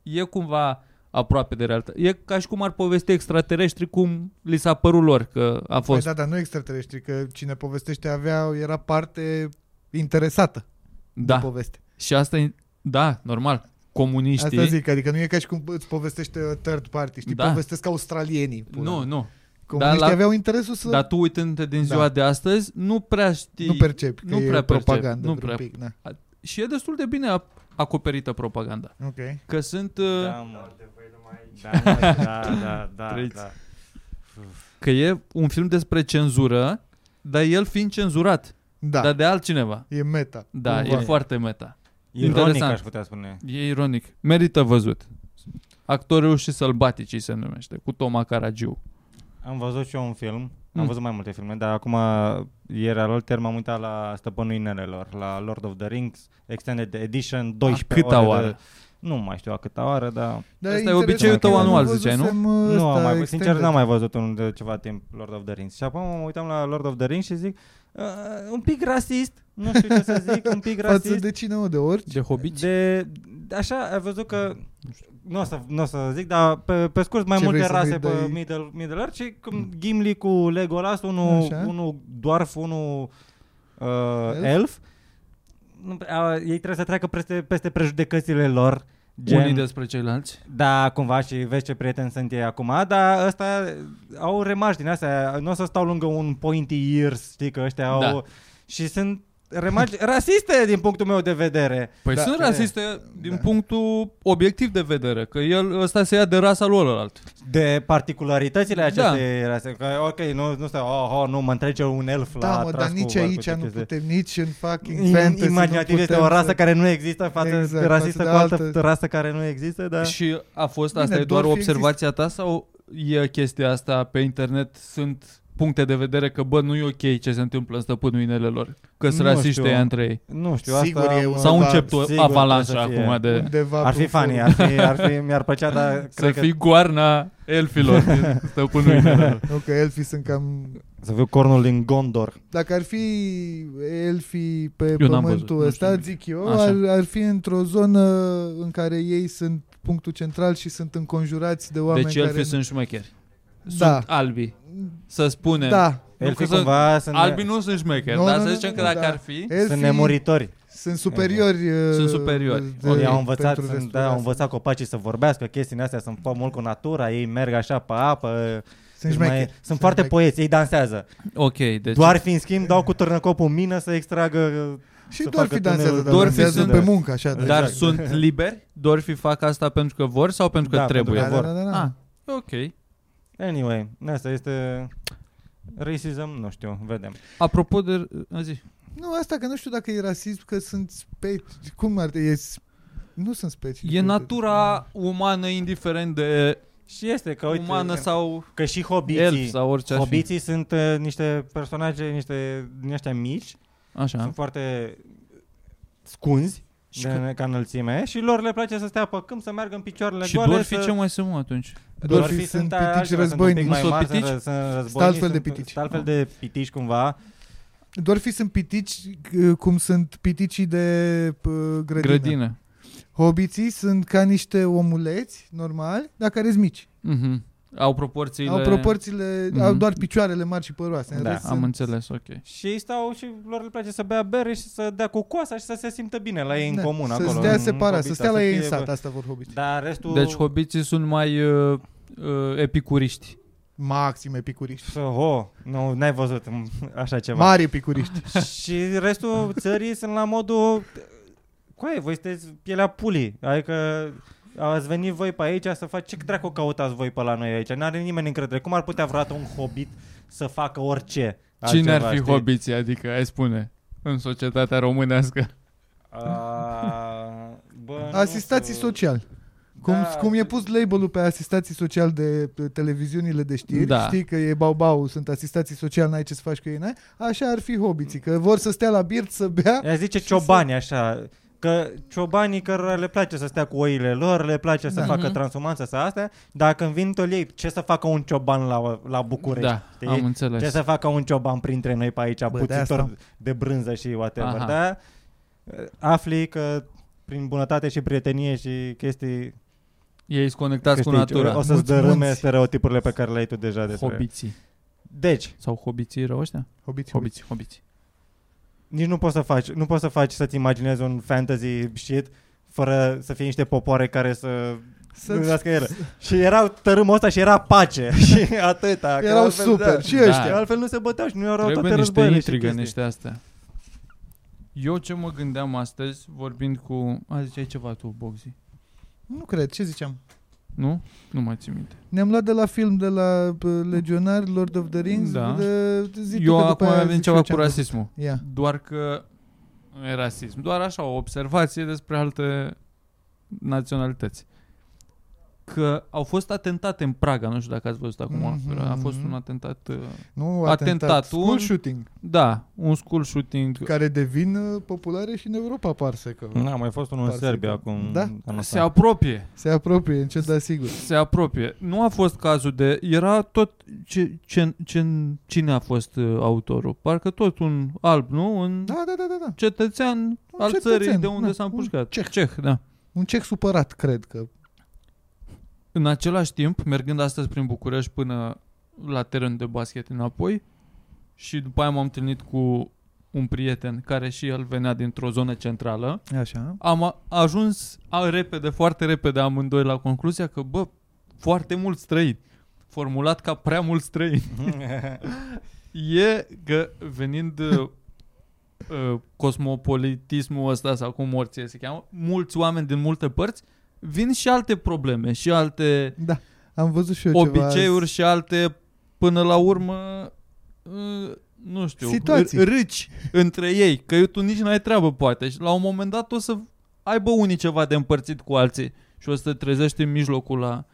[SPEAKER 2] e cumva aproape de realitate. E ca și cum ar povesti extraterestri cum li s-a părut lor că a
[SPEAKER 1] Păi
[SPEAKER 2] fost.
[SPEAKER 1] da, dar nu extraterestri, că cine povestește avea, era parte interesată da.
[SPEAKER 2] Da.
[SPEAKER 1] de poveste.
[SPEAKER 2] Și asta e, da, normal. Comuniștii.
[SPEAKER 1] Asta zic, adică nu e ca și cum îți povestește o third party, știi, da.
[SPEAKER 2] Da.
[SPEAKER 1] povestesc australienii. pula
[SPEAKER 2] nu,
[SPEAKER 1] mea.
[SPEAKER 2] nu.
[SPEAKER 1] Comuniștii
[SPEAKER 2] Dar la-
[SPEAKER 1] aveau interesul să
[SPEAKER 2] Dar tu uitându-te din ziua
[SPEAKER 1] Da.
[SPEAKER 2] Exact. da. de astăzi, nu prea știi.
[SPEAKER 1] nu percepi că
[SPEAKER 2] nu
[SPEAKER 1] e
[SPEAKER 2] prea percep,
[SPEAKER 1] propagandă
[SPEAKER 2] nu
[SPEAKER 1] într-un
[SPEAKER 2] prea.
[SPEAKER 1] pic. Da.
[SPEAKER 2] Și e destul de bine ap- acoperită propaganda.
[SPEAKER 1] Ok.
[SPEAKER 2] Că sunt uh, da.
[SPEAKER 4] mă. Da, mă, da, da, da,
[SPEAKER 2] Trăiți.
[SPEAKER 4] da.
[SPEAKER 2] că e un film despre cenzură, dar el fiind cenzurat,
[SPEAKER 1] Da,
[SPEAKER 2] da. dar de altcineva.
[SPEAKER 1] e meta.
[SPEAKER 2] Da,
[SPEAKER 4] Cumva.
[SPEAKER 2] e foarte meta.
[SPEAKER 4] Ironic,
[SPEAKER 2] Interesant.
[SPEAKER 4] aș putea spune.
[SPEAKER 2] E ironic. Merită văzut. Actorul și sălbaticii se numește, cu Toma Caragiu.
[SPEAKER 4] Am văzut și eu un film
[SPEAKER 2] Mm.
[SPEAKER 4] Am văzut mai multe filme, dar acum ieri alter m-am uitat la Stăpânul Inelelor, la Lord of the Rings, Extended Edition, 12
[SPEAKER 2] câta
[SPEAKER 4] ore. de-
[SPEAKER 2] oară?
[SPEAKER 4] Nu mai știu a câta oară, dar
[SPEAKER 1] Dar
[SPEAKER 2] Ăsta e
[SPEAKER 1] interesant
[SPEAKER 2] obiceiul
[SPEAKER 1] că
[SPEAKER 2] tău
[SPEAKER 1] eu
[SPEAKER 2] anual, ziceai, nu?
[SPEAKER 1] văzusem, ă,
[SPEAKER 4] nu am
[SPEAKER 1] ăsta
[SPEAKER 4] mai, văzut. sincer
[SPEAKER 1] extended.
[SPEAKER 4] n-am mai văzut un de ceva timp Lord of the Rings. Și apoi mă uitam la Lord of the Rings și zic, "Uh, un pic rasist, nu știu ce să zic, un pic
[SPEAKER 1] (laughs) Față
[SPEAKER 4] rasist.
[SPEAKER 1] de cine, mă, de orice?
[SPEAKER 2] De hobiți?
[SPEAKER 4] De, de- așa, ai văzut că nu o să, nu o să zic, dar pe, pe scurt mai
[SPEAKER 1] Ce
[SPEAKER 4] multe
[SPEAKER 1] vrei să
[SPEAKER 4] rase
[SPEAKER 1] ne
[SPEAKER 4] pe
[SPEAKER 1] dai?
[SPEAKER 4] Middle, Middle Earth și cum Gimli cu Legolas, unul
[SPEAKER 1] Așa.
[SPEAKER 4] unu dwarf, unul uh, elf.
[SPEAKER 1] Elf?
[SPEAKER 4] elf. Nu prea- a, ei trebuie să treacă peste, peste prejudecățile lor. Gen,
[SPEAKER 2] Unii despre ceilalți?
[SPEAKER 4] da, cumva și vezi ce prieteni sunt ei acum, dar ăsta au remași din astea, nu o să stau lângă un pointy ears, știi că ăștia
[SPEAKER 2] Da.
[SPEAKER 4] au... Și sunt remași (laughs) rasiste din punctul meu de vedere.
[SPEAKER 2] Păi
[SPEAKER 1] Da,
[SPEAKER 2] sunt
[SPEAKER 1] care-
[SPEAKER 2] rasiste din punctul obiectiv de vedere, că el ăsta se ia de rasa lui ălalt.
[SPEAKER 4] De particularitățile
[SPEAKER 2] Da.
[SPEAKER 4] acestea. rase. Că, ok, nu, nu stau, oh, oh, nu, mă întrece un elf la
[SPEAKER 1] Da, mă,
[SPEAKER 4] tras
[SPEAKER 1] dar
[SPEAKER 4] cu
[SPEAKER 1] nici
[SPEAKER 4] arcul
[SPEAKER 1] aici
[SPEAKER 4] de
[SPEAKER 1] nu
[SPEAKER 4] chestie.
[SPEAKER 1] putem, nici în fucking fantasy nu
[SPEAKER 4] I- Imaginativ este
[SPEAKER 1] putem
[SPEAKER 4] o rasă
[SPEAKER 1] să-
[SPEAKER 4] care nu există față
[SPEAKER 1] Exact,
[SPEAKER 4] exact, rasistă
[SPEAKER 1] față de
[SPEAKER 4] cu altă
[SPEAKER 1] altă.
[SPEAKER 4] rasă care nu există, dar...
[SPEAKER 2] Și a fost, asta
[SPEAKER 1] Bine,
[SPEAKER 2] e doar
[SPEAKER 1] Dorfi
[SPEAKER 2] observația ta sau e chestia asta pe internet sunt puncte de vedere că bă, nu e ok ce se întâmplă în stăpânul inelelor, că sunt
[SPEAKER 4] Nu
[SPEAKER 2] rasiști
[SPEAKER 4] știu.
[SPEAKER 2] ăia între ei.
[SPEAKER 4] Nu știu,
[SPEAKER 1] Sigur
[SPEAKER 4] asta...
[SPEAKER 1] e
[SPEAKER 4] mă-
[SPEAKER 1] un-
[SPEAKER 2] Sau
[SPEAKER 1] da,
[SPEAKER 2] încep o
[SPEAKER 4] sigur,
[SPEAKER 2] avalanșă
[SPEAKER 4] trebuie să fie.
[SPEAKER 2] acum de
[SPEAKER 1] Undeva
[SPEAKER 4] Ar fi
[SPEAKER 1] pe un
[SPEAKER 4] funny,
[SPEAKER 1] forum.
[SPEAKER 4] ar fi, ar fi, mi-ar plăcea, dar
[SPEAKER 2] să
[SPEAKER 4] cred că
[SPEAKER 2] fii goarna elfilor din stăpânul inelelor.
[SPEAKER 1] Nu, că elfii sunt cam...
[SPEAKER 4] Să fiu cornul din Gondor.
[SPEAKER 1] Dacă ar fi elfii pe
[SPEAKER 2] Eu n-am văzut,
[SPEAKER 1] pământul
[SPEAKER 2] nu
[SPEAKER 1] ăsta,
[SPEAKER 2] știu.
[SPEAKER 1] zic eu,
[SPEAKER 2] Așa.
[SPEAKER 1] ar, ar fi într-o zonă în care ei sunt punctul central și sunt înconjurați de oameni
[SPEAKER 2] Deci
[SPEAKER 1] care...
[SPEAKER 2] elfii sunt șmecheri.
[SPEAKER 1] Da.
[SPEAKER 2] Sunt albi. Să spunem.
[SPEAKER 1] Da.
[SPEAKER 2] Nu
[SPEAKER 4] Elfii
[SPEAKER 2] că să-
[SPEAKER 4] cumva sunt,
[SPEAKER 2] Albi nu sunt șmecheri,
[SPEAKER 1] Nu,
[SPEAKER 2] dar
[SPEAKER 1] nu,
[SPEAKER 2] să
[SPEAKER 1] nu,
[SPEAKER 2] zicem
[SPEAKER 1] nu,
[SPEAKER 2] că
[SPEAKER 1] nu,
[SPEAKER 2] dacă
[SPEAKER 1] da.
[SPEAKER 2] ar fi...
[SPEAKER 1] Elfii
[SPEAKER 4] sunt nemuritori.
[SPEAKER 1] Sunt superiori. uh,
[SPEAKER 2] Sunt superiori.
[SPEAKER 1] de-
[SPEAKER 4] Ei au învățat,
[SPEAKER 1] pentru
[SPEAKER 4] sunt,
[SPEAKER 1] restul
[SPEAKER 4] da, au
[SPEAKER 1] rasei.
[SPEAKER 4] învățat copacii să vorbească, chestiile astea sunt foarte mult cu natura, ei merg așa pe apă,
[SPEAKER 1] Sunt
[SPEAKER 4] mai-
[SPEAKER 1] șmecheri.
[SPEAKER 4] sunt foarte
[SPEAKER 1] șmecheri.
[SPEAKER 4] poeți, ei dansează.
[SPEAKER 2] Ok, deci...
[SPEAKER 4] Doar fi în schimb dau cu târnăcopul în mină să extragă
[SPEAKER 1] Și
[SPEAKER 4] să
[SPEAKER 1] doar
[SPEAKER 4] facă
[SPEAKER 1] fi dansează,
[SPEAKER 4] tunelul
[SPEAKER 1] dar
[SPEAKER 2] Doar fi
[SPEAKER 1] dansează
[SPEAKER 2] sunt-
[SPEAKER 1] pe muncă, așa.
[SPEAKER 2] Dar
[SPEAKER 1] da, exact.
[SPEAKER 2] sunt liberi? Dorfi fac asta pentru că vor sau pentru că
[SPEAKER 4] Da,
[SPEAKER 2] trebuie?
[SPEAKER 1] Da,
[SPEAKER 4] pentru
[SPEAKER 1] da,
[SPEAKER 4] vor.
[SPEAKER 1] da, da, da.
[SPEAKER 2] Ah, ok.
[SPEAKER 4] Anyway, asta este racism, nu știu, vedem.
[SPEAKER 2] Apropo de... a, Zi.
[SPEAKER 1] Nu, asta că nu știu dacă e rasism, că sunt specii. Cum ar e, s- Nu sunt specii.
[SPEAKER 2] E natura umană indiferent de
[SPEAKER 4] Și este că uite,
[SPEAKER 2] umană sau
[SPEAKER 4] că și
[SPEAKER 2] elf
[SPEAKER 4] hobiții,
[SPEAKER 2] sau orice ar fi.
[SPEAKER 4] hobiții sunt uh, niște personaje, niște din ăștia mici
[SPEAKER 2] Așa.
[SPEAKER 4] sunt foarte scunzi
[SPEAKER 2] Da? Și
[SPEAKER 4] de,
[SPEAKER 2] că-
[SPEAKER 4] ca înălțime și lor le place să stea pe câmp, să meargă în picioarele
[SPEAKER 2] Și
[SPEAKER 4] goale.
[SPEAKER 2] Dorfi
[SPEAKER 4] să...
[SPEAKER 2] ce mai sunt mă, atunci?
[SPEAKER 1] Dorfii
[SPEAKER 4] Dorfii
[SPEAKER 1] sunt
[SPEAKER 4] sunt
[SPEAKER 1] pitici
[SPEAKER 4] altceva,
[SPEAKER 1] războinici.
[SPEAKER 4] Sunt un pic
[SPEAKER 2] Nu
[SPEAKER 4] mai
[SPEAKER 2] sunt
[SPEAKER 4] mari, sunt,
[SPEAKER 2] pitici?
[SPEAKER 4] ră- sunt războinici.
[SPEAKER 1] altfel de
[SPEAKER 4] sunt-
[SPEAKER 1] pitici. da.
[SPEAKER 4] Sunt altfel de pitici cumva.
[SPEAKER 1] Doar fi sunt pitici uh, cum sunt piticii de p- grădină. grădină.
[SPEAKER 2] Grădină.
[SPEAKER 1] Hobiții sunt ca niște omuleți normali, dar care sunt mici.
[SPEAKER 2] Mhm. Au proporțiile...
[SPEAKER 1] Au proporțiile,
[SPEAKER 2] Mhm.
[SPEAKER 1] au doar picioarele mari și păroase. În
[SPEAKER 4] Da,
[SPEAKER 1] rest
[SPEAKER 2] Am
[SPEAKER 1] sunt-
[SPEAKER 2] înțeles, ok.
[SPEAKER 4] Și ei stau și lor le place să bea bere și să dea cu coasa și să se simtă bine la ei
[SPEAKER 1] Da,
[SPEAKER 4] în comun
[SPEAKER 1] să
[SPEAKER 4] acolo.
[SPEAKER 1] stea
[SPEAKER 4] în
[SPEAKER 1] separat, să
[SPEAKER 4] Hobita,
[SPEAKER 1] stea la ei în
[SPEAKER 4] fie-
[SPEAKER 1] sat, asta vor hobiți.
[SPEAKER 4] Dar restul...
[SPEAKER 2] Deci hobiții sunt mai uh, uh, epicuriști.
[SPEAKER 1] Maxim epicuriști.
[SPEAKER 4] Să- Ho, nu, n-ai văzut (laughs) m, așa ceva.
[SPEAKER 1] Mari epicuriști.
[SPEAKER 4] și restul țării sunt la modul... Coaie, voi sunteți pielea pulii. Adică ați venit voi pe aici să faci... Ce dracu căutați voi pe la noi aici? N-are nimeni încredere. Cum ar putea vreodată un hobbit să facă orice?
[SPEAKER 2] Cine ar
[SPEAKER 4] altceva,
[SPEAKER 2] fi
[SPEAKER 4] știi?
[SPEAKER 2] hobiții, adică ai spune, în societatea românească?
[SPEAKER 4] A, bă, nu
[SPEAKER 1] Asistații
[SPEAKER 4] știu.
[SPEAKER 1] sociali. Cum,
[SPEAKER 4] Da,
[SPEAKER 1] cum e pus label-ul pe asistații sociali de pe televiziunile de știri,
[SPEAKER 2] Da.
[SPEAKER 1] știi că e bau-bau, sunt asistații sociali, n-ai ce să faci cu ei, n-ai, așa ar fi hobiții, că vor să stea la birt să bea,
[SPEAKER 4] Ea zice ciobani așa, că ciobanii cărora le place să stea cu oile lor, le place să
[SPEAKER 1] Da.
[SPEAKER 4] da. facă
[SPEAKER 2] Mhm.
[SPEAKER 4] transhumanță sau astea, dar când vin tot ei, ce să facă un cioban la, la București?
[SPEAKER 2] Da,
[SPEAKER 4] știi?
[SPEAKER 2] am
[SPEAKER 4] Ce
[SPEAKER 2] înțeles.
[SPEAKER 4] să facă un cioban printre noi pe aici, Bă,
[SPEAKER 1] de asta
[SPEAKER 4] puțitor
[SPEAKER 1] am-
[SPEAKER 4] de, brânză și whatever,
[SPEAKER 2] Aha.
[SPEAKER 4] da? Afli că prin bunătate și prietenie și chestii
[SPEAKER 2] Ei sunt conectați cu
[SPEAKER 4] câștigi.
[SPEAKER 2] natura.
[SPEAKER 4] o să-ți
[SPEAKER 1] Mulți,
[SPEAKER 4] dărâme
[SPEAKER 1] mulți.
[SPEAKER 4] stereotipurile pe care le ai tu deja despre
[SPEAKER 2] Hobiții.
[SPEAKER 4] Deci,
[SPEAKER 2] Sau hobiții erau ăștia?
[SPEAKER 1] hobiți, hobiți.
[SPEAKER 2] Hobiții, hobiții.
[SPEAKER 4] nici nu poți să faci, nu poți să faci să-ți imaginezi un fantasy shit fără să fie niște popoare care să
[SPEAKER 1] Să
[SPEAKER 4] Gândească el. Și erau tărâmul ăsta și era
[SPEAKER 1] (laughs)
[SPEAKER 4] pace. și (laughs) atâta. că
[SPEAKER 1] erau
[SPEAKER 4] altfel,
[SPEAKER 1] super
[SPEAKER 4] Da.
[SPEAKER 1] și
[SPEAKER 2] Da.
[SPEAKER 1] ăștia.
[SPEAKER 4] Că altfel nu se băteau și nu erau
[SPEAKER 2] Trebuie
[SPEAKER 4] toate
[SPEAKER 2] niște
[SPEAKER 4] războiile și
[SPEAKER 2] intrigă,
[SPEAKER 4] chestii.
[SPEAKER 2] niște astea. Eu ce mă gândeam astăzi, vorbind cu... A, ziceai ceva tu, Boxy.
[SPEAKER 1] Nu cred, ce ziceam?
[SPEAKER 2] Nu? Nu mai țin minte.
[SPEAKER 1] Ne-am luat de la film, de la uh, Legionar, Lord of the Rings,
[SPEAKER 2] Da.
[SPEAKER 1] de, zi tu
[SPEAKER 2] Eu
[SPEAKER 1] că după
[SPEAKER 2] acum
[SPEAKER 1] aia
[SPEAKER 2] avem
[SPEAKER 1] zic
[SPEAKER 2] ceva
[SPEAKER 1] eu
[SPEAKER 2] cu
[SPEAKER 1] ce am văzut.
[SPEAKER 2] rasismul.
[SPEAKER 1] Ia.
[SPEAKER 2] Doar că nu e rasism. Doar așa, o observație despre alte naționalități. că au fost atentate în Praga, nu știu dacă ați văzut acum,
[SPEAKER 1] Mhm.
[SPEAKER 2] a fost un atentat, uh,
[SPEAKER 1] Nu, atentatul.
[SPEAKER 2] Atentatul.
[SPEAKER 1] School shooting,
[SPEAKER 2] da, un school shooting.
[SPEAKER 1] care devin uh, populare și în Europa, par să că
[SPEAKER 2] Da.
[SPEAKER 4] N-a mai fost unul în
[SPEAKER 1] Parțial.
[SPEAKER 4] Serbia acum.
[SPEAKER 1] Da.
[SPEAKER 4] anul ăsta.
[SPEAKER 2] Se apropie,
[SPEAKER 1] se apropie încet, dar sigur.
[SPEAKER 2] se apropie. Nu a fost cazul de, era tot, ce, ce, ce, cine a fost uh, autorul? Parcă tot un alb, nu? Un
[SPEAKER 1] Da, da, da, da, da.
[SPEAKER 2] cetățean
[SPEAKER 1] Un
[SPEAKER 2] al
[SPEAKER 1] cetățean,
[SPEAKER 2] țării de unde
[SPEAKER 1] da,
[SPEAKER 2] s-a
[SPEAKER 1] un
[SPEAKER 2] împușcat.
[SPEAKER 1] ceh.
[SPEAKER 2] Ceh, da.
[SPEAKER 1] Un cec supărat, cred că.
[SPEAKER 2] În același timp, mergând astăzi prin București până la teren de basket înapoi și după aia m-am întâlnit cu un prieten care și el venea dintr-o zonă centrală,
[SPEAKER 1] Așa.
[SPEAKER 2] am a- ajuns a, repede, foarte repede amândoi la concluzia că, bă, foarte mult străini, formulat ca prea mult străini, e că venind uh, uh, cosmopolitismul ăsta sau cum morție se cheamă, mulți oameni din multe părți vin și alte probleme și alte
[SPEAKER 1] Da. Am văzut și eu
[SPEAKER 2] obiceiuri
[SPEAKER 1] ceva.
[SPEAKER 2] și alte, până la urmă, uh, nu știu,
[SPEAKER 1] Situații.
[SPEAKER 2] r- râci între ei, că tu nici n-ai treabă poate și la un moment dat o să aibă unii ceva de împărțit cu alții și o să te trezești în mijlocul la...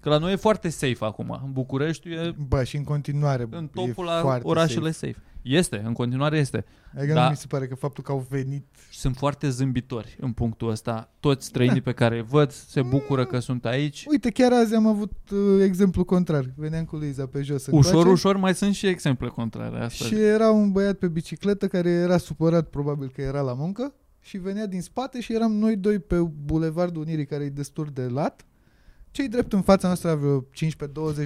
[SPEAKER 2] Că la noi e foarte safe acum, în București e
[SPEAKER 1] Bă, și în continuare.
[SPEAKER 2] în
[SPEAKER 1] e
[SPEAKER 2] topul la
[SPEAKER 1] foarte
[SPEAKER 2] orașele safe. safe. Este, în continuare este.
[SPEAKER 1] safe. Adică
[SPEAKER 2] da.
[SPEAKER 1] nu mi se pare că faptul că au venit
[SPEAKER 2] Și sunt foarte zâmbitori în punctul ăsta. Toți străinii pe care îi văd
[SPEAKER 1] (laughs)
[SPEAKER 2] se bucură că sunt aici.
[SPEAKER 1] Deci, Uite, chiar azi am avut uh, exemplu contrar. Veneam cu Luiza pe jos. în
[SPEAKER 2] Ușor,
[SPEAKER 1] coace
[SPEAKER 2] ușor mai sunt și exemple contrare astăzi.
[SPEAKER 1] Și era un băiat pe bicicletă care era supărat, probabil că era la muncă, și venea din spate și eram noi doi pe Bulevardul Unirii, care e destul de lat. Cei drept în fața noastră, la vreo 15-20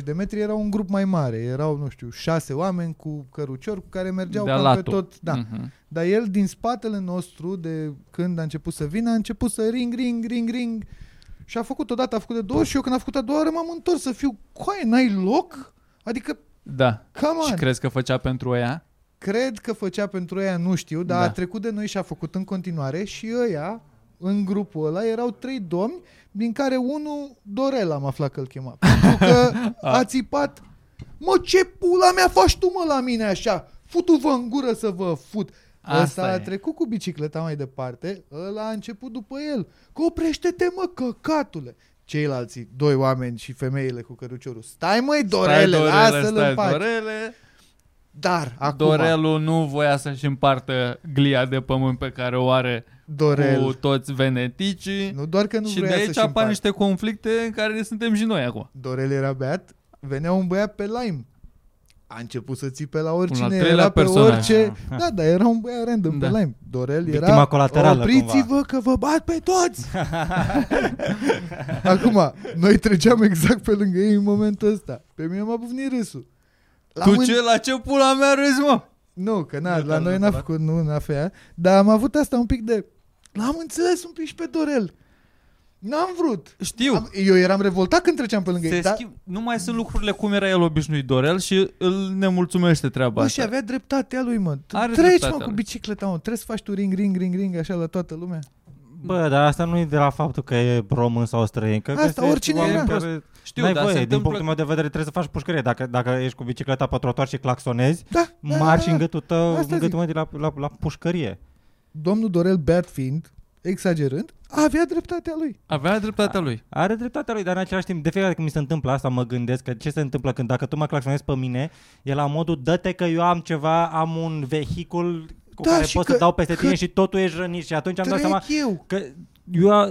[SPEAKER 1] de metri, era un grup mai mare. Erau, nu știu, șase oameni cu căruciori cu care mergeau
[SPEAKER 2] de
[SPEAKER 1] cam
[SPEAKER 2] latul.
[SPEAKER 1] pe tot. Da. Mm.
[SPEAKER 2] Mhm.
[SPEAKER 1] Dar el, din spatele nostru, de când a început să vină, a început să ring, ring, ring, ring. Și a făcut odată, a făcut de două ori și eu când a făcut a doua oară m-am întors să fiu, coaie, n-ai loc? Adică,
[SPEAKER 2] Da.
[SPEAKER 1] come on!
[SPEAKER 2] Și crezi că făcea pentru ea?
[SPEAKER 1] Cred că făcea pentru ea, nu știu, dar
[SPEAKER 2] Da.
[SPEAKER 1] a trecut de noi și a făcut în continuare și ăia, în grupul ăla, erau trei domni, din care unul, Dorel, am aflat că îl
[SPEAKER 2] (laughs)
[SPEAKER 1] chema. Pentru că a țipat, mă, ce pula mea faci tu, mă, la mine așa? Futu-vă în gură să vă fut.
[SPEAKER 2] Asta
[SPEAKER 1] Asta a
[SPEAKER 2] e.
[SPEAKER 1] trecut cu bicicleta mai departe, ăla a început după el. Că oprește-te, mă, căcatule! Ceilalți doi oameni și femeile cu căruciorul. Stai, măi, Dorele,
[SPEAKER 2] Stai,
[SPEAKER 1] lasă-l
[SPEAKER 2] stai,
[SPEAKER 1] în pace.
[SPEAKER 2] Dorele.
[SPEAKER 1] Dar, acum,
[SPEAKER 2] Dorelul nu voia să-și împartă glia de pământ pe care o are
[SPEAKER 1] Dorel.
[SPEAKER 2] cu toți veneticii.
[SPEAKER 1] Nu doar că nu
[SPEAKER 2] și de
[SPEAKER 1] vrea
[SPEAKER 2] aici
[SPEAKER 1] să-și
[SPEAKER 2] apar
[SPEAKER 1] împartă.
[SPEAKER 2] niște conflicte în care suntem și noi acum.
[SPEAKER 1] Dorel era beat, venea un băiat pe Lime. A început să țipe la
[SPEAKER 2] Un
[SPEAKER 1] oricine,
[SPEAKER 2] al treilea
[SPEAKER 1] era pe
[SPEAKER 2] personaj. Ah.
[SPEAKER 1] orice. Da, dar era un băiat random
[SPEAKER 2] Da.
[SPEAKER 1] pe Lime. Dorel era,
[SPEAKER 4] Victima colaterală,
[SPEAKER 1] opriți-vă
[SPEAKER 4] cumva."
[SPEAKER 1] că vă bat pe toți!
[SPEAKER 4] (laughs)
[SPEAKER 1] Acum, noi treceam exact pe lângă ei în momentul ăsta. Pe mine m-a bufnit râsul. L-am
[SPEAKER 2] tu
[SPEAKER 1] în-
[SPEAKER 2] ce, la ce pula mea râzi, mă?
[SPEAKER 1] Nu, că na,
[SPEAKER 2] Nu
[SPEAKER 1] la
[SPEAKER 2] te-am
[SPEAKER 1] noi n-a
[SPEAKER 2] întrebat.
[SPEAKER 1] făcut, nu, n-a făcut, dar am avut asta un pic de... L-am înțeles un pic și pe Dorel. N-am vrut.
[SPEAKER 2] Știu.
[SPEAKER 1] Am, eu eram revoltat când treceam pe lângă
[SPEAKER 2] se
[SPEAKER 1] ei, dar
[SPEAKER 2] schimb... Nu mai sunt lucrurile cum era el obișnuit Dorel și îl nemulțumește treaba
[SPEAKER 1] Bă, și
[SPEAKER 2] asta.
[SPEAKER 1] avea dreptatea lui, mă. Tu
[SPEAKER 2] Are
[SPEAKER 1] Treci,
[SPEAKER 2] dreptatea
[SPEAKER 1] mă, cu
[SPEAKER 2] lui.
[SPEAKER 1] bicicleta, mă. Trebuie să faci tu ring, ring, ring, ring, așa la toată lumea.
[SPEAKER 4] Bă, dar asta nu e de la faptul că e român sau străin. Că
[SPEAKER 1] Asta
[SPEAKER 4] găsești
[SPEAKER 1] oricine
[SPEAKER 4] oameni
[SPEAKER 1] era.
[SPEAKER 4] Care...
[SPEAKER 2] Știu,
[SPEAKER 4] N-ai
[SPEAKER 2] dar
[SPEAKER 4] voie,
[SPEAKER 2] se
[SPEAKER 4] din
[SPEAKER 2] întâmplă...
[SPEAKER 4] punctul meu de vedere trebuie să faci pușcărie. Dacă, dacă ești cu bicicleta pe trotuar și claxonezi,
[SPEAKER 1] Da, da, da,
[SPEAKER 4] marci
[SPEAKER 1] da.
[SPEAKER 4] în gâtul tău,
[SPEAKER 1] Asta
[SPEAKER 4] în
[SPEAKER 1] zic.
[SPEAKER 4] gâtul meu de la, la, la pușcărie.
[SPEAKER 1] Domnul Dorel, beat fiind, exagerând, avea dreptatea lui.
[SPEAKER 2] Avea dreptatea lui.
[SPEAKER 4] Are dreptatea lui, dar în același timp, de fiecare dată când mi se întâmplă asta, mă gândesc că ce se întâmplă când dacă tu mă claxonezi pe mine, e la modul dă-te că eu am ceva, am un vehicul cu
[SPEAKER 1] Da,
[SPEAKER 4] care
[SPEAKER 1] și
[SPEAKER 4] pot să
[SPEAKER 1] că-
[SPEAKER 4] dau peste
[SPEAKER 1] că
[SPEAKER 4] tine și totul ești rănit și atunci am dat
[SPEAKER 1] Trec
[SPEAKER 4] seama
[SPEAKER 1] eu.
[SPEAKER 4] Că eu a-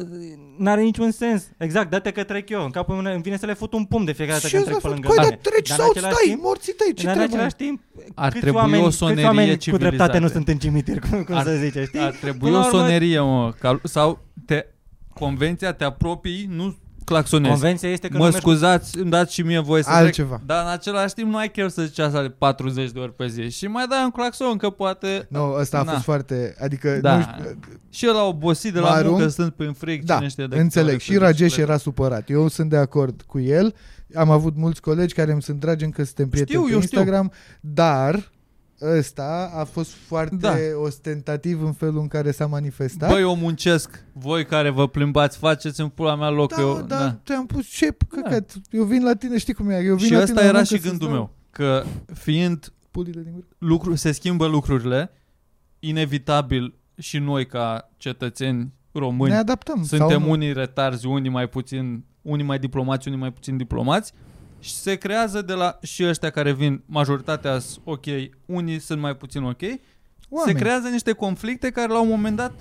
[SPEAKER 4] n-are niciun sens. Exact, date că trec eu. În capul meu îmi vine să le fut un pumn de fiecare dată
[SPEAKER 1] Ce
[SPEAKER 4] când
[SPEAKER 1] să
[SPEAKER 4] trec pe
[SPEAKER 1] fac?
[SPEAKER 4] lângă
[SPEAKER 1] Coi, dar
[SPEAKER 4] tine.
[SPEAKER 1] treci
[SPEAKER 4] Dar în
[SPEAKER 1] sau
[SPEAKER 4] același
[SPEAKER 1] stai,
[SPEAKER 4] timp-
[SPEAKER 1] morții tăi, ce
[SPEAKER 4] dar în
[SPEAKER 1] trebuie?
[SPEAKER 4] același timp,
[SPEAKER 2] Ar
[SPEAKER 4] câți
[SPEAKER 2] trebui
[SPEAKER 4] oameni,
[SPEAKER 2] o
[SPEAKER 4] câți
[SPEAKER 2] sonerie
[SPEAKER 4] oameni cu
[SPEAKER 2] civilizată.
[SPEAKER 4] dreptate nu sunt în cimitir, cum, cum
[SPEAKER 2] Ar-
[SPEAKER 4] să zice, știi?
[SPEAKER 2] Ar trebui
[SPEAKER 4] Până
[SPEAKER 2] o
[SPEAKER 4] la urmă,
[SPEAKER 2] sonerie, mă. Ca, sau te, convenția te apropii, nu claxonezi.
[SPEAKER 4] Convenția este că
[SPEAKER 2] Mă
[SPEAKER 4] nu mergi cu
[SPEAKER 2] scuzați, îmi dați și mie voie să
[SPEAKER 1] Altceva.
[SPEAKER 2] trec. Dar în același timp nu ai chef să zici asta de 40 de ori pe zi. Și mai dai un claxon că poate...
[SPEAKER 1] Nu, ăsta a
[SPEAKER 2] Na.
[SPEAKER 1] fost foarte... Adică,
[SPEAKER 2] Da.
[SPEAKER 1] nu știu,
[SPEAKER 2] Și el a obosit de la
[SPEAKER 1] Mă arunc.
[SPEAKER 2] muncă, sunt prin fric,
[SPEAKER 1] da,
[SPEAKER 2] cine știe de câte
[SPEAKER 1] înțeleg.
[SPEAKER 2] ori
[SPEAKER 1] Și
[SPEAKER 2] pe
[SPEAKER 1] Rageș
[SPEAKER 2] bicicletă.
[SPEAKER 1] era supărat. Eu sunt de acord cu el. Am avut mulți colegi care îmi sunt dragi încă suntem prieteni
[SPEAKER 2] Știu,
[SPEAKER 1] pe
[SPEAKER 2] eu știu.
[SPEAKER 1] Instagram, dar ăsta a fost foarte
[SPEAKER 2] Da.
[SPEAKER 1] ostentativ în felul în care s-a manifestat.
[SPEAKER 2] Băi, eu muncesc. Voi care vă plimbați, faceți în pula mea loc.
[SPEAKER 1] Da,
[SPEAKER 2] eu,
[SPEAKER 1] eu, da,
[SPEAKER 2] na.
[SPEAKER 1] te-am pus ce căcat. Eu vin la tine, știi cum e. Eu vin
[SPEAKER 2] Și
[SPEAKER 1] la
[SPEAKER 2] ăsta
[SPEAKER 1] tine la
[SPEAKER 2] era
[SPEAKER 1] muncă
[SPEAKER 2] și
[SPEAKER 1] să-ți
[SPEAKER 2] gândul
[SPEAKER 1] dau
[SPEAKER 2] meu. Că fiind
[SPEAKER 1] Pulile din gură.
[SPEAKER 2] lucru, se schimbă lucrurile, inevitabil și noi ca cetățeni
[SPEAKER 1] Ne
[SPEAKER 2] români
[SPEAKER 1] adaptăm. sau
[SPEAKER 2] suntem
[SPEAKER 1] nu.
[SPEAKER 2] unii retarzi, unii mai puțin, unii mai diplomați, unii mai puțin diplomați și se creează de la și ăștia care vin, majoritatea sunt ok, unii sunt mai puțin ok, Oameni. se creează niște conflicte care la un moment dat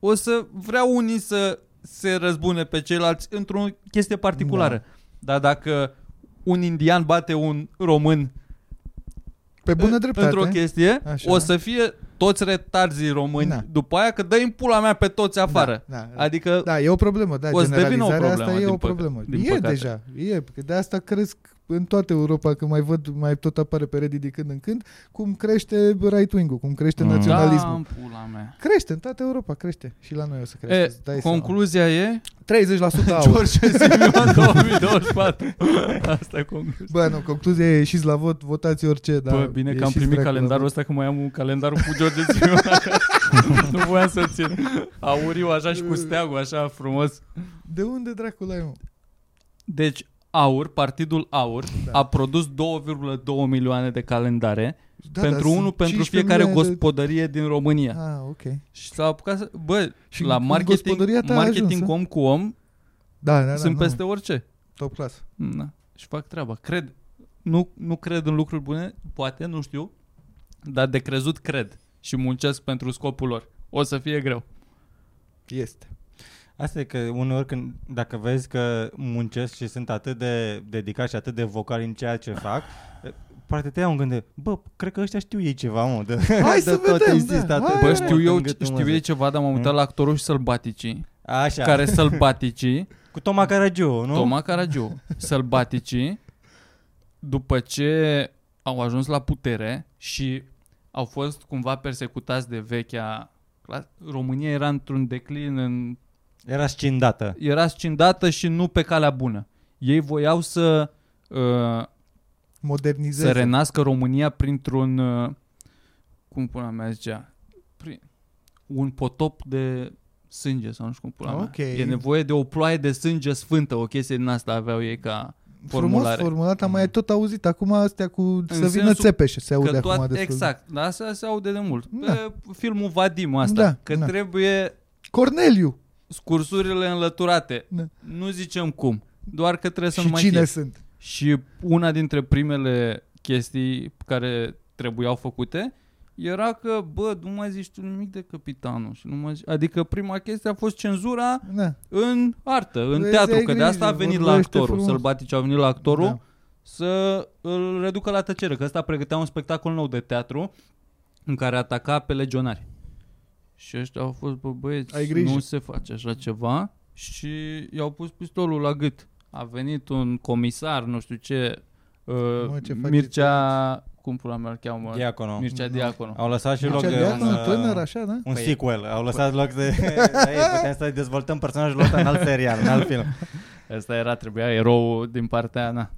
[SPEAKER 2] o să vrea unii să se răzbune pe ceilalți într-o chestie particulară. Da. Dar dacă un indian bate un român
[SPEAKER 1] Pe bună
[SPEAKER 2] în-
[SPEAKER 1] dreptate.
[SPEAKER 2] într-o chestie,
[SPEAKER 1] Așa.
[SPEAKER 2] Așa. o să fie toți retarzii români
[SPEAKER 1] Da.
[SPEAKER 2] da. după aia că dă-i în pula mea pe toți afară.
[SPEAKER 1] Da, da,
[SPEAKER 2] Adică
[SPEAKER 1] Da, e o problemă, da,
[SPEAKER 2] O să devină o
[SPEAKER 1] generalizarea
[SPEAKER 2] problemă,
[SPEAKER 1] asta e
[SPEAKER 2] din
[SPEAKER 1] o
[SPEAKER 2] păcă-
[SPEAKER 1] problemă.
[SPEAKER 2] din
[SPEAKER 1] e
[SPEAKER 2] păcate.
[SPEAKER 1] deja, e, că de asta cresc în toată Europa, că mai văd, mai tot apare pe Reddit din când în când, cum crește right wing-ul, cum crește
[SPEAKER 4] Mm.
[SPEAKER 1] mm.
[SPEAKER 2] da,
[SPEAKER 1] naționalismul.
[SPEAKER 2] în pula mea.
[SPEAKER 1] Da. Crește în toată Europa, crește. Și la noi o să crește.
[SPEAKER 2] E,
[SPEAKER 1] îți dai seama.
[SPEAKER 2] Eh, concluzia
[SPEAKER 1] (laughs)
[SPEAKER 2] e (laughs)
[SPEAKER 1] 30% au.
[SPEAKER 2] George Simion 2024. Asta e concluzia.
[SPEAKER 1] Bă, nu, concluzia e ieșiți la vot, votați orice,
[SPEAKER 2] Da,
[SPEAKER 1] dar...
[SPEAKER 2] Bă, bine că am
[SPEAKER 1] ieșiți
[SPEAKER 2] primit
[SPEAKER 1] dracu da, la
[SPEAKER 2] calendarul
[SPEAKER 1] vot.
[SPEAKER 2] ăsta, că mai am un calendar cu George Simion acasă. (laughs) Nu voiam să țin auriu așa și cu steagul așa frumos.
[SPEAKER 1] De unde dracul ai, mă?
[SPEAKER 2] Deci AUR, partidul AUR,
[SPEAKER 1] Da.
[SPEAKER 2] da. a produs 2,2 milioane de calendare
[SPEAKER 1] Da,
[SPEAKER 2] da, pentru
[SPEAKER 1] da,
[SPEAKER 2] unul
[SPEAKER 1] sunt
[SPEAKER 2] pentru
[SPEAKER 1] 15
[SPEAKER 2] fiecare
[SPEAKER 1] milioane de-
[SPEAKER 2] gospodărie din România. Da.
[SPEAKER 1] Ah, ok.
[SPEAKER 2] Și s-a apucat să... Bă,
[SPEAKER 1] Și
[SPEAKER 2] și la
[SPEAKER 1] în
[SPEAKER 2] marketing,
[SPEAKER 1] gospodăria ta a ajuns,
[SPEAKER 2] marketing
[SPEAKER 1] a?
[SPEAKER 2] om cu om
[SPEAKER 1] Da, da, da,
[SPEAKER 2] da, sunt
[SPEAKER 1] nu,
[SPEAKER 2] peste orice.
[SPEAKER 1] Top class.
[SPEAKER 2] Na, și fac treaba. Cred. Nu, nu cred în lucruri bune, poate, nu știu, dar de crezut cred și muncesc pentru scopul lor. O să fie greu.
[SPEAKER 1] Este.
[SPEAKER 4] Asta e că uneori când, dacă vezi că muncesc și sunt atât de dedicați și atât de vocali în ceea ce fac, poate te iau în gând de, bă, cred că ăștia știu ei ceva, mă. De,
[SPEAKER 1] Hai
[SPEAKER 4] (laughs) de
[SPEAKER 1] să
[SPEAKER 4] tot
[SPEAKER 1] vedem,
[SPEAKER 4] insist
[SPEAKER 1] da,
[SPEAKER 4] atât
[SPEAKER 1] hai,
[SPEAKER 4] de
[SPEAKER 2] Bă,
[SPEAKER 4] mult
[SPEAKER 2] Păi știu
[SPEAKER 4] în
[SPEAKER 2] eu,
[SPEAKER 4] gâtul
[SPEAKER 2] știu
[SPEAKER 4] măzii.
[SPEAKER 2] ei ceva, dar m-am uitat la actorul și sălbaticii,
[SPEAKER 4] Așa,
[SPEAKER 2] care
[SPEAKER 4] care...
[SPEAKER 2] sălbaticii,
[SPEAKER 4] Toma Caragiu, (laughs) nu?
[SPEAKER 2] Toma Caragiu, sălbaticii, după ce au ajuns la putere și au fost cumva persecutați de vechea... clas- România era într-un declin în
[SPEAKER 4] Era scindată.
[SPEAKER 2] era scindată și nu pe calea bună. Ei voiau să, uh, să
[SPEAKER 1] Modernizeze.
[SPEAKER 2] renască România printr-un, uh, cum pula mea zicea, prin, un potop de sânge sau nu știu cum pula
[SPEAKER 1] Ok.
[SPEAKER 2] mea. E nevoie de o ploaie de sânge sfântă, o chestie din asta aveau ei ca...
[SPEAKER 1] Frumos
[SPEAKER 2] formulare. Mm.
[SPEAKER 1] formulat, am mai tot auzit. Acum astea cu să vină
[SPEAKER 2] sensul
[SPEAKER 1] țepeșe, se aude
[SPEAKER 2] că
[SPEAKER 1] acum
[SPEAKER 2] toat-
[SPEAKER 1] destul. de-
[SPEAKER 2] exact, dar asta se aude de mult.
[SPEAKER 1] Da.
[SPEAKER 2] Pe filmul Vadim asta,
[SPEAKER 1] Da,
[SPEAKER 2] că
[SPEAKER 1] da.
[SPEAKER 2] trebuie
[SPEAKER 1] Corneliu!
[SPEAKER 2] scursurile înlăturate.
[SPEAKER 1] Da.
[SPEAKER 2] Nu zicem cum, doar că trebuie să nu
[SPEAKER 1] și
[SPEAKER 2] mai
[SPEAKER 1] cine
[SPEAKER 2] fie.
[SPEAKER 1] sunt?
[SPEAKER 2] Și una dintre primele chestii care trebuiau făcute era că, bă, nu mai zici tu nimic de capitanul. Și nu mai zici... Adică prima chestie a fost cenzura
[SPEAKER 1] Da.
[SPEAKER 2] în artă, în
[SPEAKER 1] Vezi, ai
[SPEAKER 2] teatru, că de
[SPEAKER 1] grijă,
[SPEAKER 2] asta a venit la
[SPEAKER 1] Păi, exact, vorbește
[SPEAKER 2] actorul.
[SPEAKER 1] frumos.
[SPEAKER 2] Sălbatici au venit la actorul
[SPEAKER 1] Da.
[SPEAKER 2] da. să îl reducă la tăcere, că ăsta pregătea un spectacol nou de teatru în care ataca pe legionari. Și ăștia au fost, bă, băieți,
[SPEAKER 1] Ai grijă.
[SPEAKER 2] nu se face așa ceva și i-au pus pistolul la gât. A venit un comisar, nu știu ce, uh,
[SPEAKER 1] Mă, ce faceți
[SPEAKER 2] Mircea, cum pula mea îl cheamă?
[SPEAKER 4] Diaconu.
[SPEAKER 2] Mircea Diaconu.
[SPEAKER 4] Au lăsat și loc
[SPEAKER 1] Mircea
[SPEAKER 4] de un,
[SPEAKER 1] Diaconu, tânăr,
[SPEAKER 4] uh,
[SPEAKER 1] așa, da?
[SPEAKER 4] un
[SPEAKER 2] Păi-
[SPEAKER 4] sequel. Au lăsat loc de... (laughs) da, ei, putem să dezvoltăm personajul ăsta în (laughs) alt serial, în alt film.
[SPEAKER 2] Asta era, trebuia erou din partea, na.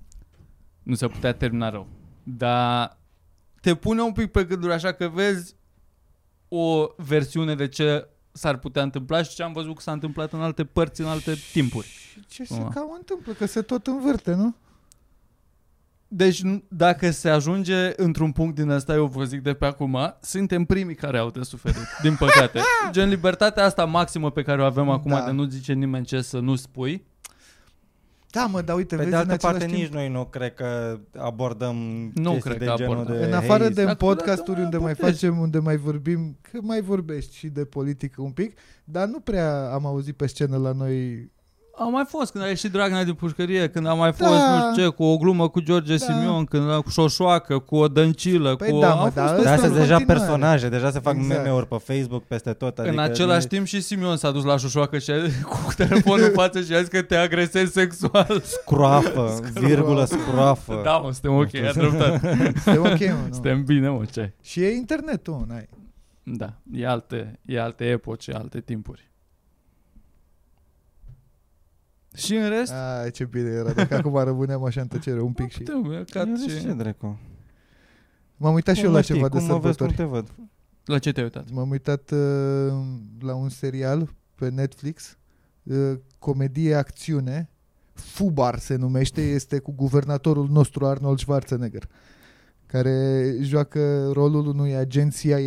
[SPEAKER 2] Nu se putea termina rău. Dar te pune un pic pe gânduri așa că vezi o versiune de ce s-ar putea întâmpla și ce am văzut că s-a întâmplat în alte părți, în alte timpuri.
[SPEAKER 1] Și ce se
[SPEAKER 2] Acum.
[SPEAKER 1] cam întâmplă? Că se tot învârte, nu?
[SPEAKER 2] Deci n- dacă se ajunge într-un punct din asta, eu vă zic de pe acum, suntem primii care au de suferit, din păcate. Gen libertatea asta maximă pe care o avem acum
[SPEAKER 1] Da.
[SPEAKER 2] de nu zice nimeni ce să nu spui,
[SPEAKER 1] Da, mă, dar uite,
[SPEAKER 4] Pe
[SPEAKER 1] vezi,
[SPEAKER 4] de altă
[SPEAKER 1] în
[SPEAKER 4] parte,
[SPEAKER 1] același
[SPEAKER 4] nici
[SPEAKER 1] timp,
[SPEAKER 4] noi nu cred că abordăm
[SPEAKER 2] Nu exact.
[SPEAKER 4] chestii
[SPEAKER 2] cred
[SPEAKER 4] de
[SPEAKER 2] că
[SPEAKER 4] genul
[SPEAKER 2] abordăm.
[SPEAKER 4] de...
[SPEAKER 1] în afară
[SPEAKER 4] hei,
[SPEAKER 1] de în
[SPEAKER 2] Dar cu
[SPEAKER 1] podcasturi
[SPEAKER 2] dată,
[SPEAKER 1] unde
[SPEAKER 2] mă,
[SPEAKER 1] mai
[SPEAKER 2] puteți.
[SPEAKER 1] facem, unde mai vorbim, că mai vorbești și de politică un pic, dar nu prea am auzit pe scenă la noi
[SPEAKER 2] Au mai fost, când a ieșit Dragnea din pușcărie, când a mai
[SPEAKER 1] Da.
[SPEAKER 2] fost, nu știu ce, cu o glumă cu George
[SPEAKER 1] Da.
[SPEAKER 2] da. Simion, când a, cu Șoșoacă, cu o dăncilă,
[SPEAKER 1] Păi
[SPEAKER 2] cu...
[SPEAKER 1] da,
[SPEAKER 2] au
[SPEAKER 1] mă,
[SPEAKER 2] fost
[SPEAKER 1] dar
[SPEAKER 2] peste
[SPEAKER 4] Dar astea
[SPEAKER 1] Asta
[SPEAKER 4] sunt
[SPEAKER 1] în
[SPEAKER 2] tot.
[SPEAKER 4] deja
[SPEAKER 1] continuare.
[SPEAKER 4] personaje, deja se fac
[SPEAKER 1] Exact.
[SPEAKER 4] meme-uri pe Facebook, peste tot. Adică
[SPEAKER 2] În același
[SPEAKER 4] nu-
[SPEAKER 2] timp și Simion s-a dus la Șoșoacă și a, (laughs) cu telefonul
[SPEAKER 1] (laughs)
[SPEAKER 2] în față și a zis că te agresezi sexual.
[SPEAKER 4] Scroafă, virgulă scroafă.
[SPEAKER 2] Da, mă, suntem ok, ai dreptate.
[SPEAKER 1] (laughs) Suntem ok, mă, nu?
[SPEAKER 2] Suntem bine, mă, ce
[SPEAKER 1] Și e internetul, mă, n-ai.
[SPEAKER 2] Da, e alte, e alte epoci, alte timpuri. Și în rest,
[SPEAKER 1] Ai, ce bine era, dacă acum rămâneam așa în tăcere Da, un pic și...
[SPEAKER 2] putem, ca
[SPEAKER 4] Nu știu ce,
[SPEAKER 2] ce...
[SPEAKER 4] dracu.
[SPEAKER 1] M-am uitat și
[SPEAKER 4] Cum
[SPEAKER 1] eu
[SPEAKER 4] mă
[SPEAKER 1] la
[SPEAKER 4] știi,
[SPEAKER 1] ceva de
[SPEAKER 4] cum mă vezi, cum
[SPEAKER 1] sărbători.
[SPEAKER 4] te văd.
[SPEAKER 2] La ce te-ai uitat?
[SPEAKER 1] M-am uitat uh, la un serial pe Netflix, uh, comedie acțiune, Fubar se numește, este cu guvernatorul nostru Arnold Schwarzenegger, care joacă rolul unui agent CIA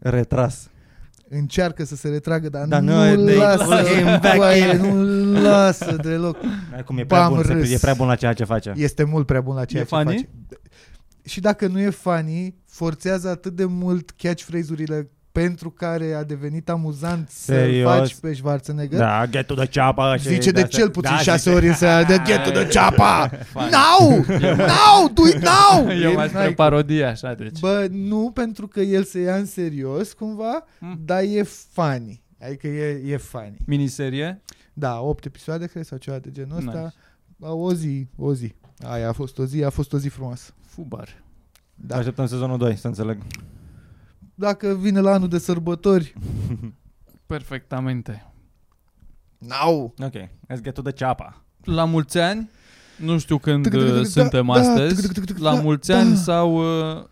[SPEAKER 4] Retras.
[SPEAKER 1] încearcă să se retragă, dar,
[SPEAKER 4] Dar
[SPEAKER 1] nu,
[SPEAKER 4] nu, they
[SPEAKER 1] lasă,
[SPEAKER 4] pull
[SPEAKER 1] (laughs)
[SPEAKER 4] him back
[SPEAKER 1] coaie,
[SPEAKER 4] in.
[SPEAKER 1] nu lasă deloc.
[SPEAKER 4] Ai cum e prea,
[SPEAKER 1] Bam,
[SPEAKER 4] bun, se-
[SPEAKER 1] râs.
[SPEAKER 4] e prea bun la ceea ce face.
[SPEAKER 1] Este mult prea bun la ceea
[SPEAKER 2] E
[SPEAKER 1] ce
[SPEAKER 2] funny?
[SPEAKER 1] face. Și dacă nu e funny, forțează atât de mult catchphrase-urile pentru care a devenit amuzant să
[SPEAKER 4] Serios?
[SPEAKER 1] faci pe Schwarzenegger.
[SPEAKER 4] Da, get to the chapa.
[SPEAKER 1] Zice de cel puțin da, șase ori în seara
[SPEAKER 4] (laughs)
[SPEAKER 1] de get to the chapa!
[SPEAKER 2] Fain.
[SPEAKER 1] Now! Now! Do it now!
[SPEAKER 2] (laughs) Eu mai spre
[SPEAKER 1] Deci, N-ai-
[SPEAKER 2] parodie așa, deci.
[SPEAKER 1] Bă, nu pentru că el se ia în serios cumva,
[SPEAKER 2] Mm.
[SPEAKER 1] dar e funny. Adică e, e funny.
[SPEAKER 2] Miniserie?
[SPEAKER 1] Da, 8 episoade, cred, sau ceva de genul
[SPEAKER 2] Nice.
[SPEAKER 1] ăsta. O zi, o zi. Aia a fost o zi, a fost o zi frumoasă.
[SPEAKER 2] Fubar.
[SPEAKER 1] Da.
[SPEAKER 4] Da. Așteptăm sezonul 2, să înțeleg.
[SPEAKER 1] Dacă vine la anul de sărbători,
[SPEAKER 2] Perfectamente.
[SPEAKER 1] now!
[SPEAKER 4] Ok, let's get to the chapa.
[SPEAKER 2] La mulți ani, nu știu când
[SPEAKER 1] Tuc, tuc, tuc,
[SPEAKER 2] uh,
[SPEAKER 1] da,
[SPEAKER 2] suntem
[SPEAKER 1] da, tuc,
[SPEAKER 2] astăzi,
[SPEAKER 1] tuc, tuc, tuc,
[SPEAKER 2] la
[SPEAKER 1] da,
[SPEAKER 2] mulți
[SPEAKER 1] da.
[SPEAKER 2] ani sau... uh,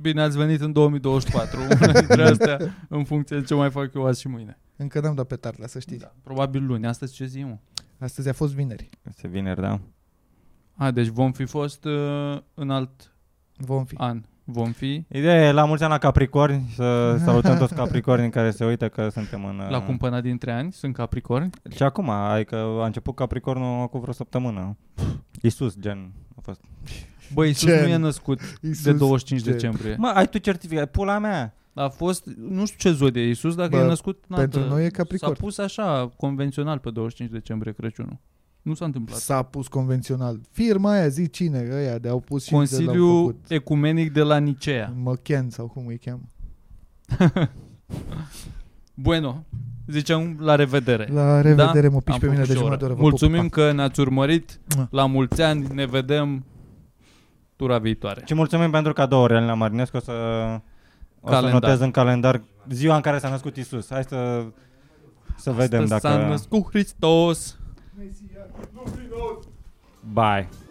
[SPEAKER 2] Bine ați venit în 2024, una dintre astea, în funcție de ce mai fac eu azi și mâine.
[SPEAKER 1] Încă n-am dat pe tarla, să știi. Da.
[SPEAKER 2] Da. Probabil luni, astăzi ce zi e, mă?
[SPEAKER 1] Astăzi a fost vineri.
[SPEAKER 4] Se vineri, da.
[SPEAKER 2] A, deci vom fi fost uh, în alt
[SPEAKER 1] Vom fi.
[SPEAKER 2] an. Vom fi
[SPEAKER 4] Ideea e la mulți ani la Capricorni, (laughs) să salutăm toți Capricornii care se uită că suntem în... uh,
[SPEAKER 1] Ah.
[SPEAKER 2] la cumpăna dintre ani, sunt capricorni.
[SPEAKER 4] Și acum, adică a început Capricornul acum vreo săptămână. Iisus, gen, a fost.
[SPEAKER 2] Bă, Iisus
[SPEAKER 1] Gen.
[SPEAKER 2] nu e născut
[SPEAKER 1] Iisus,
[SPEAKER 2] de 25
[SPEAKER 1] gen.
[SPEAKER 2] decembrie.
[SPEAKER 4] Mă, ai tu certificat, pula mea!
[SPEAKER 2] A fost, nu știu ce zodie e Iisus, dacă
[SPEAKER 1] Bă,
[SPEAKER 2] e născut în altă-
[SPEAKER 1] pentru noi e Capricorn.
[SPEAKER 2] S-a pus așa, convențional, pe 25 decembrie Crăciunul. Nu s-a întâmplat.
[SPEAKER 1] S-a pus convențional. Firma aia, zi cine, ăia de-au pus și de l-au
[SPEAKER 2] Consiliul Da.
[SPEAKER 1] făcut.
[SPEAKER 2] Ecumenic de la Nicea.
[SPEAKER 1] Măchen sau cum îi cheamă.
[SPEAKER 2] Bueno, ziceam la revedere.
[SPEAKER 1] La revedere,
[SPEAKER 2] Da?
[SPEAKER 1] mă pici
[SPEAKER 2] Am
[SPEAKER 1] pe mine
[SPEAKER 2] făcut
[SPEAKER 1] de
[SPEAKER 2] și o oră.
[SPEAKER 1] jumătate de oră. vă
[SPEAKER 2] Mulțumim
[SPEAKER 1] pup,
[SPEAKER 2] că ne-ați urmărit.
[SPEAKER 1] Mua.
[SPEAKER 2] La mulți ani, ne vedem tura viitoare.
[SPEAKER 4] Și mulțumim pentru cadou, Elena Marinescu, o să, o să
[SPEAKER 2] Calendar.
[SPEAKER 4] notez în calendar ziua în care s-a născut Iisus. Hai să, să vedem
[SPEAKER 2] Astăzi
[SPEAKER 4] dacă...
[SPEAKER 2] S-a născut Hristos.
[SPEAKER 4] Bye!